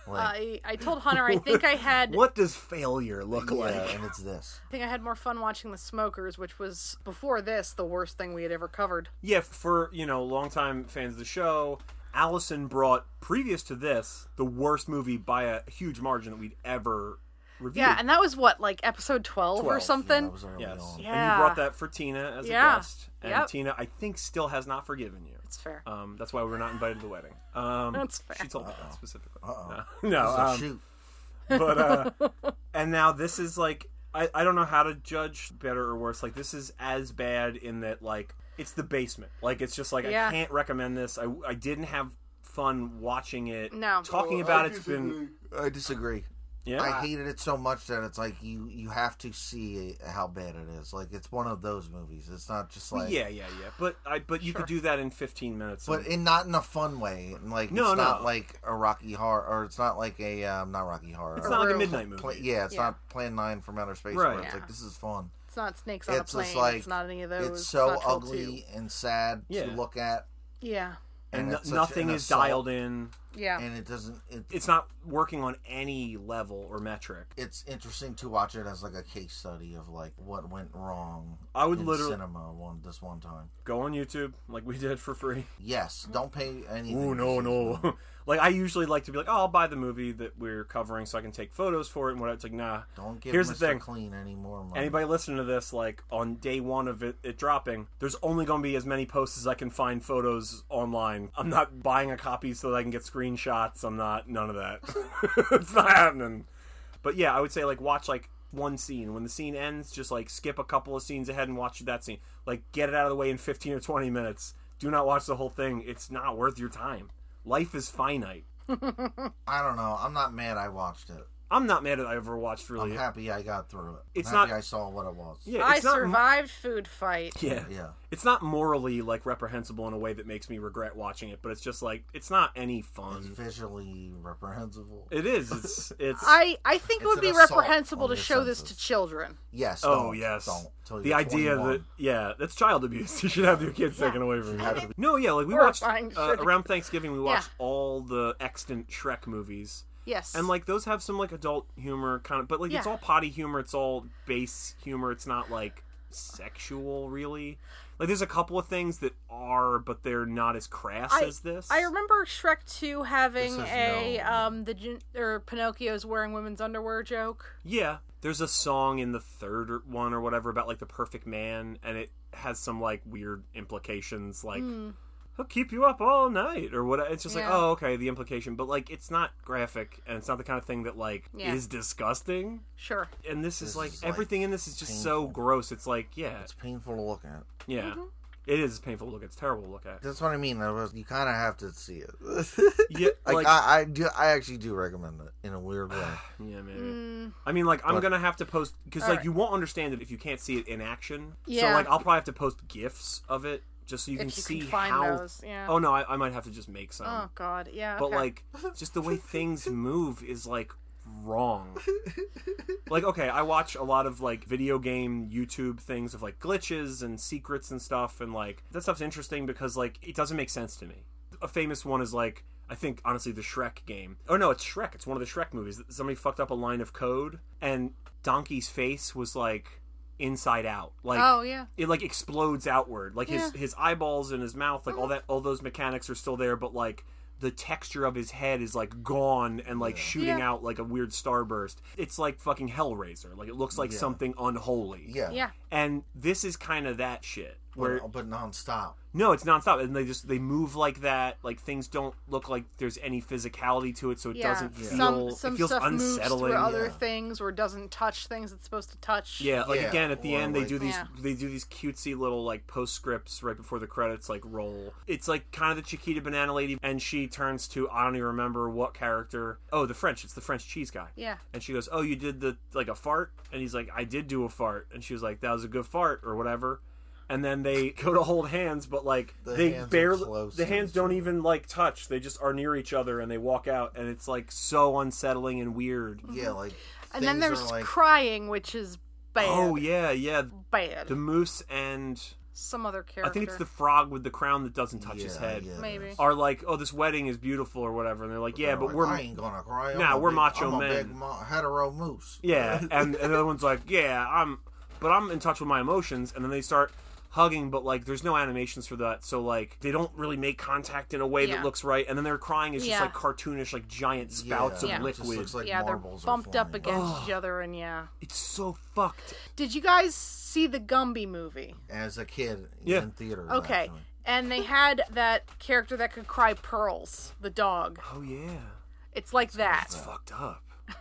S3: Like,
S2: Uh, I I told Hunter
S3: (laughs)
S2: I think I had
S1: What does failure look
S3: yeah,
S1: like?
S3: and it's this.
S2: I think I had more fun watching The Smokers, which was before this the worst thing we had ever covered.
S1: Yeah, for, you know, longtime fans of the show, Allison brought, previous to this, the worst movie by a huge margin that we'd ever reviewed.
S2: Yeah, and that was what like episode 12, or
S1: 12, yeah,
S2: something.
S3: That was early
S1: Yes.
S3: on.
S1: And
S2: Yeah.
S1: you brought that for Tina as
S2: Yeah.
S1: a guest. And
S2: Yep.
S1: Tina, I think, still has not forgiven you.
S2: It's
S3: Oh.
S2: fair.
S1: Um, that's why we were not invited to the wedding. Um,
S2: That's fair.
S1: She told me that specifically.
S3: Uh-oh.
S1: No, no
S3: So
S1: um,
S3: shoot.
S1: but uh
S2: (laughs)
S1: and now this is like I, I don't know how to judge better or worse like this is as bad in that like it's the basement like it's just like
S2: Yeah.
S1: i can't recommend this i, I didn't have fun watching it
S2: No.
S1: talking about it's been
S3: Uh, I disagree.
S1: yeah
S3: I hated it so much that it's like you you have to see how bad it is. Like it's one of those movies. It's not just like
S1: yeah yeah yeah but i but you could do that in 15 minutes
S3: but in not in a fun way. And, Like
S1: No,
S3: it's not
S1: no.
S3: like a Rocky Horror or it's not like a um, not Rocky Horror.
S1: it's not like a
S2: Real-
S1: midnight movie
S3: Pla- yeah, it's
S2: Yeah.
S3: not Plan Nine from Outer Space.
S1: Right.
S3: Where it's
S2: Yeah.
S3: like this is fun.
S2: It's not snakes on
S3: It's
S2: a plane.
S3: just like
S2: it's not any of those.
S3: it's so
S2: not Troll 2.
S3: ugly and sad
S1: Yeah.
S3: to look at.
S2: Yeah.
S1: and, no-
S3: it's such
S1: nothing
S3: an
S1: is
S3: assault,
S1: dialed in.
S2: Yeah.
S3: and it doesn't. It,
S1: It's not working on any level or metric.
S3: it's interesting to watch it as like a case study of like what went wrong.
S1: I would
S3: in
S1: literally-
S3: cinema one this one time.
S1: Go on YouTube like we did for free.
S3: Yes, don't pay anything.
S1: Oh no,
S3: to see this
S1: (laughs) no.
S3: movie.
S1: like I usually like to be like, oh, I'll buy the movie that we're covering so I can take photos for it and whatever. It's like, nah.
S3: Don't give
S1: Here's
S3: Mr.
S1: the thing.
S3: Clean any more money.
S1: Anybody listening to this, like on day one of it, it dropping, there's only going to be as many posts as I can find photos online. I'm not buying a copy so that I can get screenshots. I'm not none of that. (laughs) it's not happening. But yeah, I would say like watch like one scene. When the scene ends, just like skip a couple of scenes ahead and watch that scene. Like get it out of the way in 15 or 20 minutes. Do not watch the whole thing. It's not worth your time. Life is finite.
S3: I don't know. I'm not mad. I watched it.
S1: I'm not mad that I ever watched
S3: I'm
S1: really.
S3: happy I got through it.
S1: It's
S3: I'm happy
S1: not-
S3: I saw what it was.
S1: yeah,
S2: I
S1: it's not
S2: survived food fight.
S1: Yeah.
S3: Yeah.
S1: It's not morally like reprehensible in a way that makes me regret watching it, but it's just like it's not any
S3: It's (laughs)
S1: fun.
S3: visually reprehensible.
S1: Um, It is. It's it's
S2: I, I think it
S3: It's
S2: would be
S3: an assault
S2: reprehensible
S3: on
S2: to
S3: your
S2: show this to
S3: senses.
S2: children.
S3: yes.
S1: Oh
S3: don't,
S1: yes,
S3: Don't. till
S1: the
S3: you're
S1: idea
S3: 21.
S1: that yeah, that's child abuse. (laughs) You should have your kids taken away from you. No, yeah, like we watched
S2: Horrifying
S1: uh,
S2: shit.
S1: around Thanksgiving. We watched all the extant Shrek movies,
S2: Yes.
S1: and like those have some like adult humor kind of, but like it's
S2: Yeah.
S1: all potty humor. It's all base humor. It's not like sexual really. Like there's a couple of things that are, but they're not as crass
S2: I-
S1: as this.
S2: I remember Shrek 2 having
S3: This is
S2: a
S3: no-
S2: um the gin- or Pinocchio's wearing women's underwear joke.
S1: Yeah, there's a song in the third or- one or whatever about like the perfect man, and it has some like weird implications, like he'll keep you up all night or what. It's just like,
S2: Hmm. Yeah.
S1: oh, okay, the implication, but like it's not graphic, and it's not the kind of thing that like
S2: Yeah.
S1: is disgusting.
S2: Sure.
S1: And this, is
S3: This
S1: like
S3: is, like,
S1: everything in this is just so
S3: painful.
S1: gross. It's like, yeah,
S3: It's painful to look at.
S1: yeah.
S2: Mm-hmm.
S1: It is painful to look at. It's terrible to look
S3: (laughs)
S1: at.
S3: That's what I mean. though, is You kind of have to see it. (laughs)
S1: Yeah,
S3: like,
S1: like,
S3: I, I do. I actually do recommend it in a weird way.
S1: (sighs) yeah, maybe.
S2: Mm,
S1: I mean, like, I'm
S3: But-
S1: gonna have to post because,
S2: All
S1: like,
S2: right.
S1: you won't understand it if you can't see it in action. So,
S2: Yeah.
S1: like, I'll probably have to post gifs of it just so you
S2: If
S1: can
S2: you
S1: see
S2: can find
S1: how.
S2: those, yeah.
S1: Oh no, I, I might have to just make some.
S2: Oh god, yeah.
S1: but
S2: okay.
S1: like, just the way
S2: (laughs)
S1: things move is like wrong. like, okay, I watch a lot of like video game YouTube things of like glitches and secrets and stuff, and like that stuff's interesting because like it doesn't make sense to me. A famous one is like. I think honestly the Shrek game. Oh no, it's Shrek. It's one of the Shrek movies. Somebody fucked up a line of code and Donkey's face was like inside out. Like
S2: Oh yeah.
S1: it like explodes outward like his his eyeballs and his mouth like all that all those mechanics are still there but like the texture of his head is like gone and like shooting
S2: Yeah.
S1: out like a weird starburst it's like fucking hellraiser like it looks like
S3: Yeah.
S1: something unholy
S3: Yeah.
S2: Yeah.
S1: and this is kind of that shit where
S3: But, but nonstop.
S1: no it's nonstop and they just they move like that like things don't look like there's any physicality to it so it
S2: Yeah.
S1: doesn't feel
S2: Some some
S1: it feels
S2: stuff moves
S1: unsettling
S2: through other
S3: yeah.
S2: things or doesn't touch things it's supposed to touch.
S1: Yeah, like
S3: Yeah,
S1: again at the
S3: or
S1: end they
S3: like-
S1: do these
S2: Yeah.
S1: they do these cutesy little like postscripts right before the credits like roll. It's like kind of the Chiquita Banana Lady, and she turns to I don't even remember what character. Oh, the French. It's the French cheese guy.
S2: Yeah.
S1: And she goes, "Oh, you did the like a fart," and he's like, "I did do a fart," and she was like, "That was a good fart" or whatever. And then they (laughs) go to hold hands, but like
S3: The
S1: they
S3: hands are
S1: barely
S3: close
S1: the
S3: to
S1: hands
S3: each
S1: don't
S3: other.
S1: even like touch. They just are near each other and they walk out, and it's like so unsettling and weird.
S3: Yeah. Like.
S2: Mm-hmm. And then
S3: things are
S2: there's
S3: like,
S2: crying which is bad.
S1: Oh yeah, yeah.
S2: Bad.
S1: The moose and
S2: Some other character.
S1: I think it's the frog with the crown that doesn't touch his
S3: yeah,
S1: head.
S3: yeah.
S2: maybe.
S1: Are like, oh, this wedding is beautiful or whatever, and they're like, yeah,
S3: They're
S1: but
S3: like,
S1: we're
S3: I ain't gonna cry. I'm
S1: Nah,
S3: a
S1: we're
S3: big-
S1: macho
S3: I'm a
S1: men.
S3: big mo- hetero moose.
S1: yeah,
S3: (laughs)
S1: and, and the other one's like, yeah, I'm, but I'm in touch with my emotions, and then they start hugging, but like, there's no animations for that, so like, they don't really make contact in a way
S2: Yeah.
S1: that looks right, and then they're crying is just
S2: Yeah.
S1: like cartoonish, like giant spouts
S2: Yeah.
S1: of
S2: Yeah.
S3: It just
S1: liquid.
S3: looks like
S2: yeah, they're
S3: marbles are
S2: bumped up
S3: flying.
S2: against each other and yeah.
S1: it's so fucked.
S2: Did you guys see the Gumby movie?
S3: As a kid
S1: Yeah.
S3: in theater.
S2: Okay.
S3: actually.
S2: And they had that character that could cry pearls, the dog.
S1: Oh yeah,
S2: It's like that.
S1: it's fucked up.
S2: (laughs)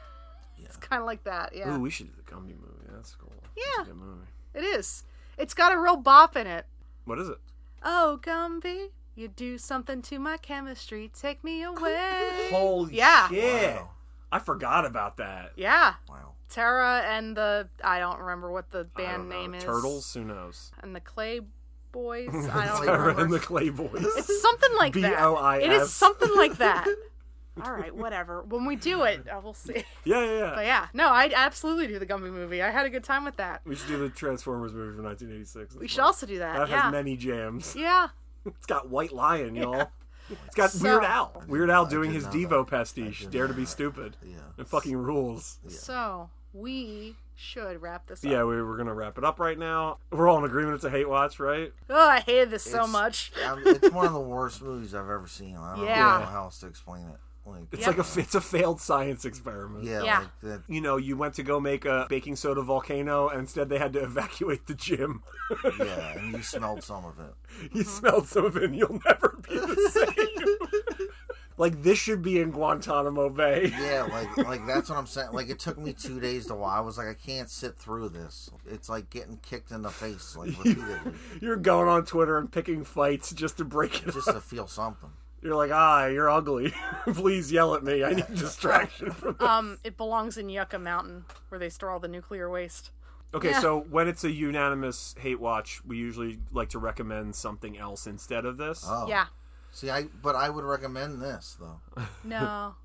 S2: It's kind of like that, yeah.
S1: Ooh, we should do the Gumby movie. That's cool.
S2: Yeah.
S1: That's a good movie.
S2: It is. It's got a real bop in it.
S1: What is it?
S2: Oh, Gumby, you do something to my chemistry. Take me away.
S1: Holy
S2: Yeah.
S1: shit!
S3: Wow.
S1: I forgot about that.
S2: yeah.
S3: Wow.
S2: Tara and the I don't remember what the
S1: I
S2: band
S1: don't know.
S2: name is.
S1: Turtles? Who knows?
S2: (laughs) and the Clay
S1: (laughs)
S2: Boys. I don't
S1: Tara and
S2: remember.
S1: the Clay Boys.
S2: (laughs) It's something like that. It
S1: B.O.I.S..
S2: is something like
S1: (laughs)
S2: that. All right, whatever. When we do it, uh, we'll see.
S1: yeah, yeah, yeah.
S2: But yeah, no, I'd absolutely do the Gumby movie. I had a good time with that.
S1: We should do the Transformers movie from 1986.
S2: We should also do that.
S1: That
S2: yeah.
S1: has many jams.
S2: yeah.
S1: It's got White Lion, y'all. It's got
S2: So-
S1: Weird Al. Weird Al
S3: I
S1: doing
S3: did
S1: his
S3: know
S1: Devo
S3: that. I
S1: pastiche,
S3: did
S1: Dare to
S3: know
S1: be
S3: that.
S1: Stupid.
S3: Yeah.
S1: It fucking rules.
S2: So we should wrap this
S1: Yeah,
S2: up.
S1: we were gonna wrap it up right now. We're all in agreement it's a hate watch, right?
S2: Oh, I hated this so
S3: It's-
S1: (laughs)
S2: much.
S3: I'm- it's one of the worst movies I've ever seen. I don't
S2: Yeah.
S3: know how else to explain it. Like,
S1: It's
S2: Yep.
S1: like a f- it's a failed science experiment.
S3: yeah,
S2: Yeah.
S3: like that.
S1: You know, you went to go make a baking soda volcano, and instead they had to (laughs) evacuate the gym.
S3: Yeah, and you smelled some of it.
S1: you smelled some of it, and you'll never be the same. (laughs) like this should be in Guantanamo Bay.
S3: Yeah, like like that's what I'm saying. Like it took me two days to watch. I was like, I can't sit through this. It's like getting kicked in the face (laughs) like repeatedly,
S1: You're going on Twitter and picking fights just to break it. Up.
S3: just to feel something.
S1: You're like, ah, you're ugly. (laughs) Please yell at me. I need distraction (laughs) from this.
S2: Um, it belongs in Yucca Mountain, where they store all the nuclear waste.
S1: Okay,
S2: Yeah.
S1: so when it's a unanimous hate watch, we usually like to recommend something else instead of this. (laughs)
S3: Oh,
S2: Yeah.
S3: See, I but I would recommend this though.
S2: No.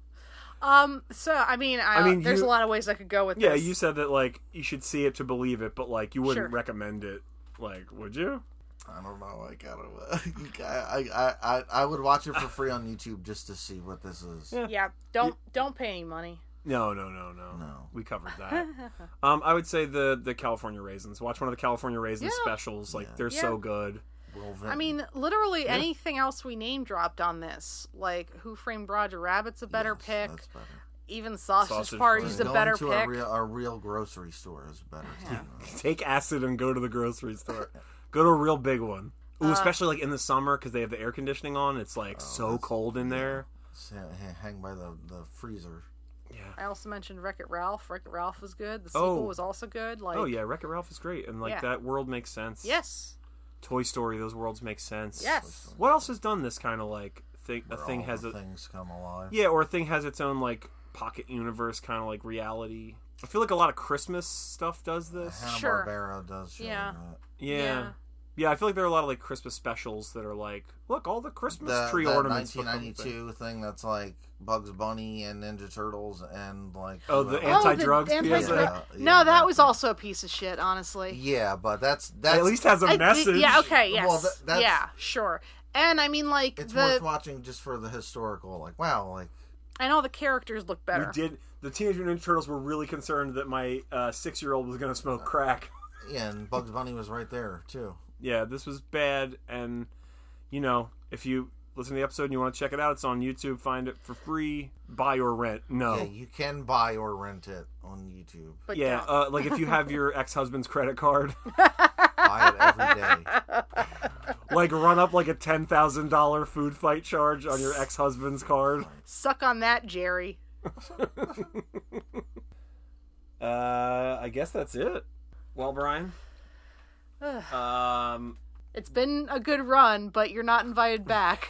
S2: um. So I mean, I,
S1: I mean,
S2: there's
S1: you-
S2: a lot of ways I could go with
S1: yeah,
S2: this.
S1: you said that like you should see it to believe it, but like you wouldn't
S2: Sure.
S1: recommend it. Like, would you?
S3: I don't know. (laughs) I gotta. I I I, I would watch it for free on YouTube just to see what this is.
S1: Yeah.
S2: Yeah. Don't don't pay any money.
S1: No, no, no, no.
S3: No.
S1: We covered that. um, I would say the the California raisins. Watch one of the California raisins
S2: Yeah.
S1: specials. Like
S3: Yeah.
S1: they're
S2: Yeah.
S1: so good.
S3: Will Vinton.
S2: I mean, literally anything else we name dropped on this, like Who Framed Roger Rabbit's a better
S3: Yes,
S2: pick.
S3: That's better.
S2: Even Sausage,
S1: Sausage
S2: Party's
S1: Party.
S2: a
S3: Going
S2: better
S3: to
S2: pick.
S3: A real, a real grocery store is better. too.
S1: Take acid and go to the grocery store. go to a real big one. Ooh, especially like in the summer because they have the air conditioning on. It's like so cold in there.
S3: Just ha- ha- Hang by the the freezer.
S1: Yeah.
S2: I also mentioned Wreck It Ralph. Wreck It Ralph was good. The
S1: Oh.
S2: sequel was also good. Like,
S1: Oh yeah, Wreck It Ralph is great, and like
S2: Yeah.
S1: that world makes sense.
S2: Yes.
S1: Toy Story, those worlds make sense.
S2: Yes.
S1: What else has done this kind of like thing? A
S3: where
S1: thing
S3: all
S1: has
S3: the
S1: a
S3: things come alive.
S1: yeah, or a thing has its own like pocket universe, kind of like reality. I feel like a lot of Christmas stuff does this.
S3: Hanna
S2: Sure.
S3: Barbera does. Show
S2: Yeah.
S1: Yeah. yeah. I feel like there are a lot of like Christmas specials that are like, look, all the Christmas
S3: The,
S1: tree
S3: that
S1: ornaments. become a thing.
S3: 1992 thing that's like Bugs Bunny and Ninja Turtles and like
S1: Oh, the
S3: whoever.
S2: the
S1: anti-drugs
S2: anti-drug-
S3: PSA? Yeah,
S2: no,
S3: yeah,
S2: that
S3: that
S2: was
S3: thing.
S2: also a piece of shit, honestly.
S3: yeah, but that's that's
S1: At least has a
S2: I-
S1: message.
S2: yeah, okay, yes.
S3: Well, th- that's-
S2: yeah, sure. And I mean, like,
S3: it's
S2: the
S3: worth watching just for the historical. Like wow, like
S2: and all the characters look
S1: We
S2: better.
S1: did. The Teenage Mutant Ninja Turtles were really concerned that my uh, six-year-old was going to
S3: Uh-huh.
S1: smoke crack.
S3: yeah, and Bugs Bunny was right there too.
S1: yeah, this was bad. And, you know, if you listen to the episode and you want to check it out, it's on YouTube. Find it for free. Buy or rent.
S3: Yeah,
S1: No.
S3: you can buy or rent it on YouTube.
S1: Yeah,
S2: But don't.
S1: uh, like if you have your ex husband's credit card,
S2: (laughs)
S3: Buy it every day.
S1: like run up like a $10,000 food fight charge on your ex husband's card.
S2: suck on that, Jerry.
S1: Uh, I guess that's it. Well, Brian. um,
S2: It's been a good run, but you're not invited
S1: (laughs)
S2: back.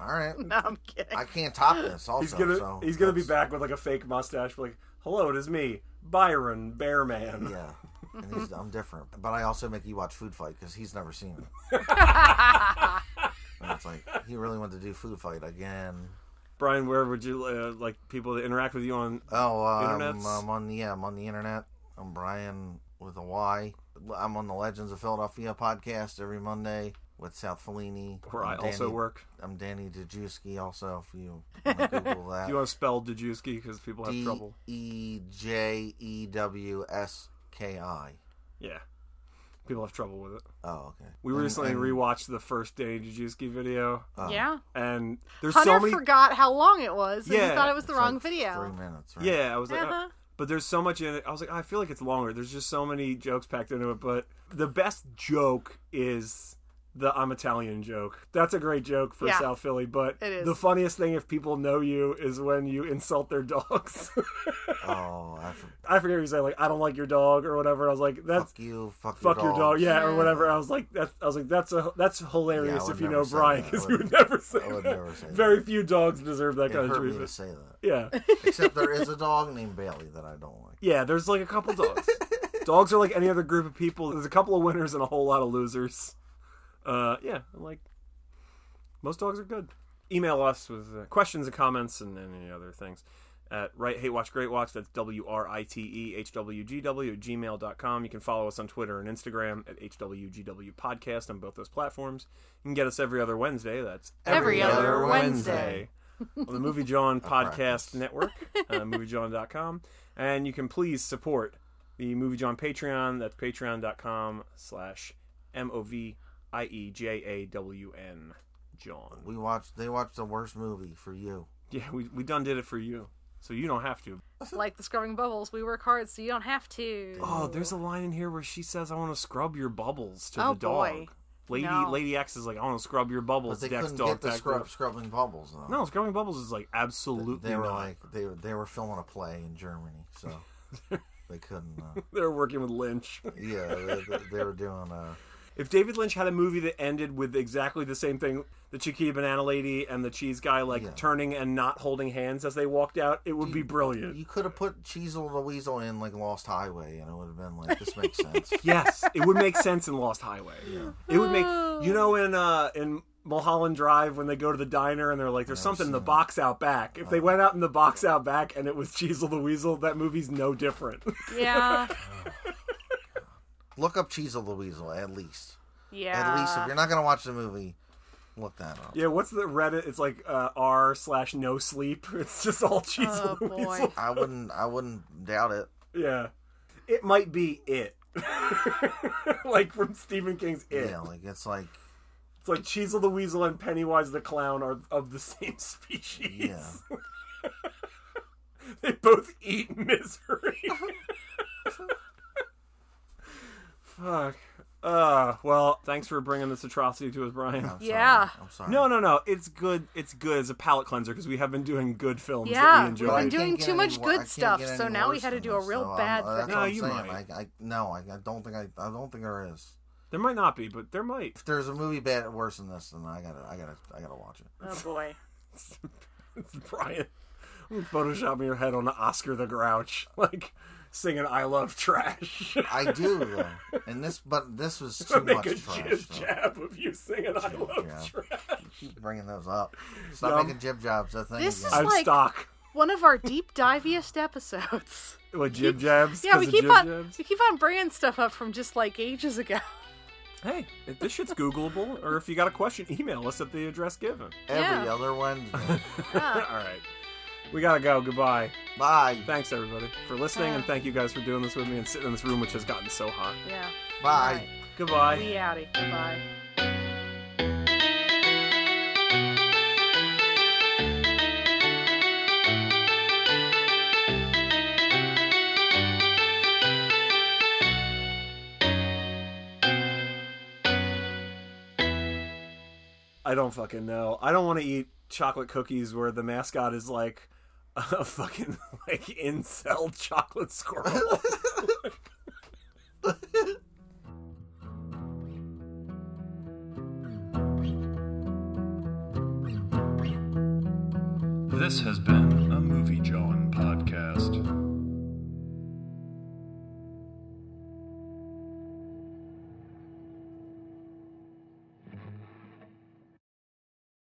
S3: All right,
S2: no, I'm kidding.
S3: I can't top this. Also,
S1: he's gonna
S3: so
S1: he's gonna be
S3: that's-
S1: back with like a fake mustache, like, "Hello, it is me, Byron Bearman."
S3: Yeah. And he's, I'm different, but I also make you watch Food Fight because he's never seen it.
S1: (laughs)
S3: and it's like he really wanted to do Food Fight again.
S1: Brian, where would you uh, like people to interact with you on?
S3: Oh, um,
S1: Internets?
S3: I'm on yeah, I'm on the internet. I'm Brian with a Y. I'm on the Legends of Philadelphia podcast every Monday with South Fellini.
S1: Where I
S3: I'm Danny-
S1: also work.
S3: I'm Danny Dejewski. Also, if you wanna
S1: (laughs)
S3: Google that,
S1: Do you want to spell Dejewski because people have trouble?
S3: D E J E W S K I.
S1: Yeah, people have trouble with it.
S3: Oh, okay.
S1: We
S3: And-
S1: recently
S3: and-
S1: rewatched the first Danny Dejewski video,
S2: yeah.
S1: and there's
S2: Hunter
S1: so many.
S2: forgot how long it was, and he
S1: Yeah,
S2: thought it was the
S3: it's
S2: wrong
S3: like Three
S2: video.
S3: minutes. Right?
S1: Yeah, I was like,
S2: Uh-huh.
S1: oh. but there's so much in it. I was like, I feel like it's longer. There's just so many jokes packed into it. But the best joke is the I'm Italian joke. That's a great joke for
S2: Yeah.
S1: South Philly. But
S2: It is.
S1: the funniest thing if people know you is when you insult their dogs. (laughs)
S3: Oh, I forgot.
S1: I forget what you said, like I don't like your dog or whatever. I was like, that's
S3: fuck you, fuck,
S1: fuck your dog,
S3: dogs.
S1: yeah, or whatever. I was like, that's I was like, that's a that's hilarious
S3: would
S1: if you
S3: never
S1: know
S3: say
S1: Brian
S3: that.
S1: because
S3: I
S1: you
S3: would-
S1: would never say
S3: I would
S1: that.
S3: never say that.
S1: Very few dogs deserve that
S3: It
S1: kind of
S3: hurt me to
S1: treatment.
S3: say that.
S1: Yeah,
S3: Except there is a dog named Bailey that I don't like.
S1: yeah. There's like a couple dogs. dogs are like any other group of people. There's a couple of winners and a whole lot of losers. Uh, yeah, I'm like most dogs are good. Email us with uh, questions and comments and, and any other things at Right Hate Watch Great Watch. That's W R I T E H W G W at gmail.com. You can follow us on Twitter and Instagram at HWGW Podcast on both those platforms. You can get us every other Wednesday. That's
S2: Every other Wednesday.
S1: Wednesday on the Movie
S3: (laughs)
S1: John Podcast Network, uh, moviejohn.com. And you can please support the Movie John Patreon. That's patreon.com slash M O V I E J A W N John.
S3: We watched. They watched the worst movie for you.
S1: Yeah, we, we done did it for you. So you don't have to.
S2: like the scrubbing bubbles, we work hard so you don't have to.
S1: Oh, there's a line in here where she says, "I want to scrub your bubbles" to
S2: Oh,
S1: the dog.
S2: boy.
S1: Lady
S2: No.
S1: Lady X is like, "I want to scrub your
S3: But
S1: bubbles."
S3: they
S1: Dex
S3: couldn't
S1: dog
S3: get the
S1: back
S3: scrub,
S1: up.
S3: scrubbing bubbles though.
S1: No, scrubbing bubbles is like absolutely.
S3: they were
S1: not.
S3: like they were they were filming a play in Germany,
S1: (laughs)
S3: so they couldn't. Uh,
S1: they're working with Lynch.
S3: yeah, they, they- they were doing. Uh,
S1: if David Lynch had a movie that ended with exactly the same thing, the Chiquita Banana Lady and the cheese guy like
S3: Yeah.
S1: turning and not holding hands as they walked out, it would be brilliant.
S3: you could have put Cheezel the Weasel in like Lost Highway, and it would have been like this
S1: (laughs)
S3: makes sense.
S1: Yes, it would make sense in Lost Highway. It would make you know in uh in Mulholland Drive when they go to the diner and they're like, "There's something in the box out back." If they went out in the box out back and it was Cheezel the Weasel, that movie's no different.
S2: Yeah.
S3: Look up Cheezel the Weasel at least.
S2: Yeah.
S3: At least if you're not gonna watch the movie, look that up.
S1: yeah, what's the Reddit? It's like uh, r slash no sleep. (laughs) It's just all Cheezel
S3: (laughs)
S2: Oh,
S1: the
S2: boy.
S1: Weasel.
S3: I wouldn't. I wouldn't doubt it.
S1: Yeah, it might be it. (laughs) like from Stephen King's It.
S3: Yeah, like it's like
S1: It's like Cheezel the Weasel and Pennywise the Clown are of the same (laughs) species.
S3: yeah.
S1: (laughs) They both eat misery. (laughs) Fuck. Uh, well, thanks for bringing this atrocity to us, Brian.
S3: I'm
S2: Yeah.
S3: sorry. I'm sorry.
S1: No, no, no. It's good. It's good as a palate cleanser because we have been doing good films that
S2: Yeah,
S1: we
S2: we've
S1: enjoy.
S2: been
S3: I
S2: doing
S3: can't get
S2: too
S3: any
S2: much
S3: wor-
S2: good
S3: I can't
S2: stuff,
S3: get any
S2: so now we
S3: worse
S2: had to
S3: than
S2: do a
S3: this,
S2: real
S3: so I'm-
S2: bad
S3: uh, that's
S1: thing.
S3: what
S1: No,
S3: I'm
S1: you
S3: saying.
S1: might.
S3: I, I, no, I, I don't think I, I don't think there is.
S1: There might not be, but there might.
S3: If there's a movie bad worse than this, then I gotta, I gotta, I gotta watch it.
S2: Oh boy.
S1: (laughs) Brian, I'm photoshopping your head on Oscar the Grouch, like singing "I Love Trash." (laughs)
S3: I do though, and this, but this was too
S1: Make
S3: much
S1: a
S3: trash.
S1: jib jab of you singing "I Love
S3: jab.
S1: Trash."
S3: Keep bringing those up. Stop
S1: Yum.
S3: making jib jobs. That thing.
S2: This It's
S3: again.
S2: is-
S1: I'm
S2: like-
S1: stock.
S2: One of our deep diviest episodes.
S1: What jib
S2: (laughs)
S1: jabs?
S2: Yeah,
S1: 'Cause
S2: we
S1: of
S2: keep
S1: jib
S2: on (laughs)
S1: jabs?
S2: we keep on bringing stuff up from just like ages ago.
S1: Hey, if this shit's Googleable, or if you got a question, email us at the address given. (laughs)
S3: every
S2: yeah.
S3: other Wednesday.
S1: All right. We gotta go. Goodbye. (laughs)
S3: Bye.
S1: Thanks, everybody, for listening, and thank you guys for doing this with me and sitting in this room, which has gotten so hot.
S2: Yeah.
S3: Bye.
S1: Goodbye.
S2: We outie. Bye.
S1: I don't fucking know. I don't want to eat chocolate cookies where the mascot is like (laughs) a fucking like incel chocolate squirrel. this has been a Movie John podcast.